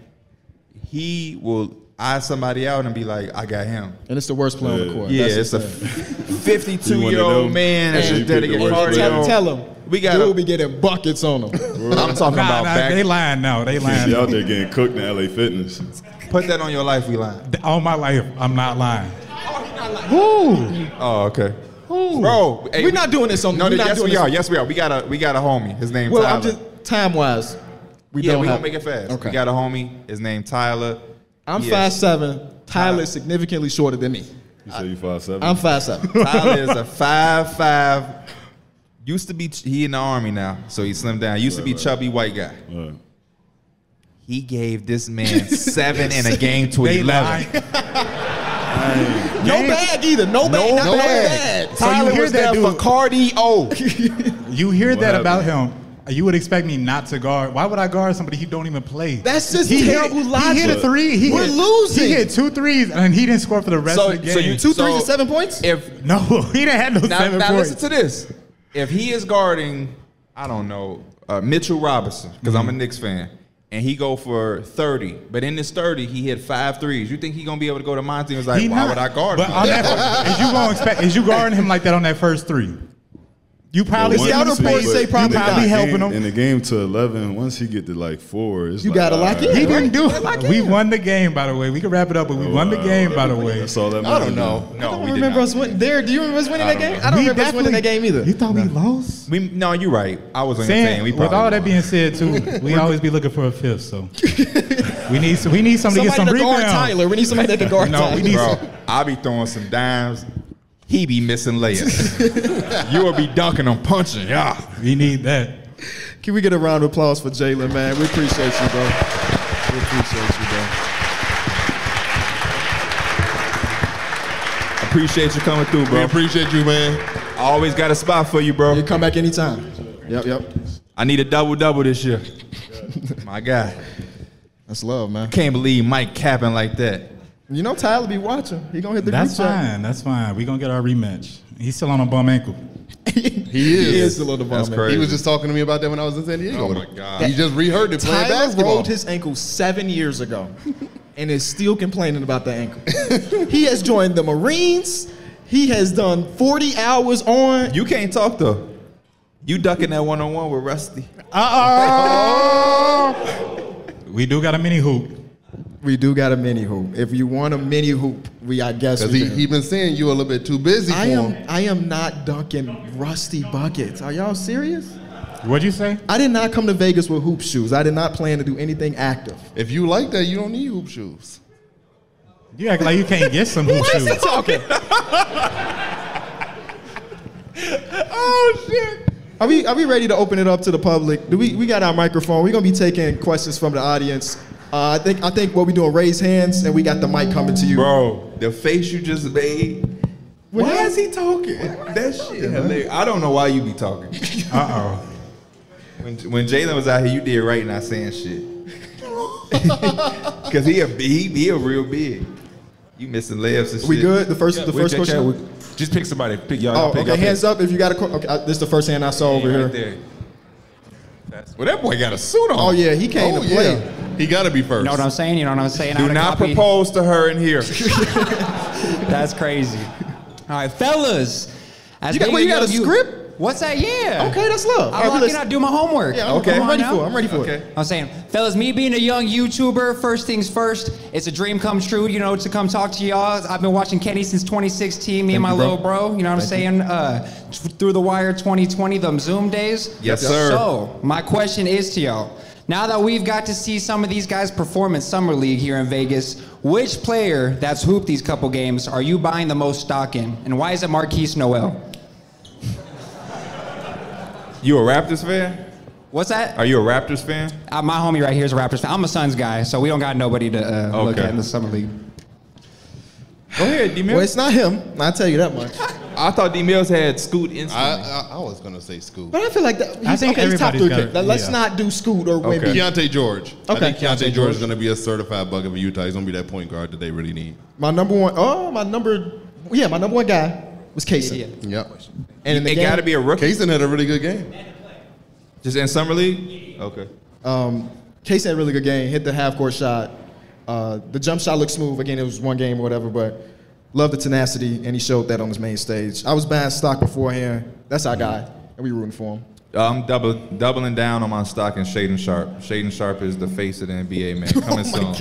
B: he will eye somebody out and be like, I got him.
A: And it's the worst play on the court.
B: Yeah,
A: That's
B: it's a
A: the thing.
B: 52
F: You one
B: year
F: of
B: old
F: them.
B: man that's just
F: Hey, you pick the
B: dedicated
F: worst
B: cardio.
F: player.
A: Tell, tell him.
B: We got
A: Dude
B: a-
A: be getting buckets on
F: <laughs>
A: him.
B: I'm talking
D: Nah,
B: about
D: nah,
B: back.
D: they lying now. They lying.
F: She out there getting cooked in LA Fitness.
B: Put that on your life, we lying.
D: All my life, I'm not lying.
B: Oh, okay. Bro, hey,
A: We're not doing this on-
B: No,
A: we're
B: th-
A: not
B: yes,
A: doing
B: we
A: this-
B: are. Yes, we are. We got a we got a homie. His name
A: Well,
B: Tyler.
A: I'm just time wise. We
B: yeah,
A: don't
B: we
A: have,
B: gonna make it fast.
A: Okay.
B: We got a homie. His name Tyler.
A: I'm
B: He is-
A: five seven. Tyler is significantly shorter than me.
F: You say you five seven.
A: I'm five seven.
B: <laughs> Tyler is a five five. Used to be he in the army now, so he slimmed down. Used to be chubby white guy.
F: Right.
B: He gave this
A: <laughs>
B: man seven in a game to
D: They
B: eleven.
D: lying.
A: No bag either. No bag.
B: No
A: not one
B: bag.
A: bag.
D: So you
B: Tyler
D: hear
B: was
D: that
B: there for
D: dude-
B: cardio.
D: You hear
F: What
D: that about him. You would expect me not to guard. Why would I guard somebody he don't even play?
A: That's just
D: he
A: terrible
D: hit,
A: logic.
D: He hit a three. He
A: We're
D: hit,
A: losing.
D: He hit two threes and he didn't score for the rest
B: So-
D: of the game.
B: so you
A: Two threes and
B: So-
A: seven points.
B: if
D: <laughs> no, he didn't have <laughs> no
B: now,
D: seven
B: now
D: points.
B: listen to this. If he is guarding, I don't know, uh, Mitchell Robinson, because I'm a
D: Mm-hmm.
B: Knicks fan, and he go for 30, but in this 30, he hit five threes. You think he gonna be able to go to Monty and was like,
D: He
B: why
D: not.
B: would I guard
D: But
B: him?
D: on
B: <laughs>
D: that, is you gonna expect? Is you guarding him like that on that first three? You probably
F: But
A: see, I
F: once
A: don't
F: he-
A: report
F: but
A: say
F: in
A: probably
F: the
A: not.
F: game-
D: helping him.
F: in the game to eleven. Once he get to like four, it's
A: You
F: like,
A: gotta
F: all
A: lock it.
F: right,
D: He
A: Yeah,
D: didn't do
A: Like
D: it. We won the game, by the way. We can wrap it up, but we won the
F: all
D: game,
F: right.
D: by the way.
F: That's all that
C: I
F: matters.
C: don't know.
B: no,
A: I
B: we
A: don't
B: did
A: remember
B: not.
A: us winning. There, do you remember us winning that game? I don't
D: We
A: remember us winning that game
D: definitely-
A: either.
D: You thought we lost?
B: We, no, you're right. I was on your
D: Saying,
B: team. We
D: with
B: probably
D: all that
B: won.
D: being said,
B: <laughs>
D: too,
A: <laughs>
D: we always be looking for a fifth. So we need some, we need
A: Somebody
D: somebody, to get some
A: to guard
D: rebounds.
A: Tyler. We need somebody that can guard
D: No,
A: Tyler.
D: we need-
B: Bro, I be throwing some dimes. He be missing layups.
D: <laughs>
B: you will be dunking on punching.
C: Ah,
B: Yeah.
D: We need that.
A: Can we get a round of applause for Jalen, man? We appreciate you, bro. We appreciate you, bro.
B: Appreciate you coming through,
C: We
B: bro.
C: appreciate you, man.
B: I always got a spot for you, bro.
A: You come back anytime. Yep, yep.
B: I need a double double this
A: <laughs>
B: year. My God.
A: That's love, man.
B: Can't believe Mike capping like that.
A: You know Tyler be watching. He gonna hit the
D: That's
A: group chat.
D: fine. That's fine. We gonna get our rematch. He's still on a bum ankle.
C: He is.
A: He is the little
B: That's
A: bomb. man.
B: crazy.
C: He was just talking to me about that when I was in San Diego.
B: Oh my God.
C: He just reheard it playing
A: Tyler
C: basketball.
A: rolled his ankle seven years ago, <laughs> and is still complaining about the ankle. <laughs> he has joined the Marines. He has done 40 hours on.
B: You can't talk though. You ducking that one on one with Rusty.
D: We do got a mini hoop.
A: We do got a mini hoop. If you want a mini hoop, we I guess
C: Because
A: we
C: he,
A: can.
C: he been saying you a little bit too busy
A: I
C: for
A: am
C: him.
A: I am not dunking rusty buckets. Are y'all serious?
D: What'd you say?
A: I did not come to Vegas with hoop shoes. I did not plan to do anything active.
C: If you like that, you don't need hoop shoes.
D: You act like you can't get some
C: <laughs>
D: hoop shoes.
A: talking? oh shit. Are we, are we ready to open it up to the public? Do we, we got our microphone. We're gonna be taking questions from the audience. Uh, I think I think what we're doing, raise hands, and we got the mic coming to you.
B: Bro, the face you just made Why is he talking? That shit hilarious. I don't know why you be talking.
G: <laughs>
D: Uh oh.
B: When when Jalen was out here, you did right not saying
A: <laughs>
B: shit. Cause he a he, he a real big. You missing layups and shit.
A: We good? The first, the
G: Wait,
A: first
G: check,
A: question.
G: check. Just pick somebody. Pick y'all.
A: Oh,
G: pick,
A: okay.
G: y'all pick.
A: Hands up if you got a. que- Okay, I, this is the first hand I saw over
G: Right
A: here.
G: there.
B: Well, that boy got a suit on.
A: Oh yeah, he came
C: Oh,
A: to play.
C: yeah. He got to be first.
H: You know what I'm saying? You know what I'm saying? I
B: Do
H: would've
B: not
H: copied-
B: propose to her
A: <laughs>
B: in here.
H: That's crazy. All right, fellas. As
A: You got-
H: big
A: wait, you
H: as
A: got a script?
H: What's that? Yeah.
A: Okay, that's love.
H: I'm
A: All right,
H: locking out. Do my homework.
A: Yeah, I'm, okay.
H: Come
A: I'm
H: on
A: ready
H: now.
A: for it. I'm ready for
B: Okay.
A: it.
H: I'm saying, fellas, me being a young YouTuber, first things first, it's a dream come true, you know, to come talk to y'all. I've been watching Kenny since 2016, me and my little bro, you know what I'm saying? Uh, t- through the wire 2020, them Zoom days.
B: Yes, sir.
H: So, my question is to y'all. Now that we've got to see some of these guys perform in Summer League here in Vegas, which player that's hooped these couple games are you buying the most stock in? And why is it Marquise Noel?
B: You a Raptors fan?
H: What's that?
B: Are you a Raptors fan?
H: Uh, my homie right here is a Raptors fan. I'm a Suns guy, so we don't got nobody to uh, look
B: Okay.
H: at in the Summer League.
B: Go ahead, D
A: Well,
B: Mills.
A: it's not him. I tell you that much.
B: <laughs> I thought D Mills had Scoot instantly.
C: I, I, I was gonna say Scoop.
A: But I feel like that, he's,
D: think
A: okay, he's top
D: everybody's
A: three
D: got
A: pick.
D: it.
A: Now, Let's
D: Yeah.
A: not do Scoot or
B: Okay.
A: Wimby.
C: Keontae George. I
A: Okay.
C: think Keontae,
A: Keontae
C: George, is gonna be a certified bucket for Utah. He's gonna be that point guard that they really need.
A: My number one. Oh, my number. Yeah, my number one guy was Casey.
H: Yeah.
C: Yep.
A: And in the
B: it
A: game,
B: got to be a rookie.
C: Kaysen had a really good game.
B: Just in summer league. Okay.
A: Um, Casey had a really good game. Hit the half court shot. Uh, the jump shot looked smooth. Again, it was one game or whatever, but love the tenacity, and he showed that on his main stage. I was buying stock beforehand. That's our guy, and we rooting for him.
B: I'm double doubling down on my stock in Shaden Sharp. Shaden Sharp is the face of the NBA,
A: <laughs>
B: man. Coming soon.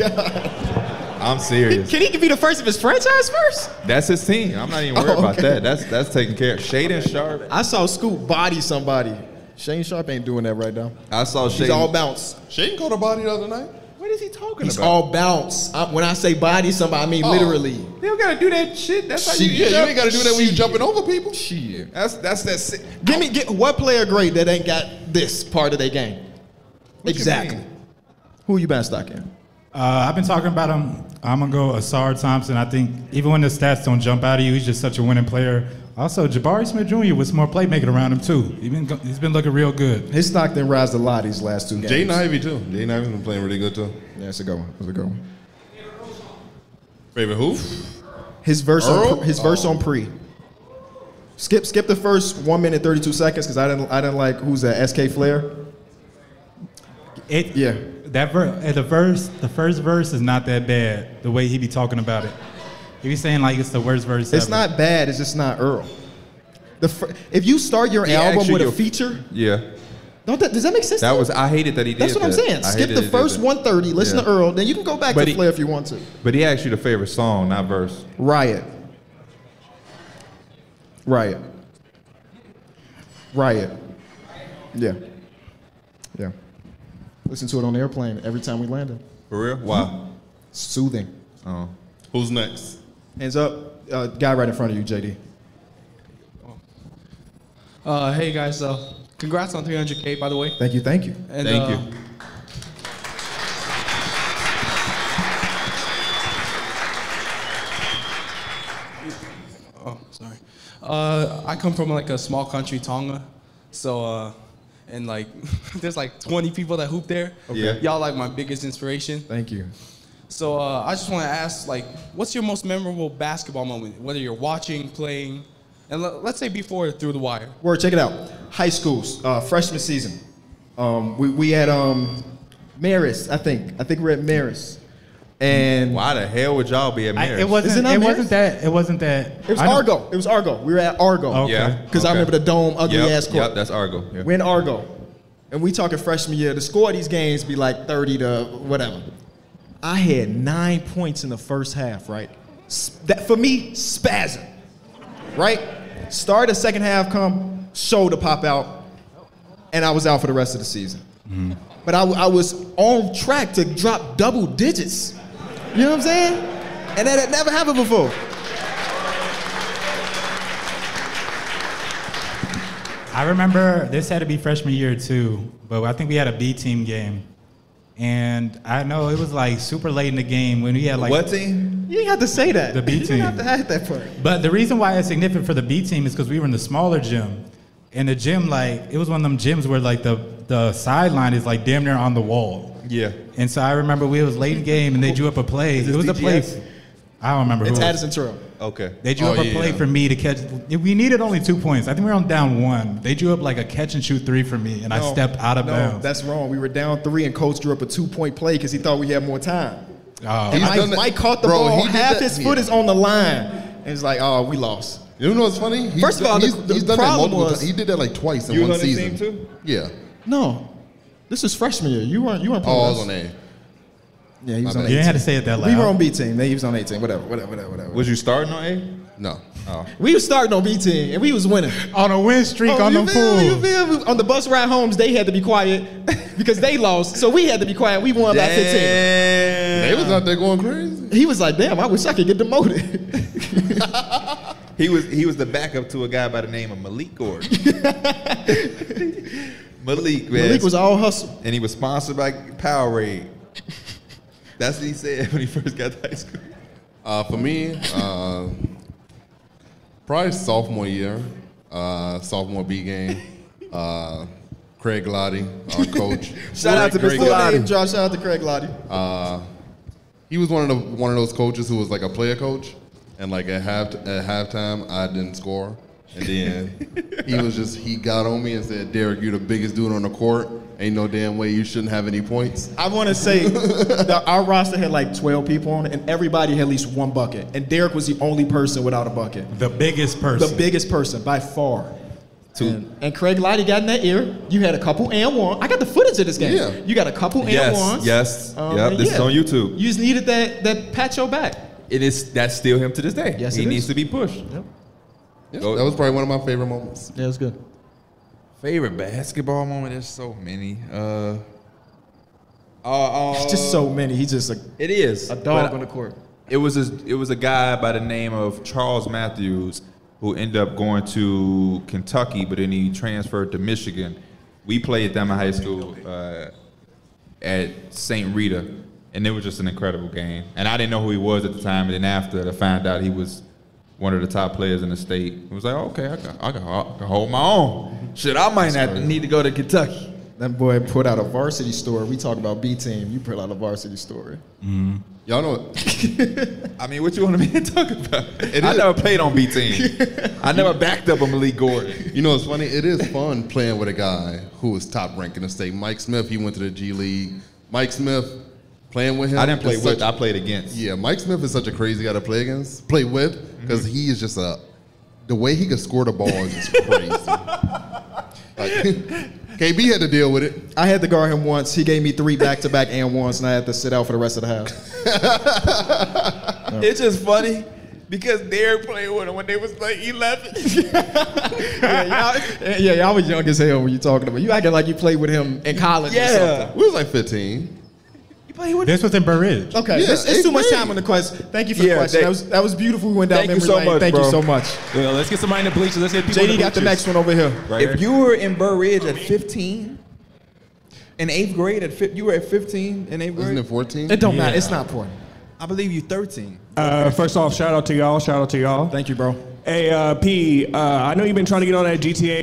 B: I'm serious.
A: Oh he be the first of his franchise first?
B: That's his team. I'm not even worried
A: Oh,
B: about
A: okay.
B: that. That's that's taken care of. Shaden Sharp.
A: I saw Scoot body somebody. Shane Sharp ain't doing that right now.
B: I saw
A: He's all
B: Shaden.
A: bounce.
C: Shaden caught a body the other night.
B: What is he talking
A: He's
B: about?
A: all bounce. I, when I say body somebody, I mean
C: Oh.
A: literally.
B: they don't gotta do that shit. That's how
C: Yeah,
B: you,
C: you
B: jump.
C: ain't gotta do that when you jumping over people.
A: Shit.
B: That's that's that. si-
A: Give me get what player grade that ain't got this part of their game.
B: What you
A: exactly.
B: mean?
A: Who you been stocking?
D: Uh, I've been talking about him. I'm gonna go Asar Thompson. I think even when the stats don't jump out at you, he's just such a winning player. Also, Jabari Smith Jr. with some more playmaking around him too. He's been go- he's been looking real good.
A: His stock then rise a lot these last two games.
C: Jaden Ivey too. Jaden Ivey's been playing really good too.
A: Yeah, that's a good one. That's a good one.
C: Favorite who?
A: His verse
C: Earl? Oh.
A: on pre- his verse on pre. Skip skip the first one minute thirty two seconds because I didn't I didn't like who's that SK Flair.
D: It,
A: Yeah.
D: That ver- eh, the verse the first verse is not that bad. The way he be talking about it, he be saying like it's the worst verse.
A: It's
D: ever.
A: not bad. It's just not Earl. The fir- if you start your
B: He
A: album
B: actually
A: with a
B: go-
A: feature,
B: Yeah,
A: don't that, does that make sense?
B: that
A: to you?
B: was. I hated that he did.
A: That's what I'm
B: that.
A: saying.
B: I
A: Skip
B: hated
A: the
B: he did
A: first
B: that.
A: 130. Listen
B: Yeah.
A: to Earl. Then you can go back
B: But
A: to
B: he-
A: Flair if you want to.
B: But he asked you the favorite song, not verse.
A: Riot. Riot. Riot. Yeah. Yeah. Listen to it on the airplane every time we landed.
B: For real? Why?
A: Soothing.
B: Oh.
C: Who's next?
A: Hands up. Uh, guy right in front of you, JD.
I: Uh, hey guys, uh, congrats on 300k by the way.
A: Thank you. Thank you.
I: And,
B: Thank
I: uh,
B: you.
I: Oh, sorry. Uh, I come from like a small country, Tonga. So, uh, and like, <laughs> there's like 20 people that hoop there.
B: Okay.
I: Y'all like my biggest inspiration.
A: Thank you.
I: So uh, I just want to ask, like, what's your most memorable basketball moment? Whether you're watching, playing, and le- let's say before through the wire.
A: Word, check it out. High schools, uh, freshman season. Um, we, we had um, Marist, I think. I think we're at Marist. And
B: Why the hell would y'all be at
D: I-
B: marriage?
D: it
A: Is it
D: wasn't.
A: not
D: It,
A: Maris?
D: wasn't that. It wasn't that.
A: it was
D: I don't-
A: Argo. It was Argo. We were at Argo.
D: Okay.
B: Oh, Yeah.
A: Because I
B: okay.
A: remember the dome, ugly
B: Yep,
A: ass court.
B: Yep, that's Argo. Yeah.
A: Win Argo. And we talking freshman year. The score of these games be like 30 to whatever. I had nine points in the first half, right? S- That for me, spasm. Right? Start the second half, come, shoulder pop out, and I was out for the rest of the season. But I, w- I was on track to drop double digits. You know what I'm saying? And that had never happened before.
D: I remember this had to be freshman year too, but I think we had a B team game, and I know it was like super late in the game when we had like
B: what team?
J: You didn't have to say that.
D: The B
J: You didn't have
D: team.
J: to add that part.
D: But the reason why it's significant for the B team is because we were in the smaller gym, and the gym like it was one of them gyms where like the the sideline is like damn near on the wall.
B: Yeah.
D: And so I remember we it was late game and they drew up a play. It was a play.
A: DGX?
D: I don't remember.
A: It's
D: who it was.
A: Addison Terrell.
B: Okay.
D: They drew
C: Oh,
D: up a
C: yeah,
D: play
C: yeah.
D: for me to catch. We needed only two points. I think we were on down one. They drew up like a catch and shoot three for me, and I
A: No,
D: stepped out of
A: no,
D: bounds.
A: That's wrong. We were down three, and coach drew up a two point play because he thought we had more time.
D: Oh.
A: And
C: He's
A: Mike,
C: done that-
A: Mike caught the
C: Bro, he
A: ball.
C: did
A: Half
C: that-
A: his foot
C: yeah.
A: is on the line. And it's like, oh, we lost.
C: You know what's funny? He's
A: First of
C: done-
A: all, the-
C: he's,
A: the
C: he's done that
A: problem
C: multiple
A: was-
C: times. He did that like twice in
B: You was
C: one
B: on this
C: season.
B: team too?
C: Yeah.
A: No, this was freshman year. You weren't. You weren't.
C: Oh, I
A: playing
C: was on A.
A: Yeah, he was
C: My
A: on. A
D: you didn't have
A: team.
D: to say it that loud.
A: We were on B team. They he was on A team. Whatever. Whatever. Whatever. Whatever.
B: Was you starting on A?
C: No.
B: Oh.
A: we was starting on B team, and we was winning.
D: on a win streak
A: Oh,
D: on
A: you
D: them
A: feel me? You
D: fools.
A: feel me? On the bus ride homes, they had to be quiet <laughs> because they lost. So we had to be quiet. We won by 15.
C: They was out there going crazy.
A: He was like, damn, I wish I could get demoted. <laughs>
B: He was he was the backup to a guy by the name of
A: <laughs>
B: Malik Gordon. <laughs> Malik, man.
A: Malik was all hustle.
B: and he was sponsored by Powerade. That's what he
A: <laughs>
B: said when he first got to high school.
C: Uh, for me, uh, probably sophomore year, uh, sophomore B game. Uh, Craig Lottie,
A: <laughs>
C: our coach.
A: Shout out to
B: Craig
A: Mr. Lottie.
B: Lottie.
A: Josh, shout out to Craig Lottie.
C: Uh, he was one of the, one of those coaches who was like a player coach, and like at half at halftime, I didn't score, and then he was just he got on me and said, "Derek, you're the biggest dude on the court. Ain't no damn way you shouldn't have any points."
A: I want to <laughs> say that our roster had like 12 people on it, and everybody had at least one bucket. And Derek was the only person without a bucket.
D: The biggest person.
A: The biggest person by far. And, and Craig Lottie got in that ear. You had a couple and one. I got the footage of this game.
C: Yeah.
A: You got a couple and Um,
B: Yes,
A: ones.
B: yes. Yep,
A: and
B: this is on YouTube.
A: You just needed that that pat your back.
B: It is that's still him to this day.
A: Yes,
B: he
A: it
B: needs
A: is.
B: to be pushed.
C: Yeah, that was probably one of my favorite moments.
A: Yeah, it's good.
B: Favorite basketball moment? There's so many. Uh, uh, uh,
A: It's just so many. He's just a,
B: it is
A: a dog
B: But
A: on the court.
B: It was a, it was a guy by the name of Charles Matthews who ended up going to Kentucky, but then he transferred to Michigan. We played them in high school uh, at St. Rita, and it was just an incredible game. And I didn't know who he was at the time, and then after I found out he was one of the top players in the state. It was like, okay, I can, I can, I can hold my own. Shit, I might not need to go to Kentucky.
A: That boy put out a varsity story. We talk about B team. You put out a varsity story.
C: Y'all know
A: <laughs>
B: I mean, what you want to be talking about?
C: It
B: I
C: is-
B: never played on B
C: <laughs>
B: team. I never backed up on Malik Gordon.
C: You know, it's funny. It is fun playing with a guy who was top ranked in the state. Mike Smith, he went to the G League. Mike Smith, playing with him.
B: I didn't play
C: is
B: with. I
C: such-
B: played against.
C: yeah, Mike Smith is such a crazy guy to play against, play with, because
B: Mm-hmm.
C: he is just a. The way he could score the ball is
B: <laughs>
C: just crazy. like, KB had to deal with it.
A: I had to guard him once. He gave me three back to back and ones, and I had to sit out for the rest of the half.
B: It's just funny because Derek played with him when they was like eleven.
A: <laughs> yeah,
B: <laughs>
A: y'all, Eh, yeah, y'all was young as hell when you talking about. You acting like you played with him in college. or something.
C: We was like 15.
D: This was in Burridge.
A: Okay,
C: Yeah,
A: this, it's too
C: eighth
A: much
C: grade.
A: time on the question. Thank you for the
B: Yeah,
A: question.
B: they-
A: that was that was beautiful. We went down
B: Thank
A: memory
B: you so
A: lane.
B: much,
A: thank you
B: bro.
A: so much.
G: Yeah, let's get somebody in the bleachers. Let's get people. in
A: JD got the
G: bleachers.
A: next one over here.
G: Right
B: if
G: here.
B: you were in Burr Ridge at fifteen, in eighth grade at fi- you were at fifteen in eighth
C: Isn't it
B: grade.
C: 14?
A: It don't matter. It's not important.
B: I believe you thirteen.
G: Uh, first off, shout out to y'all. Shout out to y'all.
A: Thank you, bro.
G: Hey, uh, P, uh, I know you've been trying to get on that GTA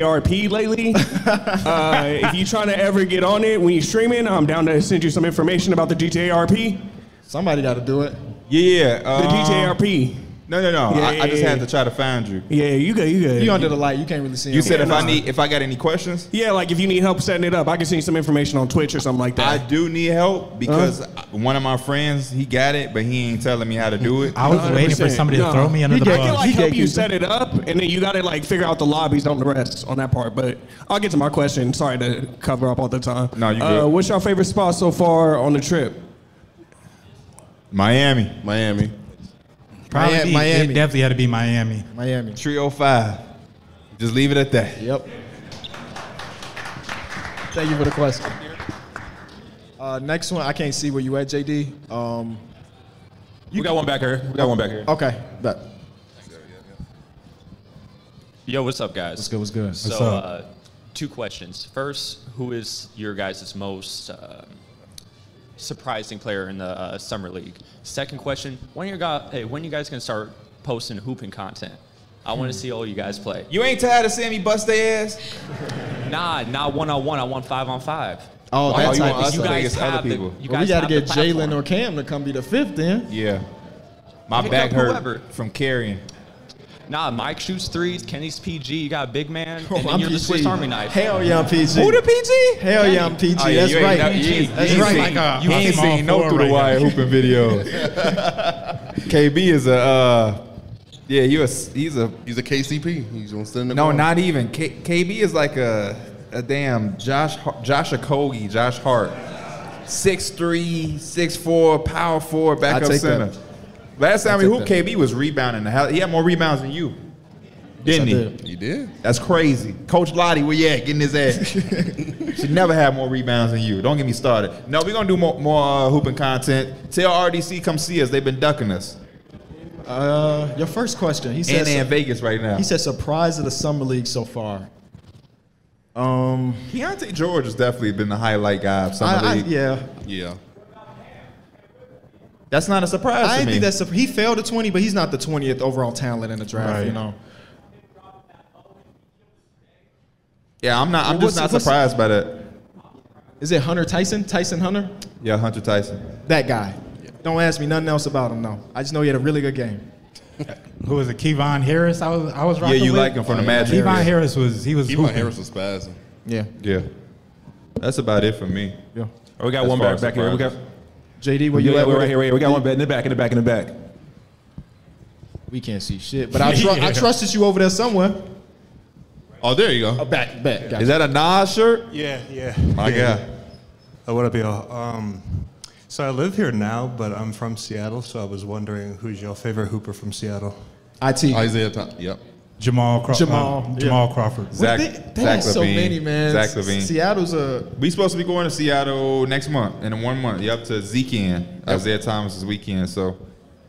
A: <laughs>
G: RP lately. uh, if you trying to ever get on it when you're streaming, I'm down to send you some information about the GTA RP.
A: Somebody got to do it. Uh,
B: Yeah, yeah.
G: The GTA
B: um,
G: RP.
B: No, no, no. I, I just
G: Yeah.
B: had to try to find you.
G: Yeah, you good, you good.
A: You under the light. You can't really see.
B: You
A: him.
B: said if
G: nah.
B: I need, if I got any questions,
G: yeah, like if you need help setting it up, I can send you some information on Twitch or something like
B: I
G: that.
B: do need help because one of my friends he got it, but he ain't telling me how to do it.
D: I was waiting for
G: 100%.
D: somebody to
G: No.
D: throw me under
A: He
D: the
A: gave-
G: I can
A: Uh,
G: like
D: bus.
A: he
G: help you
A: gatekeeper.
G: set it up, and then you gotta like figure out the lobbies on the rest on that part. But I'll get to my question. Sorry to cover up all the time.
B: No, you
G: Uh,
B: good.
G: what's your favorite spot so far on the trip?
B: Miami.
F: <laughs>
C: Miami.
D: Probably
A: Miami-
D: be-
A: Miami.
D: It definitely had to be Miami.
A: Miami.
B: 305. Just leave it at that.
A: Yep. Thank you for the question. Uh, next one, I can't see where you at, JD. Um,
G: You got one back here.
B: We got one back here.
A: okay, that
K: Yo, what's up, guys? What's
A: good. What's good.
K: So,
D: up?
K: Uh, two questions. First, who is your guys' most um surprising player in the uh, summer league. Second question: When you got? Hey, when you guys gonna start posting hooping content? I
A: Hmm.
K: want to see all you guys play.
B: You ain't tired of seeing me bust their ass?
K: Nah, not one on one. I want five on five.
A: Oh,
B: Wow,
A: that
B: you
A: type
B: want
A: of
B: us
K: you
B: to
A: stuff.
B: think
K: guys
B: it's other
K: have the,
B: people.
K: you
A: Well, we
K: guys
A: got to get
K: have the
A: Jalen
K: platform.
A: or Cam to come be the fifth then.
B: Yeah. My
K: Pick
B: back
K: up
B: hurt
K: whoever.
B: from carrying.
K: Nah, Mike shoots threes. Kenny's PG. You got a
B: <laughs>
K: big man,
B: Oh,
K: and
A: I'm
K: then you're the
A: PG.
K: Swiss Army knife.
A: Hell yeah, I'm PG.
B: Who the PG?
A: Hell yeah, I'm PG.
B: Oh, yeah,
A: That's
B: you ain't
A: right.
B: know- you ain't-
A: That's
B: you ain't
A: right.
B: seen-
D: Like a-
B: you
D: a
B: ain't
D: small
B: seen no
D: forward
B: through the
D: right
B: wire hooping video. KB is a uh, yeah, you a s- he's a
C: He's a KCP. He's gonna stand in the
B: no,
C: corner.
B: not even. K- KB is like a a damn Josh Har- Josh Okogie, Josh Hart. 6'3", 6'4", power forward, backup
A: take
B: center.
A: that.
B: Last time we
A: take
B: hooped,
A: that.
B: KB was rebounding the hell. He had more rebounds than you, didn't he?
A: did.
C: He did.
B: That's crazy. Coach Lottie, where you at? Getting his ass.
A: <laughs>
B: she never had more rebounds than you. Don't get me started. No, we're gonna do more, more uh, hooping content. Tell RDC come see us. They've been ducking us.
A: Uh, your first question. He
B: And
A: said.
B: they in
A: su-
B: Vegas right now.
A: He said surprise of the summer league so far. Um,
B: Keontae George has definitely been the highlight guy of summer
A: I, I,
B: league.
A: yeah,
C: Yeah.
B: That's not a surprise
A: I
B: to
A: didn't
B: me.
A: think that's a, he failed at 20, but he's not the 20th overall talent in the draft. You
E: Right.
A: know,
B: yeah, I'm not. I'm
A: Well,
B: just
A: what's-
B: not
A: what's-
B: surprised by that.
A: is it Hunter Tyson? Tyson Hunter?
B: Yeah, Hunter Tyson.
A: That guy. Don't ask me nothing else about him. No, I just know he had a really good game.
D: Who was it? Kevon Harris. I was I was rocking
B: yeah, you
D: with.
B: like him from the Magic.
D: Kevon Harris was he was
C: Even
D: hooping.
C: Harris was spazzing.
A: Yeah.
B: Yeah, that's about it for me.
A: Yeah.
J: Oh, we got
B: As
J: one
B: far
J: back
B: as
J: back here. We got
B: surprises.
A: JD, where
J: you
A: you
J: yeah,
A: at?
J: we're right here, right here. We got one back in the back, in the back, in the back.
A: We can't see shit, but I, tru-
D: <laughs>
A: I
J: <laughs>
A: trusted you over there somewhere.
C: Oh, there you go.
A: back, back.
B: Is that a Nas shirt?
L: Yeah, yeah.
B: My
L: yeah.
B: God.
L: Oh, what up, y'all? Um, so I live here now, but I'm from Seattle, so I was wondering who's your favorite hooper from Seattle?
A: IT.
C: Isaiah Thomas. Yep.
D: Jamal Crawford.
L: uh,
A: Jamal, yeah.
D: Jamal Crawford.
B: Zach-
A: They, they
B: Zach
A: had so <laughs>
B: Levine.
A: many, man.
B: Zach Levine.
A: Seattle's a
B: We supposed to be going to Seattle next month in one month. Yep, to Zeekend, Isaiah Thomas's weekend. So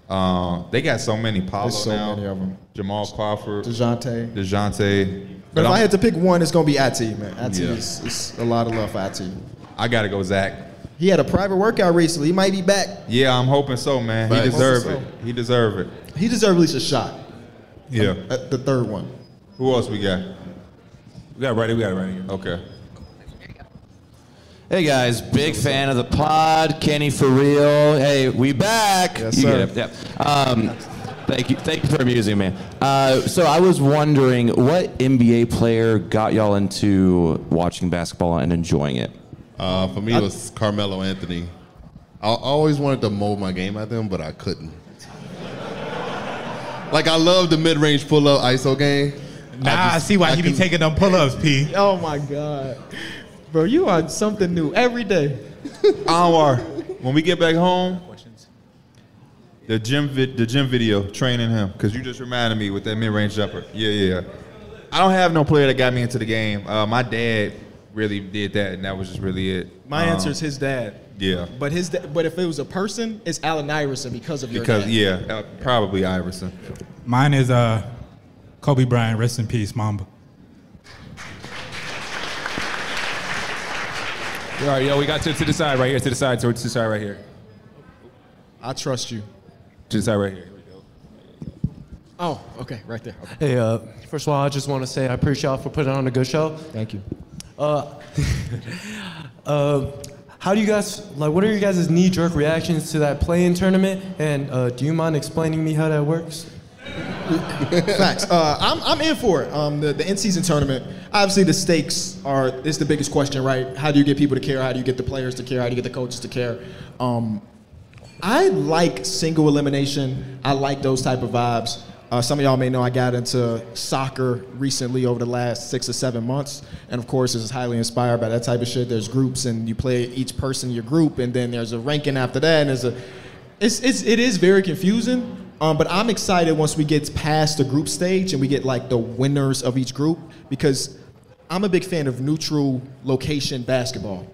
B: um, they got so many. Paulo
A: There's so
B: now,
A: many of 'em.
B: Jamal Crawford,
A: DeJounte.
B: Dejounte.
A: But if
B: I'm-
A: I had to pick one, it's going to be IT, man. IT
B: Yeah.
A: is, is a lot of love for IT.
B: I gotta go, Zach.
A: He had a private workout recently. He might be back.
B: Yeah, I'm hoping so, man. He
C: Facts.
B: deserve it.
A: Hoping
B: He deserve it.
A: He deserves at least a shot
B: Yeah.
A: at the third one.
B: Who else we got?
J: We got it right here. We got it right here.
B: Okay.
M: Hey guys, big fan of the pod, Kenny for real. Hey, we back.
A: Yes,
M: you
A: sir.
M: get it. Yeah. Um, thank you, thank you for amusing me. Uh, so I was wondering, what NBA player got y'all into watching basketball and enjoying it?
C: Uh, for me, it was Carmelo Anthony. I I always wanted to mold my game at them, but I couldn't. like I love the mid-range pull-up ISO game.
D: Nah, I,
C: just-
D: see why
C: I
D: he be
C: can-
D: taking them pull-ups, P.
A: Oh, my God. Bro, you are something new every day.
B: Anwar, when we get back home, the gym vid- the gym video training him because you just reminded me with that mid range jumper. Yeah, yeah. I don't have no player that got me into the game. Uh, my dad really did that, and that was just really it.
A: My
B: Um,
A: answer is his dad.
B: yeah,
A: But his da- but if it was a person, it's Allen Iverson because of your
B: because
A: dad.
B: yeah, uh, probably Iverson.
D: Mine is uh, Kobe Bryant. Rest in peace, Mamba.
J: All right, yo, we got to, to the side right here, to the side, towards the side right here,
A: I trust you.
J: to the side right here.
A: Oh, okay, right there. Okay.
M: Hey, uh, first of all, I just want to say I appreciate y'all for putting on a good show.
A: Thank you.
M: Uh, <laughs> uh, how do you guys like? What are your guys' knee-jerk reactions to that play-in tournament? And uh, do you mind explaining me how that works?
A: <laughs> Facts. Uh, I'm, I'm in for it. Um, the, the in-season tournament. Obviously, the stakes are. It's the biggest question, right? How do you get people to care? How do you get the players to care? How do you get the coaches to care? Um, I like single elimination. I like those type of vibes. Uh, some of y'all may know I got into soccer recently over the last six or seven months, and of course, it's highly inspired by that type of shit. There's groups, and you play each person in your group, and then there's a ranking after that, and there's a. It's, it's it is very confusing, um, but I'm excited once we get past the group stage and we get like the winners of each group because I'm a big fan of neutral location basketball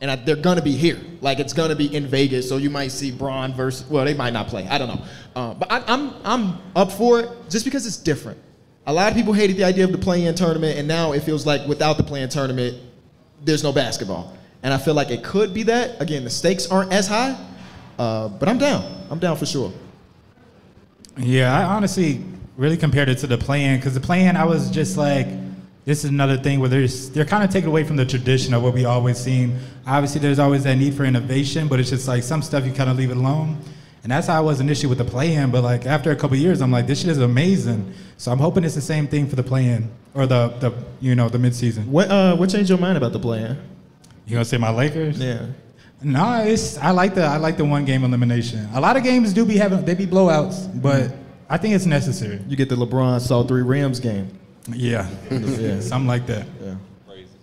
A: and I, they're gonna be here. Like it's gonna be in Vegas, so you might see Braun versus. Well, they might not play. I don't know, uh, but I, I'm I'm up for it just because it's different. A lot of people hated the idea of the play-in tournament, and now it feels like without the play-in tournament, there's no basketball. And I feel like it could be that. Again, the stakes aren't as high, uh, but I'm down. I'm down for sure.
D: Yeah, I honestly really compared it to the plan because the plan I was just like, this is another thing where there's they're kind of taken away from the tradition of what we always seen. Obviously, there's always that need for innovation, but it's just like some stuff you kind of leave it alone. And that's how I was initially with the plan. But like after a couple years, I'm like, this shit is amazing. So I'm hoping it's the same thing for the plan or the the you know the midseason.
A: What uh what changed your mind about the plan?
D: You gonna say my Lakers?
A: Yeah.
D: No, it's I like the I like the one game elimination. A lot of games do be having they be blowouts, but I think it's necessary.
A: You get the LeBron saw three Rams game.
D: Yeah,
A: Yeah.
D: something like that.
A: Yeah.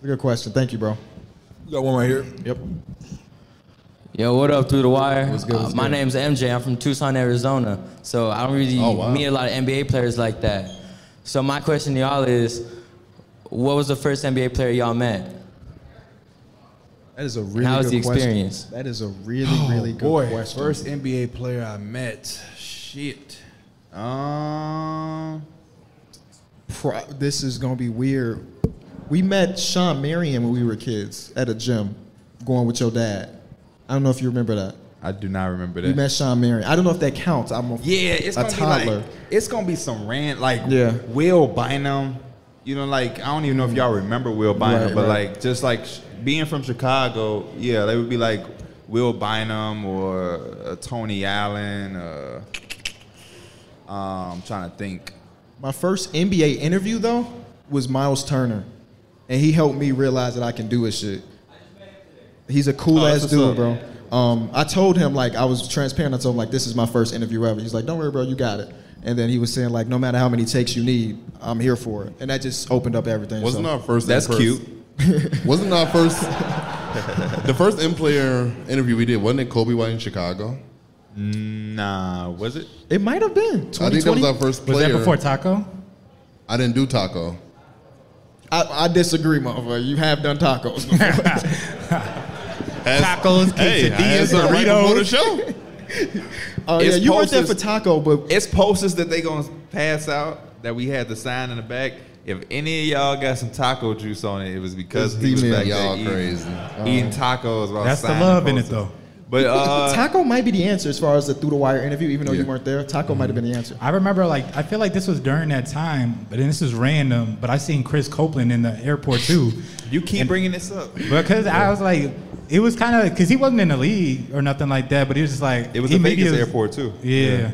A: Good question. Thank you, bro.
N: Got one right here.
A: Yep.
O: Yo, what up through the wire?
A: good, what's
O: Uh, my
A: good?
O: name's MJ. I'm from Tucson, Arizona. So I don't really
A: Oh, wow.
O: meet a lot of NBA players like that. So my question to y'all is, what was the first NBA player y'all met?
A: That is a really
O: How was
A: good
O: the
A: question.
O: experience?
A: That is a
B: Oh,
A: really, really good
N: Oh, Boy,
A: question.
N: first NBA player I met. Shit.
A: Um, Pro- this is gonna be weird. We met Sean Marion when we were kids at a gym, going with your dad. I don't know if you remember that.
B: I do not remember
A: We
B: that.
A: met Sean Marion. I don't know if that counts. I'm a,
B: yeah, it's
A: a
B: gonna be
A: toddler.
B: like it's gonna be some rant like
A: Yeah.
B: Will Bynum. You know, like I don't even know if y'all remember Will Bynum,
A: Right,
B: but
A: right.
B: like just like sh- being from Chicago, yeah, they would be like Will Bynum or uh, Tony Allen. Uh, um, I'm trying to think.
A: My first NBA interview though was Miles Turner, and he helped me realize that I can do his shit. He's a cool
B: Oh, that's
A: ass
B: what's
A: dude,
B: up.
A: bro. Um, I told him like I was transparent. I told him like this is my first interview ever. He's like, don't worry, bro, you got it. And then he was saying like, no matter how many takes you need, I'm here for it. And that just opened up everything.
C: Wasn't
A: so.
C: our first.
A: <laughs>
C: cute. <laughs> wasn't our first.
B: <laughs>
C: the first in player interview we did wasn't it Kobe White in Chicago?
B: Nah, was it?
A: It might have been.
C: I think that was
A: 2020?
C: our first
A: Was
C: player.
A: that before
D: Taco?
C: I didn't do Taco.
A: I, I disagree, motherfucker. You have done tacos.
B: <laughs>
A: Before. <laughs> Tacos,
B: Hey, I had
A: quesadillas,
B: some right before the
A: Doritos.
B: show. <laughs>
A: Oh yeah,
B: It's
A: you weren't there for
B: posters-
A: taco, but
B: It's posters that they gonna pass out that we had to sign in the back. If any of y'all got some taco juice on it, it was because
C: It's
B: he was
C: female.
B: back
C: Y'all
B: there eating,
C: crazy.
B: eating tacos while
D: That's the
B: signing
D: love in it,
B: posters.
D: though.
B: But uh,
A: taco might be the answer as far as the through the wire interview, even though you weren't there. Taco might have been the answer.
D: I remember like I feel like this was during that time, but then this is random. But I seen Chris Copeland in the airport too.
B: you keep bringing this up
D: because I was like, it was kind of because he wasn't in the league or nothing like that. But he was just like
B: It was
D: he
B: a
D: maybe
B: Vegas
D: was-
B: airport too.
D: Yeah.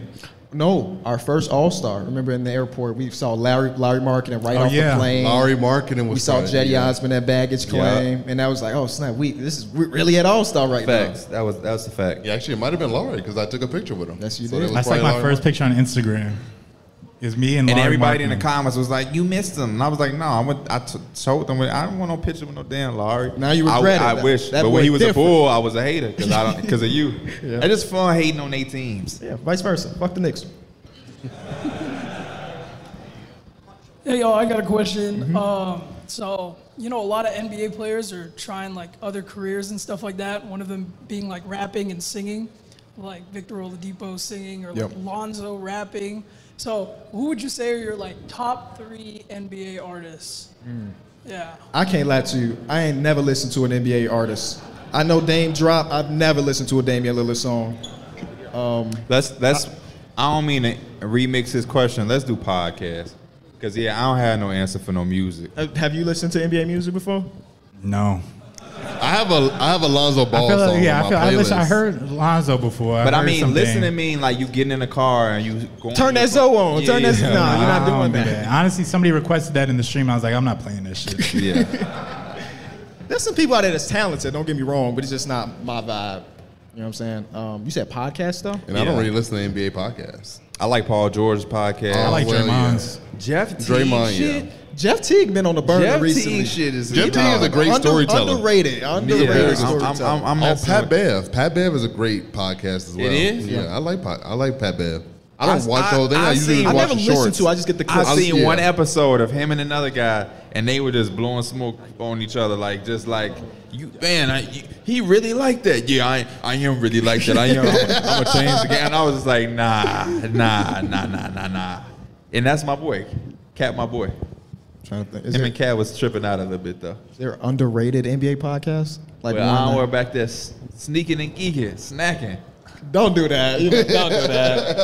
A: No, our first All Star. Remember in the airport, we saw Larry Larry Marketing right
D: Oh,
A: off
D: yeah.
A: the plane.
D: Larry
C: Marketing
A: We
C: was
A: saw
C: good,
A: Jetty
C: yeah.
A: Osmond at baggage
C: Yeah.
A: claim, and that was like, oh snap, we this is we're really at All Star right
B: facts. That was that was the fact.
C: Yeah, actually, it might have been Laurie because I took a picture with him. Yes, you
A: did.
D: That's like my first picture on Instagram. Is me and
B: And
D: Lauren
B: everybody in
D: Markman.
B: the comments was like, "You missed them," and I was like, "No, I went. I t- told them I don't want no picture with no damn Larry."
A: Now you
B: I-
A: regret it.
B: I,
A: That-
B: wish,
A: that
B: but
A: boy
B: when he was
A: different.
B: a bull, I was a hater because I don't because of you.
A: <laughs> Yeah.
B: It's just fun hating on their teams.
A: now. Yeah, vice versa. Fuck the Knicks.
P: Hey y'all, I got a question. Um, so you know, a lot of NBA players are trying like other careers and stuff like that. One of them being like rapping and singing, like Victor Oladipo singing or
A: Yep.
P: like Lonzo rapping. So who would you say are your like top three NBA artists?
D: Mm.
A: Mm.
P: Yeah.
A: I can't lie to you. I ain't never listened to an NBA artist. I know Dame drop. I've never listened to a Damian Lillard song. Um,
B: Let's let's. I don't mean to remix his question. Let's do podcast because yeah, I don't have no answer for no music.
A: have Uh, have you listened to NBA music before?
D: No.
C: I have a I have Alonzo
D: I
C: Ball
D: feel
C: song
D: like, yeah,
C: on my
D: I feel I, listen, I
C: playlist.
D: heard Lonzo before.
B: But I
D: heard
B: mean,
D: some
B: listening
D: things.
B: mean like you getting in the car and you going
A: Turn that Zoe on. Turn that. Nah, you're
D: I
A: not
D: don't
A: doing
D: do
A: that.
D: Honestly, somebody requested that in the stream. I was like, I'm not playing that <laughs> shit.
B: yeah.
A: There's some people out there that's talented. Don't get me wrong, but it's just not my vibe. You know what I'm saying? Um, you said podcast though.
C: And I don't really listen to NBA podcasts.
B: I like Paul George's podcast.
C: Oh, I like well, Draymond's.
B: Jeff Teague
C: Draymond,
B: shit.
C: yeah.
A: Jeff Teague been on the burner
B: Jeff Teague
A: recently.
B: shit is-
C: Jeff Teague is a great
A: Under-
C: storyteller.
A: Underrated. Underrated storyteller.
C: oh, Pat Bev. Pat Bev is a great podcast as well.
B: is?
C: Yeah, I like pod, I like Pat Bev. I
B: I-
C: don't watch the whole thing. I,
B: I
C: usually
B: seen-
C: watch
B: I never
C: the
B: listened
C: shorts.
A: to, I just get the
B: I seen
C: Yeah.
B: one episode of him and another guy, and they were just blowing smoke on each other, like just like you, man. I, you- he really liked that. Yeah, I, I am really like that. I am. I'm gonna- I'm gonna change the game. And I was just like, nah, nah, nah, nah, nah, nah. And that's my boy, Cap, my boy.
A: trying to think. Is
B: Him
A: there-
B: and Cat was tripping out a little bit though.
A: is there underrated NBA podcasts?
B: Like
A: one
B: well,
A: that-
B: I were back there s- sneaking and geeking, snacking.
A: Don't do
B: <laughs>
A: that. You know, don't do <laughs>
B: that.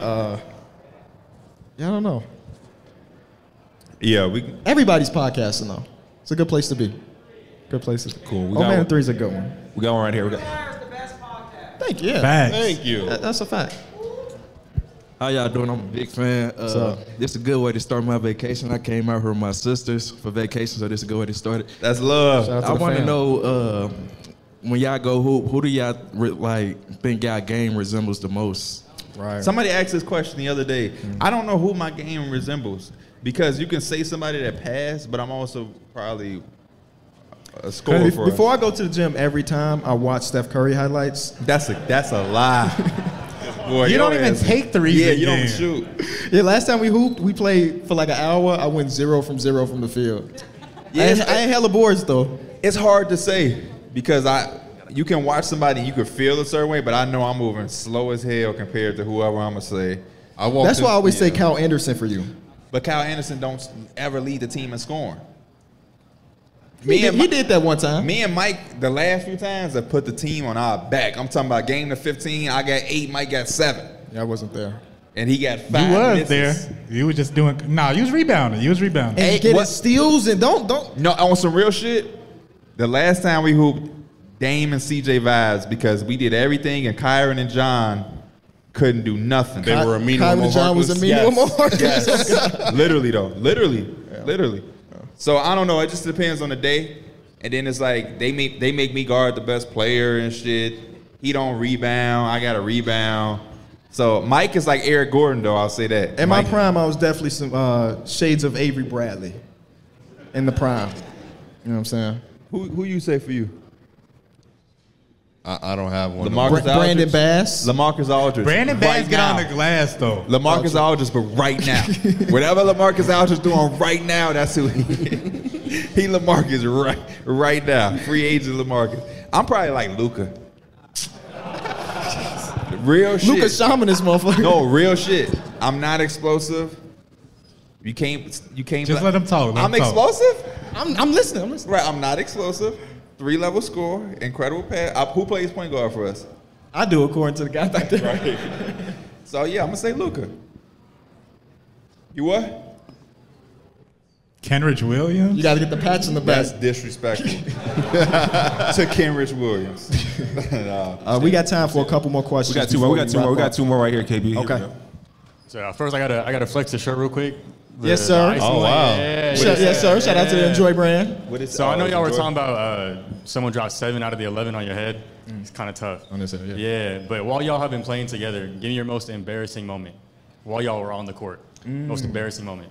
A: Uh, yeah, I don't know.
B: Yeah, we.
A: Everybody's podcasting though. It's a good place to be. Good place to be. Cool.
B: we
A: oh
B: got
A: man,
B: one.
A: three's a good one.
J: We got one right here. We got.
A: Thank you. Yeah.
J: Facts. Thank you.
A: That- that's a fact.
N: How y'all doing? I'm a big fan.
A: What's
N: Uh,
A: up?
N: this is a good way to start my vacation. I came out here with my sisters for vacation, so this is a good way to start it.
B: That's love. Shout out to
N: I
B: the
N: want to
B: fam.
N: know uh, when y'all go hoop, who do y'all re- like think y'all game resembles the most? Right.
B: Somebody asked this question the other day. I don't know who my game resembles because you can say somebody that passed, but I'm also probably a scorer for us.
A: Before I go to the gym every time, I watch Steph Curry highlights.
B: That's a that's a
A: <laughs>
B: lie. Boy,
A: You
B: your
A: don't even
B: ass-
A: take threes
B: Yeah,
A: in
B: you
A: game.
B: don't shoot.
A: Yeah, last time we hooped, we played for like an hour. I went zero from zero from the field.
B: Yeah,
A: I ain't, I ain't hella boards though.
B: It's hard to say because I you can watch somebody you can feel a certain way, but I know I'm moving slow as hell compared to whoever I'm gonna say. I walked
A: That's
B: in-
A: why I always say
B: yeah.
A: Kyle Anderson for you.
B: But Kyle Anderson don't ever lead the team in scoring.
A: he, did, he did that one time.
B: Me and Mike, the last few times, have put the team on our back. I'm talking about game to 15. I got eight. Mike got seven,
A: Yeah, I wasn't there.
B: and he got
D: You
B: five. misses.
D: was there. You were just doing. Nah, you was rebounding. You was rebounding.
B: And getting What?
A: steals and don't don't.
B: No, on some real shit. The last time we hooped, Dame and CJ vibes because we did everything, and Kyron and John couldn't do nothing.
A: They Ky- were amenable Kyron and John was markers? amenable markers. <laughs>
B: Yes. literally though, literally, literally. So I don't know. It just depends on the day, and then it's like they make they make me guard the best player and shit. He don't rebound. I got to rebound. So Mike is like Eric Gordon though. I'll say that.
A: In
B: Mike-
A: my prime, I was definitely some uh, shades of Avery Bradley. In the prime, you know what I'm saying?
B: Who who you say for you?
C: I, I don't have one.
B: LaMarcus
A: Bra- Brandon
B: Aldridge?
A: Bass?
B: LaMarcus Aldridge.
D: Brandon Bass
B: Right
D: get on
B: now.
D: the glass though.
B: LaMarcus Aldridge, but right
A: <laughs>
B: now. Whatever LaMarcus Aldridge doing right now, that's who he is. <laughs> He LaMarcus right right now. Free agent LaMarcus. I'm probably
A: <laughs>
B: like Luca. Real shit.
A: Luka Shaman this motherfucker.
B: No, real shit. I'm not explosive. You can't you can't
D: Just let him talk, let
B: I'm
D: him talk.
B: explosive?
A: I'm, I'm listening. I'm listening.
B: Right, I'm not explosive. Three level score, incredible pass. Uh, who plays point guard for us?
A: I do according to the guy back there.
B: Right. so yeah, I'm gonna say Luca. You what?
D: Kenrich Williams.
A: You got to get the patch in the back. <laughs>
B: That's disrespectful to Kenrich Williams. <laughs> Nah.
A: Uh, we got time for a couple more questions.
J: We got two more. We got two more. We got two more right here, KB. Here we
A: Okay.
J: go.
Q: So uh, first, I gotta I gotta flex the shirt real quick. The-
A: Yes,
Q: the
A: sir.
Q: ice
A: Oh,
Q: one.
A: wow.
Q: Yeah,
A: Shout- yes, sir. Shout out to the Enjoy brand.
B: What is-
Q: so I know
B: oh,
Q: y'all were
B: Enjoy.
Q: talking about uh, someone dropped seven out of the eleven on your head. It's kind of tough.
A: Mm. On this head, yeah.
Q: but while y'all have been playing together, give me your most embarrassing moment while y'all were on the court. Most
B: Mm.
Q: embarrassing moment.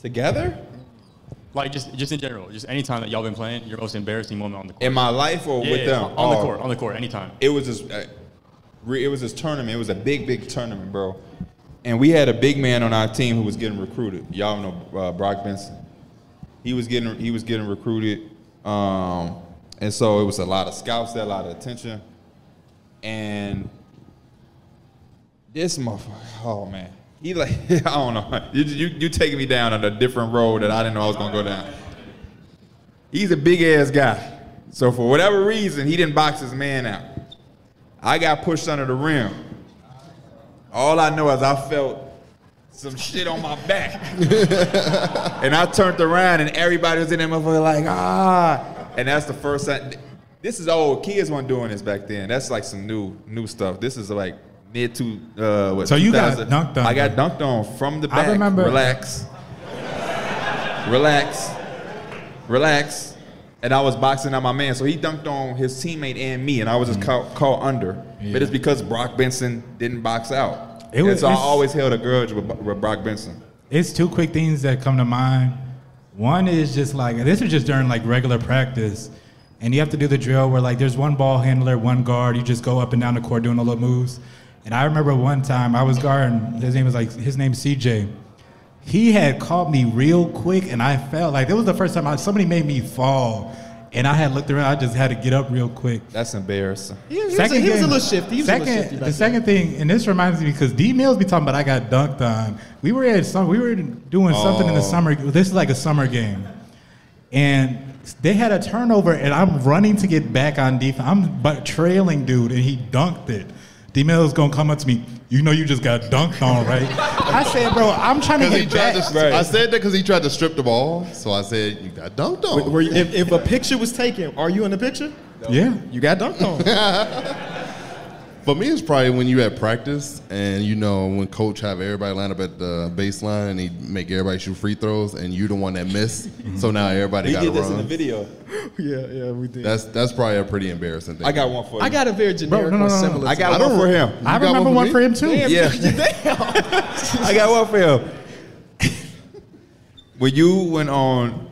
B: Together?
Q: Like just just in general, just any time that y'all been playing, your most embarrassing moment on the court.
B: In my life or
Q: Yeah,
B: with them?
Q: On the
B: Oh.
Q: court, on the court, anytime.
B: It was this. Uh, re- it was this tournament. It was a big, big tournament, bro. And we had a big man on our team who was getting recruited. Y'all know uh, Brock Benson. He was getting he was getting recruited, um, and so it was a lot of scouts, there, a lot of attention, and this motherfucker. Oh man, he like <laughs> I don't know. You you you taking me down on a different road that I didn't know I was gonna go down. He's a big ass guy, so for whatever reason, he didn't box his man out. I got pushed under the rim. All I know is I felt some shit on my back.
C: <laughs>
B: and I turned around and everybody was in that motherfucker like, ah. And that's the first time. This is old. Kids weren't doing this back then. That's like some new new stuff. This is like mid to uh what
D: So you got
B: 2000.
D: dunked on.
B: I got dunked on from the
D: I
B: back.
D: remember-
B: relax. relax. Relax. And I was boxing out my man. So he dunked on his teammate and me, and I was
D: Mm.
B: just caught, caught under. But it's because Brock Benson didn't box out.
D: It
B: and
D: was-
B: so I
D: it's-
B: always held a grudge with, with Brock Benson.
D: It's two quick things that come to mind. One is just like this was just during like regular practice, and you have to do the drill where like there's one ball handler, one guard. You just go up and down the court doing the little moves. And I remember one time I was guarding. His name was like his name's CJ. He had caught me real quick, and I fell like it was the first time I, somebody made me fall. and I had looked around. I just had to get up real quick.
B: That's embarrassing.
A: He was, second he was a little shifty. He was a
D: second,
A: little shifty back
D: the second thing, and this reminds me because D Mills be talking about I got dunked on. We were at some, we were doing something in the
A: Oh.
D: summer. This is like a summer game, and they had a turnover, and I'm running to get back on defense. I'm but trailing dude, and he dunked it. D Mills gonna come up to me. You know you just got dunked
A: <laughs>
D: on, right? I said, bro, I'm trying to
C: Because he
D: get
C: tried
D: back.
C: to-
D: Right.
C: I said that because he tried to strip the ball, so I said you got dunked on.
A: Were- were you- if, if a picture was taken, are you in the picture?
D: Yeah.
C: You got dunked on. <laughs> For me, it's probably when you at practice and you know when coach have everybody line up at the baseline and he make everybody shoot free throws and you the one that missed. so now everybody
B: We
C: got to
B: did this in the
C: run.
D: <laughs>
B: video.
A: yeah, yeah, we did.
C: That's that's probably a pretty embarrassing thing.
B: I got one for you.
A: I got a very generic
B: no, no,
A: or
B: no, no.
A: similar.
B: I
A: to
B: got
A: that.
B: one for him.
D: I
B: You got
D: remember one for him too.
A: Damn,
B: Yeah. <laughs> I got one for him. <laughs> When you went on,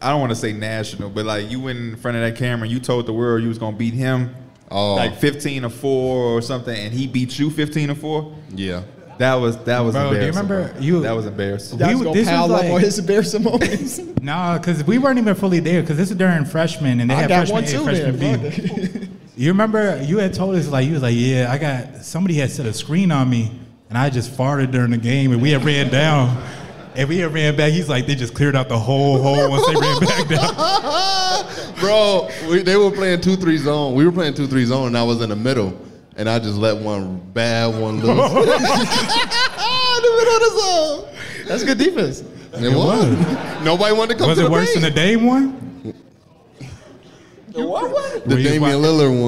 B: I don't want to say national, but like you went in front of that camera and you told the world you was gonna beat him, like fifteen or four or something, and he beat you fifteen or four.
C: Yeah,
B: that was that was.
D: Bro, do you
B: embarrassing,
D: remember-
B: bro.
D: you?
B: That was embarrassing.
D: That was We- gonna this pile was up <laughs> on like-
A: <laughs>
D: his
A: embarrassing moments.
D: Nah, because we weren't even fully there. Because this is during freshman, and they
A: I
D: had
A: got one
D: freshman A,
A: too.
D: freshman
A: Then.
D: B.
A: fuck it.
D: You remember you had told us like you was like, yeah, I got somebody had set a screen on me, and I just farted during the game, and we had ran down, and we had ran back. He's like, they just cleared out the whole
A: <laughs>
D: hole once they ran back down.
C: <laughs> bro. We, they were playing two three zone. We were playing two three zone, and I was in the middle, and I just let one bad one loose.
M: <laughs>
A: That's good defense.
C: And <laughs> it won. Nobody wanted to come
D: Was
C: to
D: it
C: the
D: worse than the Dame one?
C: The Damian Lillard
L: <laughs>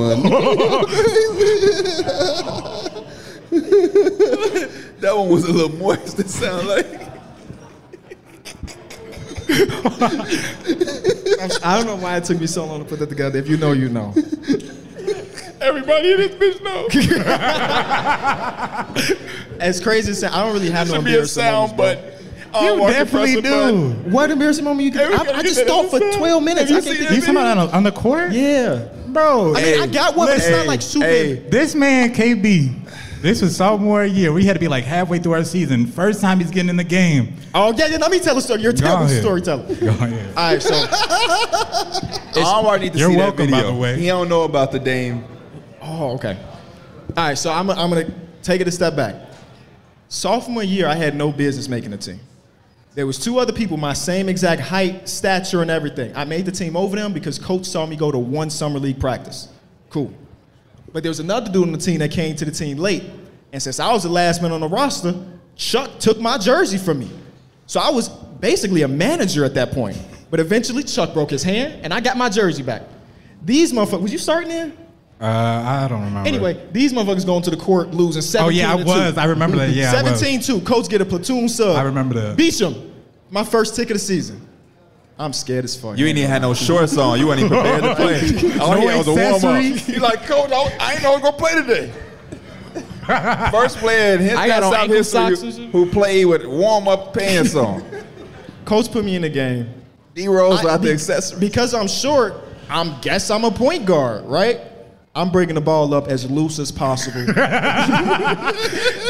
C: <laughs> one.
B: that one was a little moist. It sounded <laughs> like.
A: I don't know why it took me so long to put that together. If you know, you know.
F: <laughs>
B: Everybody in this bitch know.
A: As crazy as it sound- I don't really have
B: That
A: no
B: should be a
A: embarrassing
B: sound,
A: moments,
B: but
J: uh,
A: bro.
B: You Walker definitely press the do.
A: What embarrassing moment you can? I, I just thought for 12 minutes. I can't think
D: You
A: of
D: talking about on, the- on the court?
A: Yeah,
D: bro.
A: I mean, I got one, but it's not like super.
D: This man KB, this was sophomore year. We had to be like halfway through our season. First time he's getting in the game. Oh,
A: Oh yeah, yeah. Let me tell a story. You're a
D: Go
A: terrible
D: <laughs> ahead.
A: storyteller.
D: Go ahead.
A: All right, so
B: I need to
A: You're
B: see
A: welcome,
B: that
A: by
B: video.
A: the way.
B: He don't know about the Dame.
A: Oh, okay. All right, so I'm, I'm going to take it a step back. Sophomore year, I had no business making the team. There was two other people my same exact height, stature, and everything. I made the team over them because coach saw me go to one summer league practice. Cool. But there was another dude on the team that came to the team late. And since I was the last man on the roster, Chuck took my jersey from me. So I was basically a manager at that point. But eventually, Chuck broke his hand, and I got my jersey back. These motherfuckers, was you starting there?
D: Uh, I don't remember.
A: Anyway, these motherfuckers going to the court losing 17
D: Oh, yeah, I
A: to
D: was.
A: 2.
D: I remember that. Yeah, I was.
A: 17 2. Coach get a platoon sub.
D: I remember that.
A: Beecham, my first tick of the season. I'm scared as fuck.
B: You ain't even had no shorts on. You weren't even prepared to
D: <laughs>
B: play. All
A: No
B: he had was a warm up.
A: accessories.
B: He like, coach, I, I ain't know I'm gonna play today. First player in his
A: I got on
B: South
A: ankle socks
B: history
A: and
B: who played with warm up pants on.
A: <laughs> Coach put me in the game.
B: D Rose
A: I-
B: out the
A: be-
B: accessory.
A: Because I'm short, I'm guess I'm a point guard, right? I'm bringing the ball up as loose as
B: <laughs>
A: possible.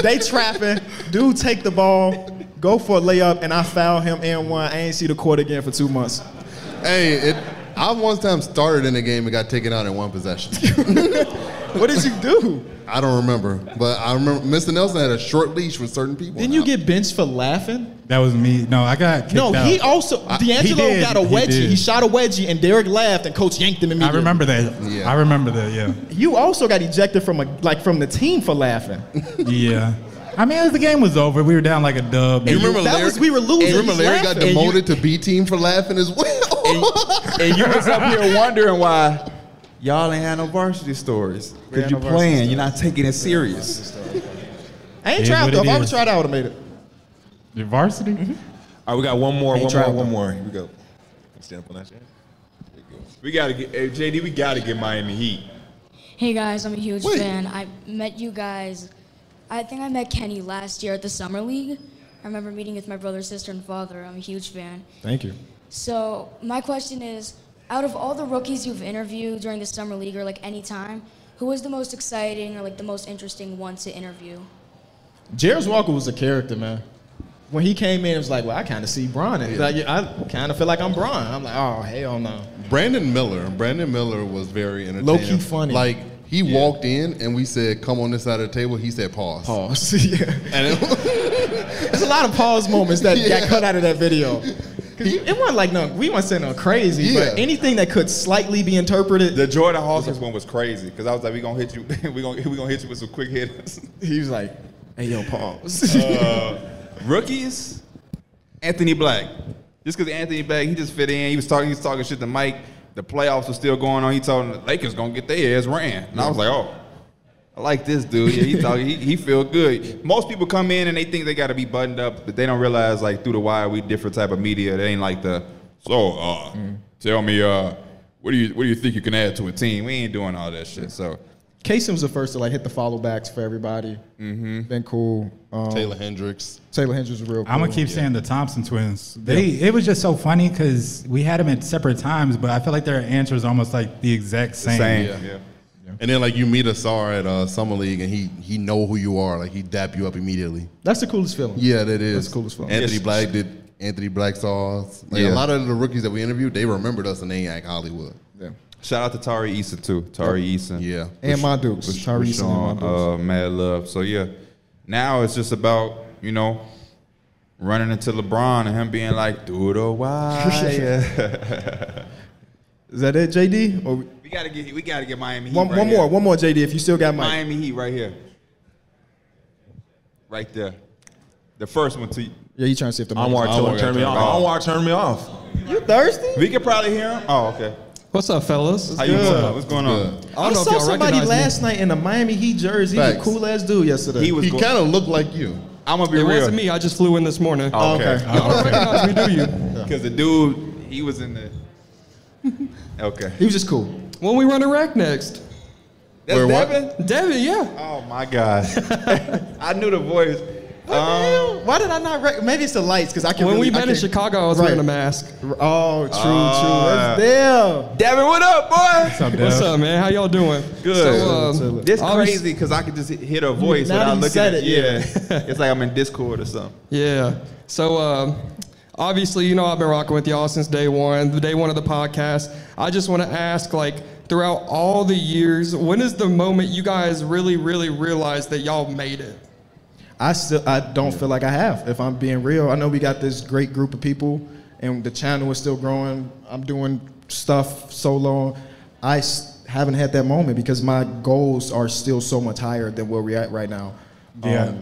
A: they trapping. Dude, take the ball, go for a layup, and I foul him and one. I ain't see the court again for two months.
C: hey, it, I one time started in a game and got taken out in one possession.
A: <laughs> what did you do?
C: I don't remember, but I remember Mr. Nelson had a short leash with certain people.
A: Didn't you get benched for laughing?
D: That was me. No, I got kicked
A: No,
D: out.
A: he also D'Angelo
D: he did.
A: got a
D: He
A: wedgie. He,
D: did.
A: shot a wedgie, and Derek laughed, and Coach yanked him
D: I
A: immediately.
D: remember that. I remember that. Yeah.
A: You also got ejected from a like from the team for laughing.
D: yeah. I mean, as the game was over, we were down like a dub.
C: You remember
A: that
C: Larry,
A: was- we were losing.
C: You remember
A: He's
C: Larry got
A: laughing. And you-
C: demoted to B team for laughing as well.
B: And you was up here wondering why y'all ain't had no varsity stories.
A: We
B: Because
A: had
B: you
A: no varsity
B: playing, you're not taking it serious.
A: I ain't
B: Is
A: tried
B: what
A: though.
B: it
A: If I would
B: is.
A: tried, I would have made it.
D: The varsity?
A: Mm-hmm.
B: All right, we got one more,
R: Ain't
B: one
R: tried
B: more,
R: though.
B: one more. Here we go. Stand up on that chair. There you go. We gotta get hey, JD. We gotta get Miami Heat.
S: Hey guys, I'm a huge fan. I met you guys. I think I met Kenny last year at the summer league. I remember meeting with my brother, sister, and father. I'm a huge fan.
A: Thank you.
S: So my question is, out of all the rookies you've interviewed during the summer league or like any time, who was the most exciting or like the most interesting one to interview?
A: Jairus Walker was a character, man. When he came in, it was like, well, I kind of see Bron. in it. Like, I kind of feel like I'm Bron. I'm like, oh hell no.
C: Brandon Miller. Brandon Miller was very entertaining.
A: Low-key funny.
C: Like he walked in and we said, "Come on this side of the table." He said, "Pause."
A: Pause. <laughs> yeah. There's a lot of pause moments
C: <laughs>
A: that
C: Yeah.
A: got cut out of that
C: <laughs>
A: video. 'Cause you- it wasn't like no, we weren't saying no crazy,
B: Yeah.
A: but anything that could slightly be interpreted.
B: The Jordan Hawkins one was crazy because I was like, we gonna hit you, <laughs> we gonna we gonna hit you with some quick hitters.
A: <laughs> He was like, hey yo, pause.
B: uh, rookies, Anthony Black. Just because Anthony Black, he just fit in. He was talking, he was talking shit to Mike. The playoffs were still going on. He told him the Lakers gonna get their ass ran, and I was like, oh, I like this dude. Yeah, he talking, he, he feel good. Most people come in and they think they gotta be buttoned up, but they don't realize like through the wire we different type of media. They ain't like the so. uh Tell me, uh, what do you what do you think you can add to a team? We ain't doing all that shit. So
A: Kasem was the first to like hit the follow backs for everybody. Mm-hmm. Been cool. Um,
C: Taylor Hendricks.
A: Taylor Hendricks was real. Cool.
D: I'm gonna keep saying the Thompson twins. They it was just so funny because we had them at separate times, but I feel like their answers almost like the exact same.
C: And then like you meet Asar at uh, summer league, and he he know who you are. Like he dap you up immediately.
A: That's the coolest feeling.
C: Yeah, that is.
A: That's the coolest feeling.
C: Anthony
A: Yes.
C: Black did. Anthony Black saw us. Like
B: Yeah.
C: a lot of the rookies that we interviewed, they remembered us and they ain't Hollywood.
A: Yeah.
B: Shout out to Tari Eason too. Tari Eason.
C: Yeah.
A: And my Dukes.
B: Rash-
A: Tari Eason and my
B: Rashawn,
A: Dukes.
B: uh, Mad Love. So yeah. Now it's just about, you know, running into LeBron and him being like,
A: <laughs>
B: do the wire.
T: Is that it, JD? Or
B: <laughs> we gotta get we gotta get Miami Heat.
T: one,
B: right
T: one
B: here.
T: more, one more, JD. If you still got Mike.
B: Miami Heat right here. Right there. The first one to
A: Yeah, you trying to see if the
B: Anwar
A: mic-
B: Taylor turned me off.
A: Oh.
B: Anwar turned me off.
A: You thirsty?
B: We could probably hear him. Oh, okay.
U: What's up, fellas?
B: How you doing? What's going on?
T: I, saw somebody last night in a Miami Heat jersey. He was a
U: Facts.
T: cool ass dude yesterday.
U: He was He go- kinda
C: looked like you.
B: I'm gonna be
U: it
B: real.
U: wasn't me. I just flew in this morning.
B: Oh, okay.
U: Y'all don't <laughs> recognize me, do you?
B: Because the dude, he was in the. Okay.
A: He was just cool.
U: When we run a rack next.
B: That's Where what? Devin?
U: Devin, yeah.
B: Oh my God. I knew the voice. Um,
T: What the hell? Why did I not? Rec- Maybe it's the lights because I can.
U: When
T: really-
U: we
T: I
U: met in
T: can-
U: Chicago, I was
T: Right.
U: wearing a mask.
T: Oh, true,
U: Ah.
T: true. That's them.
B: Devin, what up, boy? What's
T: up,
U: What's up, man? How y'all doing?
B: Good.
U: So, um,
B: this
U: I was-
B: crazy because I could just hit her voice
U: Not
B: without
U: even
B: looking
U: said
B: at it.
U: it
B: Yeah. <laughs> it's like I'm in Discord or something.
U: Yeah. So um, obviously, you know, I've been rocking with y'all since day one, the day one of the podcast. I just want to ask, like, throughout all the years, when is the moment you guys really, really realized that y'all made it?
T: I still I don't feel like I have. If I'm being real, I know we got this great group of people, and the channel is still growing. I'm doing stuff solo. I s- haven't had that moment because my goals are still so much higher than where we're at right now. Um,
D: Yeah.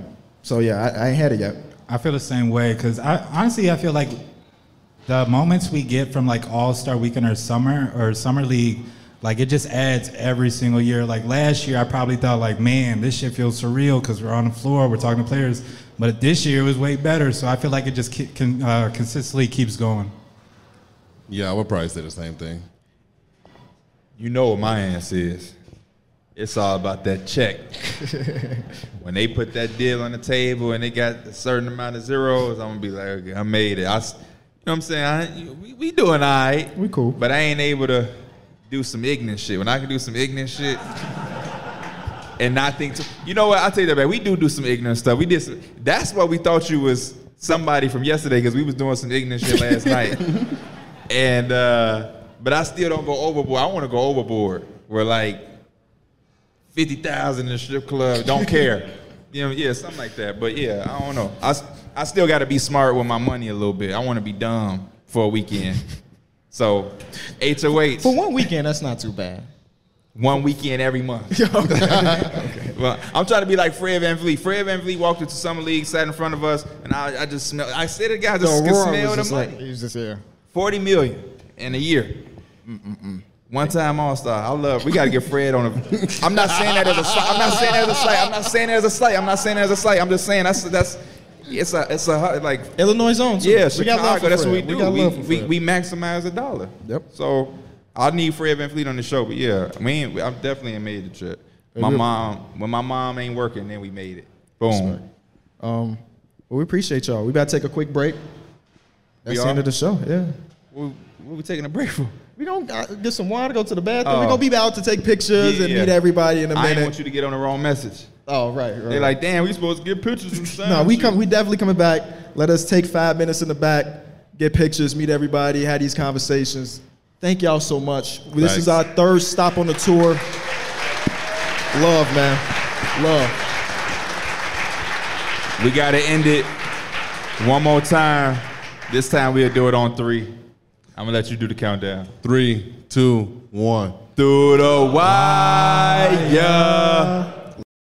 T: so yeah, I, I ain't had it yet.
D: I feel the same way because I honestly I feel like the moments we get from like All Star Weekend or summer or summer league, like it just adds every single year. Like last year, I probably thought like, man, this shit feels surreal because we're on the floor, we're talking to players. But this year it was way better, so I feel like it just ki- can, uh, consistently keeps going.
C: Yeah, I would probably say the same thing.
B: You know what my answer is. It's all about that check. <laughs> when they put that deal on the table and they got a certain amount of zeros, I'm gonna be like, okay, I made it. I, s- you know what I'm saying? I, we, we doing all right. We cool. But I ain't able to do some ignorant shit. When I can do some ignorant shit and not think, to, you know what? I'll tell you that back. We do do some ignorant stuff. We did. Some, that's why we thought you was somebody from yesterday because we was doing some ignorant
A: <laughs>
B: shit last night. And uh, but I still don't go overboard. I want to go overboard. Where like fifty thousand in the strip club, don't care. you know, yeah, something like that. But yeah, I don't know. I, s- I still got to be smart with my money a little bit. I want to be dumb for a
T: <laughs>
B: weekend. so eight to eight.
T: For one weekend, that's not too bad.
B: One weekend
A: <laughs>
B: every month. <laughs> Well, I'm trying to be like Fred Van Vliet. Fred Van Vliet walked into summer league, sat in front of us, and I, I just smelled. I said, "The guy I just
A: The
B: could
A: Aurora
B: smell
A: was
B: the
A: just
B: money."
A: like- he was just here.
B: Forty million in a year. One time All Star. I love. We gotta get Fred
T: <laughs>
B: on. A, I'm not saying that as a. slight. I'm not saying that as a slight. I'm not saying that as a slight. I'm not saying that as a slight. I'm just saying that's that's. It's a it's a hu- like
T: Illinois zone. too.
B: Yeah,
T: We got love
B: Chicago.
T: for
B: That's what we
T: Fred.
B: do.
T: We got
B: We,
T: love for
B: we,
T: Fred.
B: we maximize a dollar. Yep. So I need Fred Van Fleet on the show, but yeah, I mean, I definitely ain't made the trip.
A: Hey,
B: My
A: real-
B: mom, when my mom ain't working, then we made it. Boom.
T: Um, well, we appreciate y'all. We about to take a quick break. That's
B: We
T: the
B: are?
T: end of the show. Yeah.
B: What, what we taking a break for?
T: We gonna uh, get some water, go to the bathroom. we
B: Oh.
T: gonna be out to take pictures and
B: Yeah.
T: meet everybody in a
B: I
T: minute.
B: didn't want you to get on the wrong message.
T: Oh, right, right.
B: They like, damn, we supposed to get pictures
T: <laughs>
B: and stuff.
T: No, we come. We definitely coming back. Let us take five minutes in the back, get pictures, meet everybody, have these conversations.
A: Thank y'all so much. This
V: Thanks.
A: is our third stop on the tour. Love, man. Love.
B: We gotta end it one more time. This time we'll do it on three. I'm gonna let you do the countdown.
W: Three, two, one.
B: Through the wire.